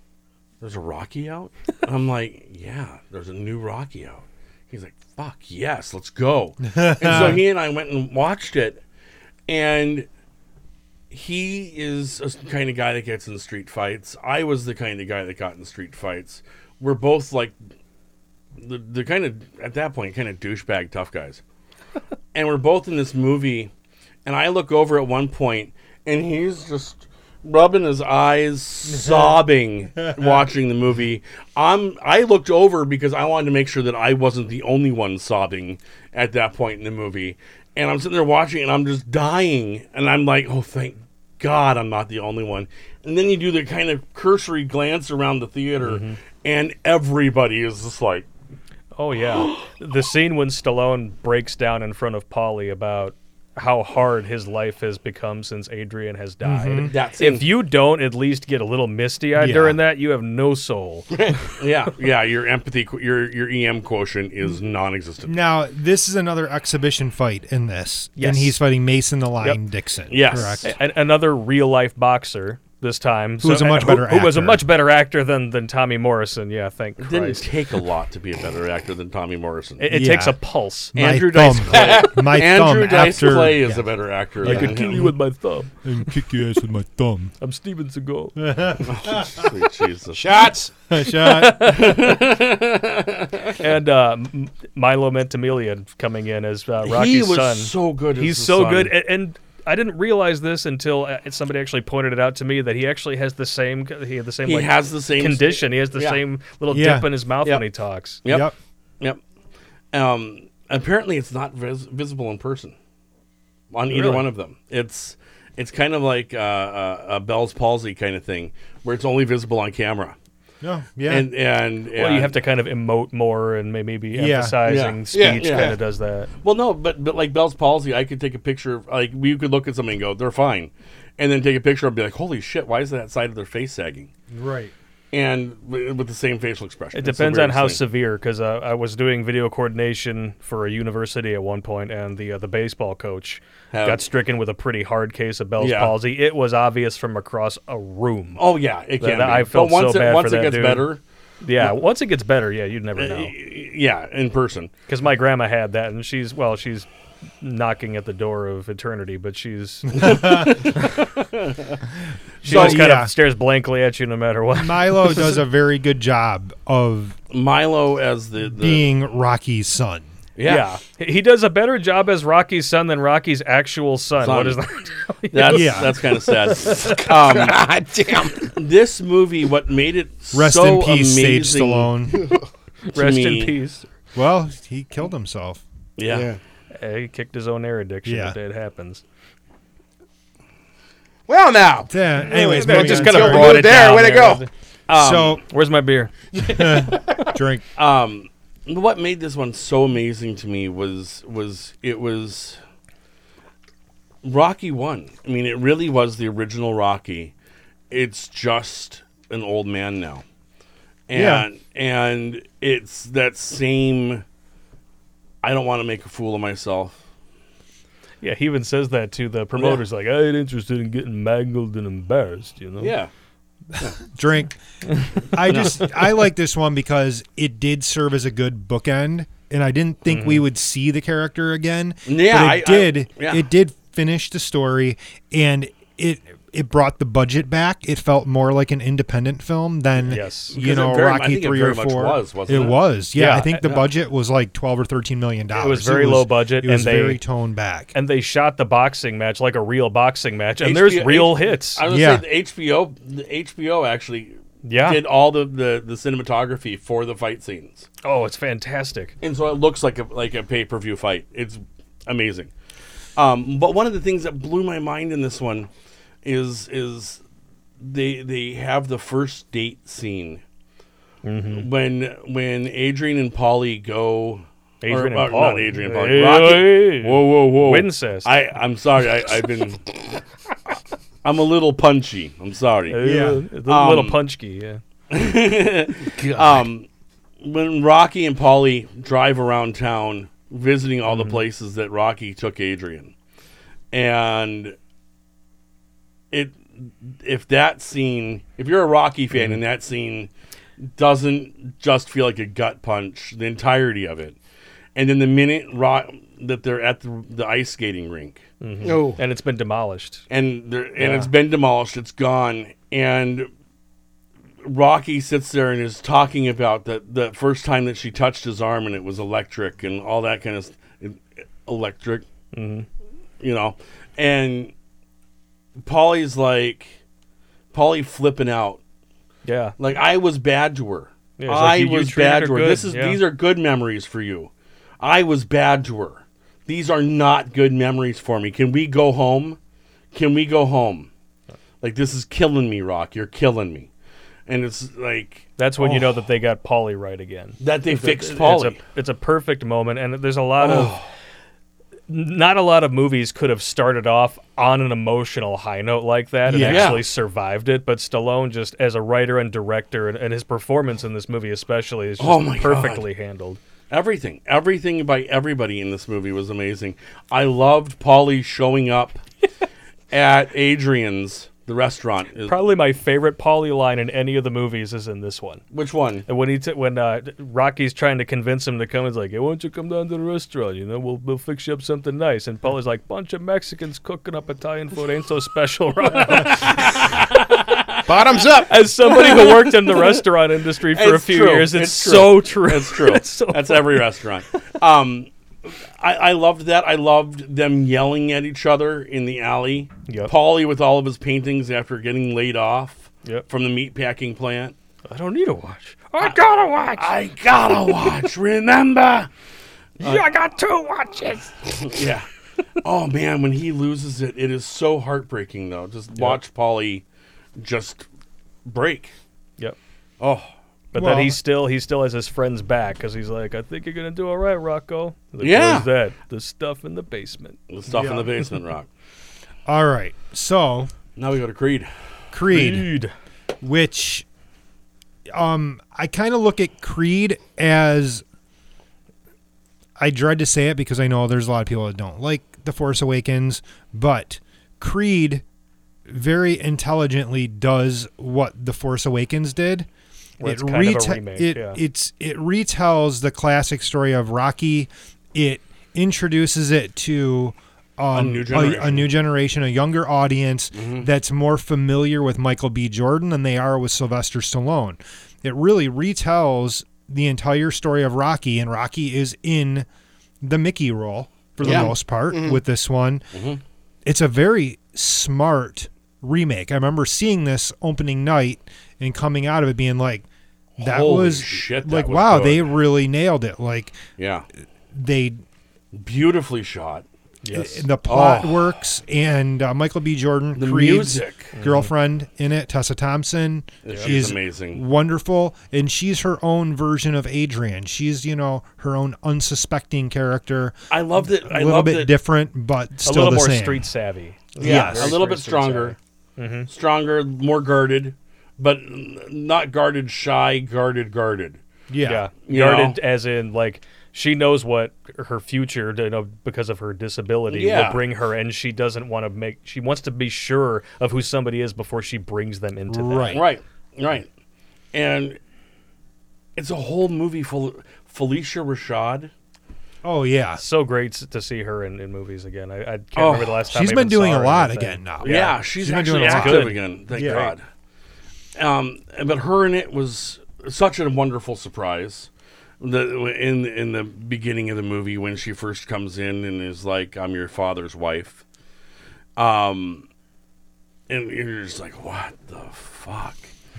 Speaker 5: "There's a Rocky out." I'm like, "Yeah, there's a new Rocky out." He's like, "Fuck yes, let's go." and so he and I went and watched it, and he is a kind of guy that gets in street fights. I was the kind of guy that got in street fights. We're both like the, the kind of at that point kind of douchebag tough guys and we're both in this movie and i look over at one point and he's just rubbing his eyes sobbing watching the movie i'm i looked over because i wanted to make sure that i wasn't the only one sobbing at that point in the movie and i'm sitting there watching and i'm just dying and i'm like oh thank god i'm not the only one and then you do the kind of cursory glance around the theater and everybody is just like
Speaker 3: Oh yeah, the scene when Stallone breaks down in front of Polly about how hard his life has become since Adrian has died.
Speaker 4: Mm-hmm.
Speaker 5: That scene.
Speaker 3: if you don't at least get a little misty eyed
Speaker 4: Yeah.
Speaker 3: during that, you have no soul.
Speaker 5: Yeah, yeah. Your empathy, qu- your your EM quotient is non-existent.
Speaker 4: Now, this is another exhibition fight in this.
Speaker 3: Yes.
Speaker 4: And he's fighting Mason the Lion Dixon.
Speaker 5: Yes.
Speaker 4: Correct.
Speaker 3: A- another real life boxer this time,
Speaker 4: Who was a much
Speaker 3: uh,
Speaker 4: better
Speaker 3: who, who was a
Speaker 4: actor.
Speaker 3: much better actor than than Tommy Morrison. Yeah, thank
Speaker 5: It didn't
Speaker 3: Christ.
Speaker 5: take a lot to be a better actor than Tommy Morrison.
Speaker 3: It, it
Speaker 4: Yeah.
Speaker 3: takes a pulse.
Speaker 4: My
Speaker 5: Andrew
Speaker 4: thumb.
Speaker 5: Dice Clay.
Speaker 4: My
Speaker 5: Andrew
Speaker 4: thumb
Speaker 5: Dice
Speaker 4: after,
Speaker 5: Clay is a better actor.
Speaker 3: I
Speaker 5: than
Speaker 3: could kill
Speaker 5: him.
Speaker 3: you with my thumb.
Speaker 4: and kick your ass with my thumb.
Speaker 3: I'm Steven Seagal.
Speaker 5: Sweet Jesus.
Speaker 2: Shots.
Speaker 4: Shot.
Speaker 3: and uh, M- Milo Ventimiglia coming in as uh, Rocky's
Speaker 5: he was
Speaker 3: son.
Speaker 5: so good. as
Speaker 3: He's
Speaker 5: the
Speaker 3: so
Speaker 5: son.
Speaker 3: good, and, and I didn't realize this until uh, somebody actually pointed it out to me that he actually has the same. He had the same.
Speaker 5: He
Speaker 3: like,
Speaker 5: has the same
Speaker 3: condition. He has the
Speaker 5: Yeah.
Speaker 3: same little
Speaker 4: Yeah.
Speaker 3: dip in his mouth
Speaker 5: Yep.
Speaker 3: when he talks.
Speaker 5: Yep.
Speaker 4: Yep.
Speaker 5: Yep. Um, apparently, it's not vis- visible in person on either
Speaker 3: Really?
Speaker 5: one of them. It's it's kind of like uh, uh, a Bell's palsy kind of thing, where it's only visible on camera.
Speaker 4: No, yeah.
Speaker 5: And and,
Speaker 3: Well, you
Speaker 5: and-
Speaker 3: have to kind of emote more and may- maybe
Speaker 4: Yeah.
Speaker 3: emphasizing
Speaker 5: Yeah.
Speaker 3: speech
Speaker 2: Yeah. Yeah.
Speaker 3: kind of does that.
Speaker 5: Well, no, but but like Bell's palsy, I could take a picture. Of, like we could look at somebody and go, "They're fine," and then take a picture and be like, "Holy shit! Why is that side of their face sagging?"
Speaker 4: right.
Speaker 5: And wi- with the same facial expression.
Speaker 3: It
Speaker 5: It's the
Speaker 3: depends on
Speaker 5: weirdest
Speaker 3: how
Speaker 5: thing.
Speaker 3: severe, because uh, I was doing video coordination for a university at one point, and the uh, the baseball coach
Speaker 5: Had-
Speaker 3: got stricken with a pretty hard case of Bell's
Speaker 5: Yeah.
Speaker 3: palsy. It was obvious from across a room.
Speaker 5: Oh yeah, it can.
Speaker 3: that-
Speaker 5: be.
Speaker 3: I felt
Speaker 5: but once
Speaker 3: so
Speaker 5: it,
Speaker 3: bad for
Speaker 5: once it
Speaker 3: that
Speaker 5: gets
Speaker 3: dude.
Speaker 5: better,
Speaker 3: yeah, once it gets better, yeah, you'd
Speaker 5: Uh,
Speaker 3: never know.
Speaker 5: y- yeah, in person.
Speaker 3: Because my grandma had that, and she's well, she's knocking at the door of eternity, but she's she
Speaker 4: So,
Speaker 3: just kind
Speaker 4: yeah.
Speaker 3: of stares blankly at you no matter what.
Speaker 4: Milo does a very good job of
Speaker 5: Milo as the, the
Speaker 4: being Rocky's son.
Speaker 5: yeah,
Speaker 3: He- He does a better job as Rocky's son than Rocky's actual son.
Speaker 5: Son.
Speaker 3: What is that?
Speaker 5: that's
Speaker 4: Yeah.
Speaker 5: that's kind of sad. um,
Speaker 2: God damn.
Speaker 5: this movie, what made it
Speaker 4: Rest
Speaker 5: so
Speaker 4: in peace,
Speaker 5: amazing
Speaker 4: Sage Stallone.
Speaker 5: to
Speaker 3: Rest
Speaker 5: me-
Speaker 3: in peace.
Speaker 4: well, he killed himself.
Speaker 5: Yeah.
Speaker 2: Yeah.
Speaker 3: Eh, He kicked his own air addiction.
Speaker 4: Yeah.
Speaker 3: but It happens.
Speaker 2: Well, now.
Speaker 4: Yeah. Anyways,
Speaker 2: That
Speaker 4: moving
Speaker 3: just
Speaker 4: on.
Speaker 3: kind
Speaker 2: kinda
Speaker 3: of
Speaker 4: Sorry.
Speaker 2: brought
Speaker 3: brought
Speaker 2: good
Speaker 3: it
Speaker 2: there,
Speaker 3: down
Speaker 2: way to
Speaker 3: there.
Speaker 2: go.
Speaker 4: so
Speaker 3: Where's my beer?
Speaker 4: drink.
Speaker 5: um what made this one so amazing to me was was it was Rocky 1. I mean it really was the original Rocky. It's just an old man now.
Speaker 4: Yeah.
Speaker 5: And and it's that same I don't want to make a fool of myself.
Speaker 3: Yeah, he even says that to the promoters. Like, I ain't interested in getting mangled and embarrassed. You know.
Speaker 5: Yeah.
Speaker 4: drink. I just I like this one because it did serve as a good bookend, and I didn't think we would see the character again.
Speaker 5: Mm-hmm.
Speaker 4: but
Speaker 5: Yeah,
Speaker 4: it
Speaker 5: I- I-
Speaker 4: did.
Speaker 5: yeah.
Speaker 4: It did finish the story, and it it brought the budget back. It felt more like an independent film than
Speaker 3: Yes.
Speaker 4: you
Speaker 5: Because
Speaker 4: know
Speaker 5: it very- I
Speaker 4: Rocky
Speaker 5: think it
Speaker 4: three
Speaker 5: very
Speaker 4: or
Speaker 5: much
Speaker 4: four.
Speaker 5: was, wasn't it?
Speaker 4: was. Yeah,
Speaker 3: Yeah,
Speaker 4: I think the
Speaker 3: yeah.
Speaker 4: budget was like twelve or thirteen million dollars.
Speaker 3: very low budget,
Speaker 4: It was
Speaker 3: and they-
Speaker 4: very toned back.
Speaker 3: And they shot the boxing match like a real boxing match, and
Speaker 5: HBO
Speaker 3: there's real hits.
Speaker 5: I was
Speaker 4: Yeah.
Speaker 5: gonna say the HBO the HBO actually
Speaker 3: Yeah.
Speaker 5: did all the, the the cinematography for the fight scenes.
Speaker 3: Oh, it's fantastic.
Speaker 5: and so it looks like a like a pay per view fight. It's amazing. Um, but one of the things that blew my mind in this one is is they they have the first date scene
Speaker 3: Mm-hmm.
Speaker 5: when when Adrian and Polly go.
Speaker 3: Adrian and
Speaker 5: uh, not
Speaker 3: Polly.
Speaker 5: Adrian and Polly.
Speaker 3: Hey,
Speaker 5: Rocky.
Speaker 3: hey.
Speaker 5: Whoa, whoa, whoa!
Speaker 3: Wincest.
Speaker 5: I I'm sorry. I, I've been. I'm a little punchy. I'm sorry.
Speaker 3: Yeah.
Speaker 4: Yeah.
Speaker 3: The little punch key, yeah.
Speaker 5: Um, when Rocky and Polly drive around town visiting all the places that Rocky took Adrian, and it if that scene if you're a Rocky fan and that scene doesn't just feel like a gut punch the entirety of it, and then the minute Ro- that they're at the, the ice skating rink
Speaker 2: Oh,
Speaker 3: and it's been demolished.
Speaker 5: and there, and it's been demolished. It's gone. And Rocky sits there and is talking about the the first time that she touched his arm and it was electric and all that kind of st- electric, you know. And Polly's like, Polly flipping out.
Speaker 3: Yeah.
Speaker 5: Like I was bad to her.
Speaker 3: Yeah, it's
Speaker 5: I
Speaker 3: like, you- you
Speaker 5: was
Speaker 3: treated
Speaker 5: bad
Speaker 3: her
Speaker 5: to her.
Speaker 3: good,
Speaker 5: This is
Speaker 3: yeah.
Speaker 5: these are good memories for you. I was bad to her. These are not good memories for me. Can we go home? Can we go home? Like this is killing me, Rock. You're killing me. And it's like
Speaker 3: That's when you know that they got Polly right again.
Speaker 5: that they fixed
Speaker 3: It's
Speaker 5: Polly. Oh.
Speaker 3: a, it's a perfect moment, and there's a lot of not a lot of movies could have started off on an emotional high note like that and
Speaker 5: Yeah.
Speaker 3: actually survived it. But Stallone, just as a writer and director, and, and his performance in this movie especially is just
Speaker 5: Oh my God.
Speaker 3: perfectly handled.
Speaker 5: Everything, everything by everybody in this movie was amazing. I loved Polly showing up at Adrian's, the restaurant. Is-
Speaker 3: Probably my favorite Polly line in any of the movies is in this one.
Speaker 5: Which one?
Speaker 3: And when he t- when uh, Rocky's trying to convince him to come, he's like, "Hey, why don't you come down to the restaurant? You know, we'll we'll fix you up something nice." And Paul is like, "Bunch of Mexicans cooking up Italian food ain't so special." Rocky."
Speaker 2: bottoms up.
Speaker 3: As somebody who worked in the restaurant industry for a
Speaker 5: It's
Speaker 3: few
Speaker 5: true.
Speaker 3: years, it's,
Speaker 5: It's true.
Speaker 3: so true.
Speaker 5: That's true.
Speaker 3: It's so-
Speaker 5: That's every restaurant. Um, I, I loved that. I loved them yelling at each other in the alley.
Speaker 3: Yep.
Speaker 5: Paulie with all of his paintings after getting laid off
Speaker 3: Yep.
Speaker 5: from the meatpacking plant.
Speaker 3: I don't need a watch. I got a watch.
Speaker 5: I gotta watch. remember?
Speaker 3: I got two watches.
Speaker 5: Yeah. Oh man, when he loses it, it is so heartbreaking though. Just watch Paulie just break.
Speaker 3: Yep.
Speaker 5: Oh,
Speaker 3: But
Speaker 4: Well-
Speaker 3: then he still he still has his friends back because he's like, "I think you're gonna do all right, Rocco." Like,
Speaker 5: Yeah.
Speaker 3: "What is that the stuff in the basement.
Speaker 5: the stuff in the basement rock.
Speaker 4: All right. So
Speaker 5: Now we go to Creed.
Speaker 4: Creed.
Speaker 3: Dude.
Speaker 4: which um I kind of look at Creed as I dread to say it because I know there's a lot of people that don't like The Force Awakens, but Creed very intelligently does what The Force Awakens did.
Speaker 3: Where it's kind of a remake,
Speaker 4: it
Speaker 3: yeah.
Speaker 4: it's it retells the classic story of Rocky. It introduces it to um,
Speaker 5: new
Speaker 4: a
Speaker 5: generation.
Speaker 4: new generation, a younger audience that's more familiar with Michael B. Jordan than they are with Sylvester Stallone. It really retells the entire story of Rocky, and Rocky is in the Mickey role for the
Speaker 2: Yeah.
Speaker 4: most part with this one. It's a very smart remake. I remember seeing this opening night and coming out of it being like, that
Speaker 5: Holy
Speaker 4: was
Speaker 5: shit, that
Speaker 4: like,
Speaker 5: was
Speaker 4: wow,
Speaker 5: good.
Speaker 4: they really nailed it. Like,
Speaker 5: Yeah.
Speaker 4: they eh,
Speaker 5: Beautifully shot.
Speaker 3: Yes.
Speaker 4: the plot works and uh, Michael B. Jordan,
Speaker 5: Oh. The
Speaker 4: Creed's
Speaker 5: music.
Speaker 4: girlfriend in it, Tessa Thompson.
Speaker 5: she's amazing.
Speaker 4: wonderful, and she's her own version of Adrian. She's you know her own unsuspecting character,
Speaker 5: I loved it.
Speaker 4: a
Speaker 5: I
Speaker 4: little
Speaker 5: loved
Speaker 4: bit
Speaker 5: it.
Speaker 4: different, but
Speaker 3: A
Speaker 4: still
Speaker 3: little
Speaker 4: the
Speaker 3: more
Speaker 4: same.
Speaker 3: street savvy.
Speaker 5: Yeah,
Speaker 4: Yes.
Speaker 5: a little bit stronger, stronger, more guarded, but n- not guarded, shy, guarded, guarded.
Speaker 4: Yeah.
Speaker 3: Yeah,
Speaker 5: You
Speaker 3: guarded
Speaker 5: know?
Speaker 3: as in like she knows what her future, you know, because of her disability,
Speaker 5: Yeah.
Speaker 3: will bring her, and she doesn't want to make. She wants to be sure of who somebody is before she brings them into that.
Speaker 4: Right.
Speaker 5: Right, right, and it's a whole movie full of Felicia Rashad.
Speaker 4: Oh yeah.
Speaker 3: So great s- to see her in, in movies again. I, I can't
Speaker 5: Oh,
Speaker 3: remember the last time. I
Speaker 4: She's
Speaker 3: even
Speaker 4: been
Speaker 3: saw
Speaker 4: doing a
Speaker 3: her in
Speaker 4: lot
Speaker 3: anything.
Speaker 4: again now.
Speaker 5: Yeah, she's,
Speaker 4: She's been
Speaker 5: actually
Speaker 4: doing a lot.
Speaker 5: active
Speaker 3: Good.
Speaker 5: again. Thank
Speaker 4: Yeah.
Speaker 5: God. Um, but her in it was such a wonderful surprise. The, in in the beginning of the movie when she first comes in and is like, "I'm your father's wife," um, and you're just like, "What the fuck?"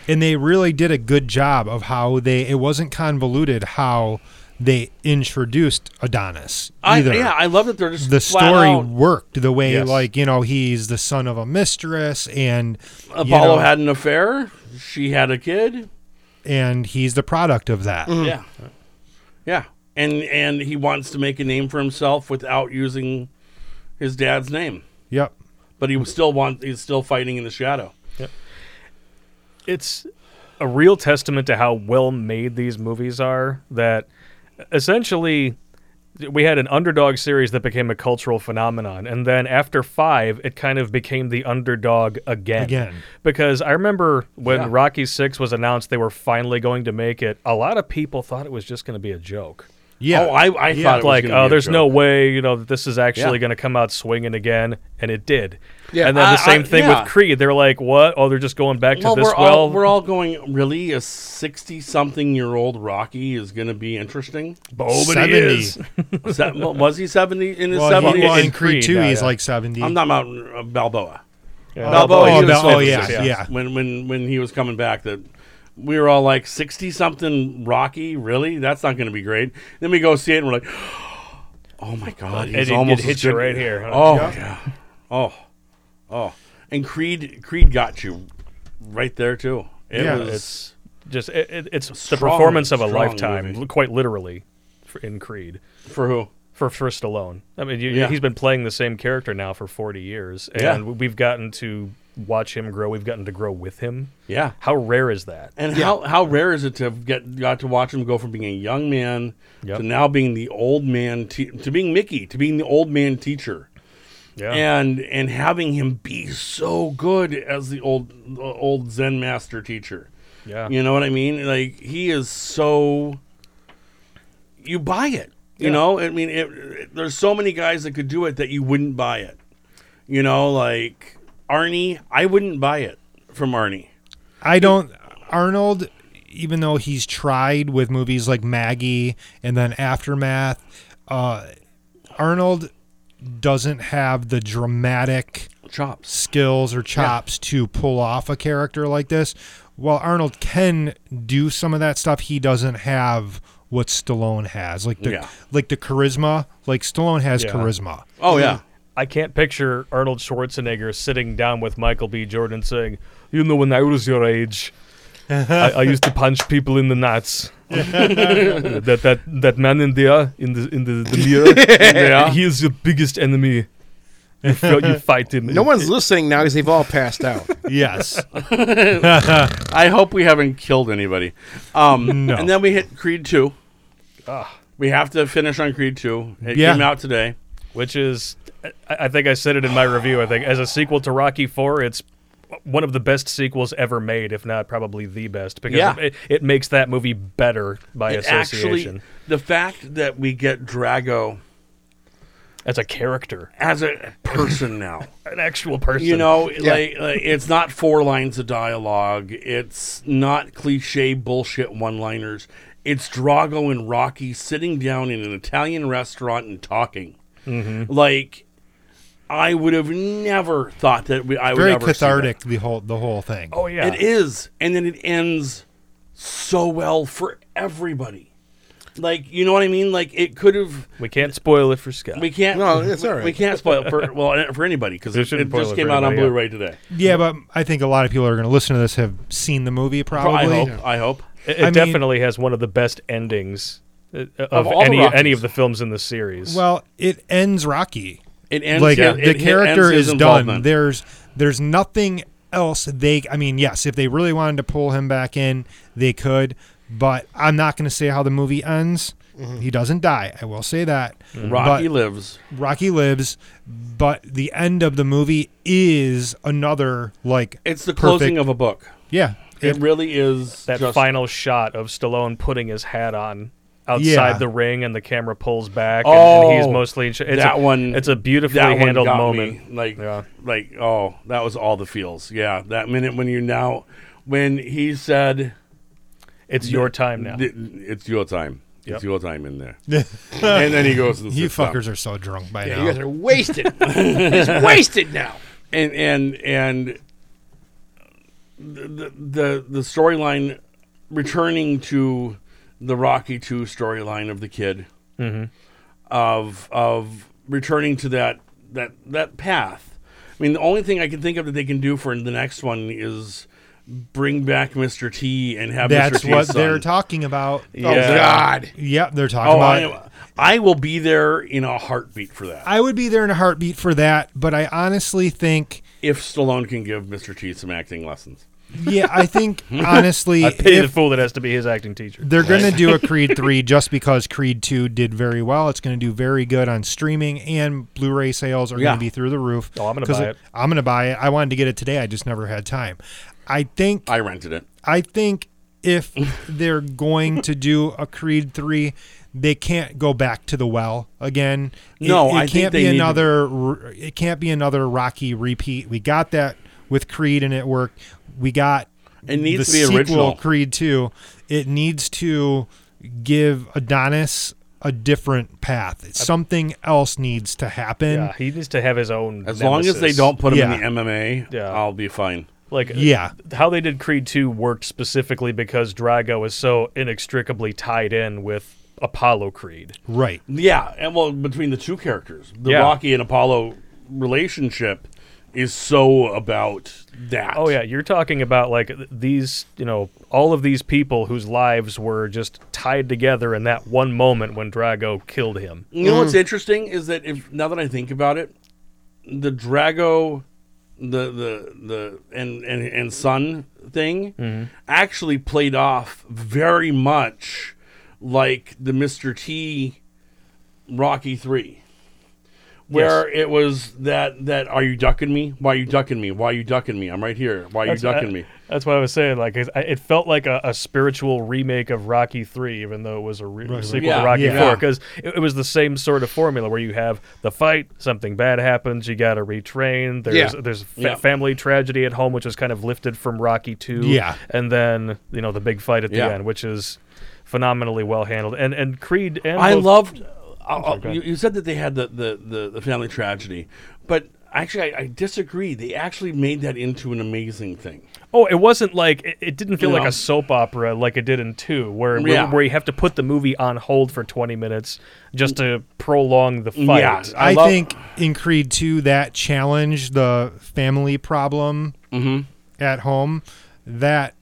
Speaker 4: and they really did a good job of how they it wasn't convoluted how they introduced Adonis
Speaker 5: I
Speaker 4: either.
Speaker 5: yeah, I love that they're just
Speaker 4: the
Speaker 5: flat
Speaker 4: story
Speaker 5: out,
Speaker 4: worked the way
Speaker 3: Yes.
Speaker 4: like you know he's the son of a mistress and you
Speaker 5: Apollo
Speaker 4: know,
Speaker 5: had an affair. She had a kid.
Speaker 4: and he's the product of that
Speaker 5: Yeah, yeah, and and he wants to make a name for himself without using his dad's name.
Speaker 4: yep
Speaker 5: but he was still want he's still fighting in the shadow.
Speaker 3: It's a real testament to how well made these movies are that essentially we had an underdog series that became a cultural phenomenon and then after 5 it kind of became the underdog again
Speaker 4: Again.
Speaker 3: because i remember when rocky 6 was announced they were finally going to make it a lot of people thought it was just going to be a joke
Speaker 4: Yeah.
Speaker 5: Oh, I, I thought it was
Speaker 3: like
Speaker 5: gonna be
Speaker 3: oh
Speaker 5: a
Speaker 3: there's
Speaker 5: joke.
Speaker 3: no way you know that this is actually
Speaker 5: Yeah.
Speaker 3: going to come out swinging again and it did
Speaker 2: Yeah.
Speaker 3: and then
Speaker 5: I-
Speaker 3: the same
Speaker 5: I-
Speaker 3: thing
Speaker 5: yeah.
Speaker 3: with creed they're like what oh they're just going back to
Speaker 5: Well,
Speaker 3: this
Speaker 5: we're
Speaker 3: well
Speaker 5: all we're all going. Really, a sixty-something-year-old Rocky is going to be interesting.
Speaker 3: Oh, but he
Speaker 4: 70.
Speaker 3: is.
Speaker 5: Was, that, was he seventy in his
Speaker 4: well, he,
Speaker 5: seventies?
Speaker 4: well,
Speaker 3: in
Speaker 4: in Creed
Speaker 3: Creed,
Speaker 4: 2,
Speaker 3: yeah,
Speaker 4: he's
Speaker 3: yeah.
Speaker 4: like 70.
Speaker 3: Hmm.
Speaker 5: I'm not about uh, Balboa.
Speaker 4: oh,
Speaker 5: Balboa, he was
Speaker 4: Bal- oh,
Speaker 5: 50,
Speaker 4: yeah, yeah.
Speaker 5: When when when he was coming back, that we were all like sixty something Rocky. Really, that's not going to be great. Then we go see it, and we're like, oh my god, he's
Speaker 3: It- it
Speaker 5: almost
Speaker 3: hits
Speaker 5: as
Speaker 3: you
Speaker 5: good-
Speaker 3: right here, huh?
Speaker 5: Oh yeah, oh oh, and Creed Creed got you right there too. It
Speaker 4: Yeah,
Speaker 5: was
Speaker 3: it's just it, it, it's the
Speaker 5: Strong-
Speaker 3: performance of a
Speaker 5: strong
Speaker 3: lifetime,
Speaker 5: movie.
Speaker 3: li- quite literally, for, in Creed
Speaker 5: for who?
Speaker 3: for First Stallone. I mean, you,
Speaker 5: Yeah.
Speaker 3: he's been playing the same character now for forty years, and
Speaker 5: Yeah.
Speaker 3: we've gotten to watch him grow. We've gotten to grow with him.
Speaker 5: Yeah.
Speaker 3: How rare is that?
Speaker 5: And how, how rare is it to have get got to watch him go from being a young man
Speaker 3: Yep.
Speaker 5: to now being the old man te- to being Mickey to being the old man teacher.
Speaker 3: Yeah,
Speaker 5: and and having him be so good as the old the old Zen master teacher.
Speaker 3: yeah.
Speaker 5: You know what I mean? Like he is so you buy it. You know, I mean, it, it- there's so many guys that could do it that you wouldn't buy it. You know, like Arnie, I wouldn't buy it from Arnie.
Speaker 4: I don't. Arnold, even though he's tried with movies like Maggie and then Aftermath, uh, Arnold doesn't have the dramatic
Speaker 5: Chops.
Speaker 4: skills or chops to pull off a character like this. While Arnold can do some of that stuff, he doesn't have what Stallone has, like the
Speaker 5: Yeah.
Speaker 4: like the charisma. Like Stallone has
Speaker 3: Yeah.
Speaker 4: charisma.
Speaker 5: Oh yeah.
Speaker 3: I can't picture Arnold Schwarzenegger sitting down with Michael B. Jordan saying, "You know, when I was your age." I, I used to punch people in the nuts. that that that man in there in the in the, the mirror, he is your biggest enemy. You, fi- you fight him.
Speaker 2: No one's listening now because they've all passed out.
Speaker 4: Yes,
Speaker 5: I hope we haven't killed anybody. Um,
Speaker 4: No. Ah.
Speaker 5: And then we hit Creed two. We have to finish on Creed two. It
Speaker 4: Yeah.
Speaker 5: came out today.
Speaker 3: which is, I, I think I said it in my review. I think as a sequel to Rocky Four, it's one of the best sequels ever made, if not probably the best, because
Speaker 5: Yeah.
Speaker 3: it, it makes that movie better by
Speaker 5: It
Speaker 3: association
Speaker 5: actually the fact that we get Drago
Speaker 3: as a character,
Speaker 5: as a person now.
Speaker 3: an actual person.
Speaker 5: You know, like, like it's not four lines of dialogue. It's not cliche bullshit one-liners. It's Drago and Rocky sitting down in an Italian restaurant and talking.
Speaker 4: Mm-hmm.
Speaker 5: Like I would have never thought that we, I would
Speaker 4: very
Speaker 5: ever see that.
Speaker 4: cathartic. The whole the whole thing.
Speaker 3: Oh yeah,
Speaker 5: It is. And then it ends so well for everybody. Like, you know what I mean? Like it could have
Speaker 3: We can't spoil it for Scott.
Speaker 5: we can't
Speaker 2: No, it's
Speaker 5: we,
Speaker 2: all right.
Speaker 5: we can't spoil it for well for anybody cuz it,
Speaker 3: shouldn't
Speaker 5: it
Speaker 3: spoil
Speaker 5: just
Speaker 3: it
Speaker 5: came
Speaker 3: for
Speaker 5: out on
Speaker 3: anybody, yeah.
Speaker 5: Blu-ray today.
Speaker 4: Yeah, but I think a lot of people are going to listen to this have seen the movie
Speaker 5: I
Speaker 4: probably.
Speaker 5: hope I hope.
Speaker 3: it it
Speaker 4: I mean-
Speaker 3: definitely has one of the best endings uh, of,
Speaker 5: all the
Speaker 3: any
Speaker 5: Rockies.
Speaker 3: any of the films in the series.
Speaker 4: Well, it ends Rocky.
Speaker 5: It ends
Speaker 4: like
Speaker 5: his-
Speaker 4: the
Speaker 5: it- it
Speaker 4: character
Speaker 5: ends his
Speaker 4: is done.
Speaker 5: involvement.
Speaker 4: There's there's nothing else they I mean, yes, if they really wanted to pull him back in, they could, but I'm not going to say how the movie ends. He doesn't die. I will say that.
Speaker 5: Mm-hmm. Rocky
Speaker 4: But-
Speaker 5: lives.
Speaker 4: Rocky lives, but the end of the movie is another like
Speaker 5: It's the
Speaker 4: perfect-
Speaker 5: closing of a book.
Speaker 4: Yeah.
Speaker 5: It really is
Speaker 3: that
Speaker 5: just-
Speaker 3: final shot of Stallone putting his hat on outside
Speaker 4: Yeah.
Speaker 3: the ring, and the camera pulls back, and, and he's
Speaker 5: Oh,
Speaker 3: mostly in sh- it's
Speaker 5: that
Speaker 3: a,
Speaker 5: one-
Speaker 3: It's a beautifully
Speaker 5: that one
Speaker 3: handled
Speaker 5: got
Speaker 3: moment.
Speaker 5: Me. Like,
Speaker 3: Yeah.
Speaker 5: like, oh, that was all the feels. Yeah, that minute when you now, when he said,
Speaker 3: It's your time now.
Speaker 5: Th- It's your time.
Speaker 3: Yep.
Speaker 5: It's your time in there. and then he goes, and
Speaker 4: You
Speaker 5: sits down.
Speaker 4: fuckers are so drunk by
Speaker 2: You
Speaker 4: now.
Speaker 2: guys are wasted. He's wasted now.
Speaker 5: And and and the the the storyline returning to the Rocky Two storyline of the kid
Speaker 3: Mm-hmm.
Speaker 5: of of returning to that that that path. I mean, the only thing I can think of that they can do for the next one is bring back Mr. T and have Mr.
Speaker 4: That's
Speaker 5: T's
Speaker 4: what
Speaker 5: son.
Speaker 4: they're talking about.
Speaker 2: Oh
Speaker 5: Yeah.
Speaker 2: God.
Speaker 4: Yeah, they're talking
Speaker 5: Oh,
Speaker 4: about
Speaker 5: I, am- I will be there in a heartbeat for that.
Speaker 4: I would be there in a heartbeat for that, but I honestly think
Speaker 5: if Stallone can give Mr. T some acting lessons.
Speaker 4: yeah, I think honestly,
Speaker 3: I pity the
Speaker 4: if
Speaker 3: fool that has to be his acting teacher.
Speaker 4: they're going to do a Creed three just because Creed two did very well, it's going to do very good on streaming and Blu-ray sales are
Speaker 5: Yeah.
Speaker 4: going to be through the roof.
Speaker 3: Oh, I'm gonna
Speaker 4: 'Cause
Speaker 3: buy it.
Speaker 4: I'm going to buy it. I wanted to get it today. I just never had time. I think
Speaker 5: I rented it.
Speaker 4: I think if they're going to do a Creed three, they can't go back to the well again. It-
Speaker 5: No,
Speaker 4: it,
Speaker 5: I think
Speaker 4: can't
Speaker 5: they
Speaker 4: be
Speaker 5: need to-
Speaker 4: another. r- It can't be another Rocky repeat. We got that with Creed, and it worked. We got
Speaker 5: It
Speaker 4: the
Speaker 5: needs to be
Speaker 4: sequel,
Speaker 5: original.
Speaker 4: Creed two. It needs to give Adonis a different path. Something else needs to happen.
Speaker 3: yeah, he needs to have his own.
Speaker 5: As long as they
Speaker 3: nemesis.
Speaker 5: don't put him
Speaker 4: Yeah.
Speaker 5: in the MMA,
Speaker 3: Yeah.
Speaker 5: I'll be fine.
Speaker 3: like,
Speaker 4: Yeah.
Speaker 3: how they did Creed two worked specifically because Drago is so inextricably tied in with Apollo Creed.
Speaker 4: Right.
Speaker 5: Yeah, and well, between the two characters, the
Speaker 3: Yeah.
Speaker 5: Rocky and Apollo relationship is so about that.
Speaker 3: Oh yeah, you're talking about like th- these, you know, all of these people whose lives were just tied together in that one moment when Drago killed him.
Speaker 5: You know what's interesting is that if now that I think about it, the Drago, the the the and and and Son thing actually played off very much like the Mr. T Rocky 3 where it was that that are you ducking me? Why are you ducking me? Why are you ducking me? I'm right here. Why are you ducking
Speaker 3: I-
Speaker 5: me?
Speaker 3: That's what I was saying. Like it, it felt like a, a spiritual remake of Rocky Three, even though it was a re- sequel
Speaker 5: Yeah,
Speaker 3: to Rocky
Speaker 4: yeah.
Speaker 3: Four, because it, it was the same sort of formula where you have the fight, something bad happens, you got to retrain. There's
Speaker 2: Yeah.
Speaker 3: there's fa-
Speaker 5: Yeah.
Speaker 3: family tragedy at home, which is kind of lifted from Rocky Two.
Speaker 4: Yeah.
Speaker 3: and then you know the big fight at the
Speaker 5: Yeah.
Speaker 3: end, which is phenomenally well handled. And and Creed and
Speaker 5: I
Speaker 3: both-
Speaker 5: loved. I'll- I'll-
Speaker 3: go
Speaker 5: you,
Speaker 3: ahead.
Speaker 5: you said that they had the the, the, the family tragedy, but actually, I, I disagree. They actually made that into an amazing thing.
Speaker 3: Oh, it wasn't like it, it didn't feel
Speaker 5: You
Speaker 3: like
Speaker 5: know?
Speaker 3: a soap opera like it did in two, where
Speaker 5: Yeah.
Speaker 3: where, where you have to put the movie on hold for twenty minutes just to prolong the fight.
Speaker 5: Yeah,
Speaker 4: I,
Speaker 5: love-
Speaker 4: think in Creed 2 that challenge the family problem
Speaker 5: Mm-hmm.
Speaker 4: at home that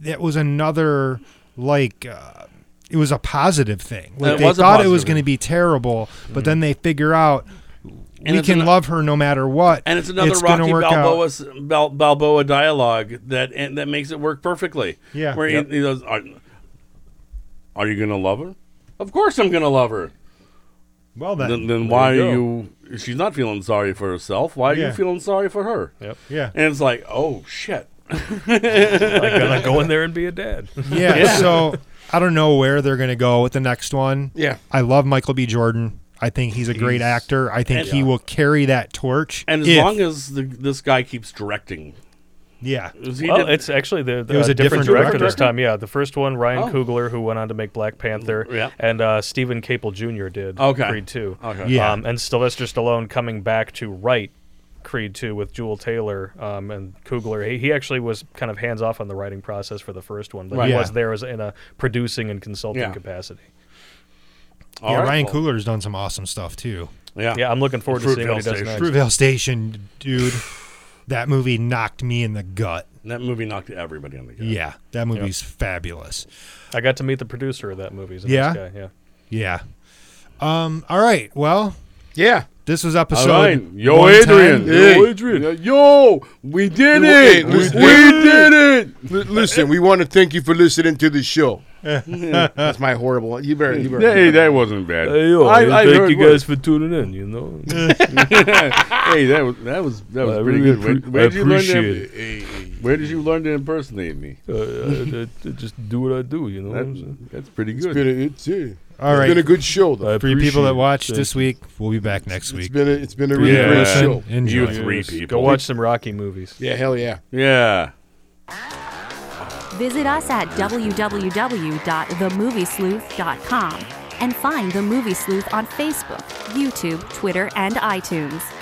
Speaker 4: that was another like uh, it was a positive thing. Like
Speaker 5: It
Speaker 4: they
Speaker 5: was a
Speaker 4: thought it was
Speaker 5: positive Mm-hmm.
Speaker 4: going to be terrible, but then they figure out we
Speaker 5: it's
Speaker 4: can
Speaker 5: an-
Speaker 4: love her no matter what.
Speaker 5: and it's another
Speaker 4: gonna
Speaker 5: Rocky
Speaker 4: work out.
Speaker 5: Balboa s- Bal, Balboa dialogue that and that makes it work perfectly.
Speaker 4: Yeah.
Speaker 5: where he-
Speaker 4: Yep.
Speaker 5: he, goes, are, "Are you gonna love her? Of course, I'm gonna love her.
Speaker 4: Well then,
Speaker 5: Then, then why
Speaker 3: you
Speaker 5: are
Speaker 3: go.
Speaker 5: you? She's not feeling sorry for herself. Why are
Speaker 4: Yeah.
Speaker 5: you feeling sorry for her?
Speaker 3: Yep.
Speaker 4: yeah,
Speaker 5: And it's like, oh shit.
Speaker 3: Like gonna go in there and be a dad.
Speaker 4: yeah. So I don't know where they're going to go with the next one.
Speaker 2: Yeah.
Speaker 4: I love Michael B. Jordan. I think he's a great actor. I think
Speaker 5: And-
Speaker 4: he will carry that torch.
Speaker 5: And as
Speaker 4: if-
Speaker 5: long as the, this guy keeps directing,
Speaker 4: yeah,
Speaker 5: he
Speaker 3: well,
Speaker 5: did-
Speaker 3: it's actually the, the
Speaker 4: It was
Speaker 3: uh,
Speaker 4: a different
Speaker 3: director,
Speaker 4: director.
Speaker 3: this time. Yeah, the first one Ryan
Speaker 5: Oh. Mm,
Speaker 3: Coogler, who went on to make Black Panther,
Speaker 5: Yeah.
Speaker 3: and uh, Stephen Caple Jr. did
Speaker 5: Okay.
Speaker 3: Creed Two.
Speaker 5: Okay.
Speaker 4: Yeah.
Speaker 3: um, and Sylvester Stallone coming back to write Creed Two with Jewel Taylor um, and Coogler. He, he actually was kind of hands off on the writing process for the first one, but
Speaker 5: Right.
Speaker 3: he
Speaker 4: Yeah.
Speaker 3: was there as in a producing and consulting
Speaker 5: Yeah.
Speaker 3: capacity.
Speaker 5: All
Speaker 4: yeah,
Speaker 5: right,
Speaker 4: Ryan
Speaker 5: well,
Speaker 4: Coogler's done some awesome stuff too.
Speaker 5: Yeah.
Speaker 3: Yeah, I'm looking forward to seeing what he
Speaker 5: Fruitvale
Speaker 3: does
Speaker 5: Station.
Speaker 3: next.
Speaker 4: Fruitvale Station, dude. That movie knocked me in the gut.
Speaker 5: That movie knocked everybody on the gut.
Speaker 4: Yeah, that movie's fabulous.
Speaker 3: I got to meet the producer of that movie. He's a
Speaker 4: Yeah?
Speaker 3: nice guy. Yeah.
Speaker 4: Yeah. Um. All right. Well,
Speaker 2: Yeah.
Speaker 4: this was
Speaker 5: All
Speaker 4: episode.
Speaker 5: right. Yo,
Speaker 4: 110.
Speaker 5: Adrian.
Speaker 2: Hey.
Speaker 5: Yo, Adrian. Yo, we did it.
Speaker 2: Hey,
Speaker 5: we
Speaker 2: listen.
Speaker 5: did it.
Speaker 2: L- listen, we want to thank you for listening to the show. That's my horrible. one. You better. You better.
Speaker 5: Hey, that wasn't bad.
Speaker 3: for tuning in. You know,
Speaker 5: Hey, that was that was that was
Speaker 3: I
Speaker 5: pretty
Speaker 3: really
Speaker 5: good.
Speaker 3: appre- I
Speaker 5: Where, where did you learn
Speaker 3: appreciate
Speaker 5: that? Where did you learn to impersonate me?
Speaker 3: uh, just do what I do. You know,
Speaker 5: That's, that's pretty
Speaker 2: It's been
Speaker 5: good.
Speaker 2: a, it's, uh,
Speaker 4: All
Speaker 2: it's been a
Speaker 4: right.
Speaker 2: good show, though.
Speaker 4: For you people that watched this week, we'll be back next
Speaker 2: It's
Speaker 4: week.
Speaker 2: been a, it's been a really
Speaker 5: Yeah.
Speaker 2: great
Speaker 5: Listen.
Speaker 2: show.
Speaker 4: Enjoy.
Speaker 5: You three people.
Speaker 3: Go watch some Rocky movies.
Speaker 2: Yeah, hell yeah.
Speaker 5: Yeah.
Speaker 1: Visit us at www.themoviesleuth.com and find The Movie Sleuth on Facebook, YouTube, Twitter, and iTunes.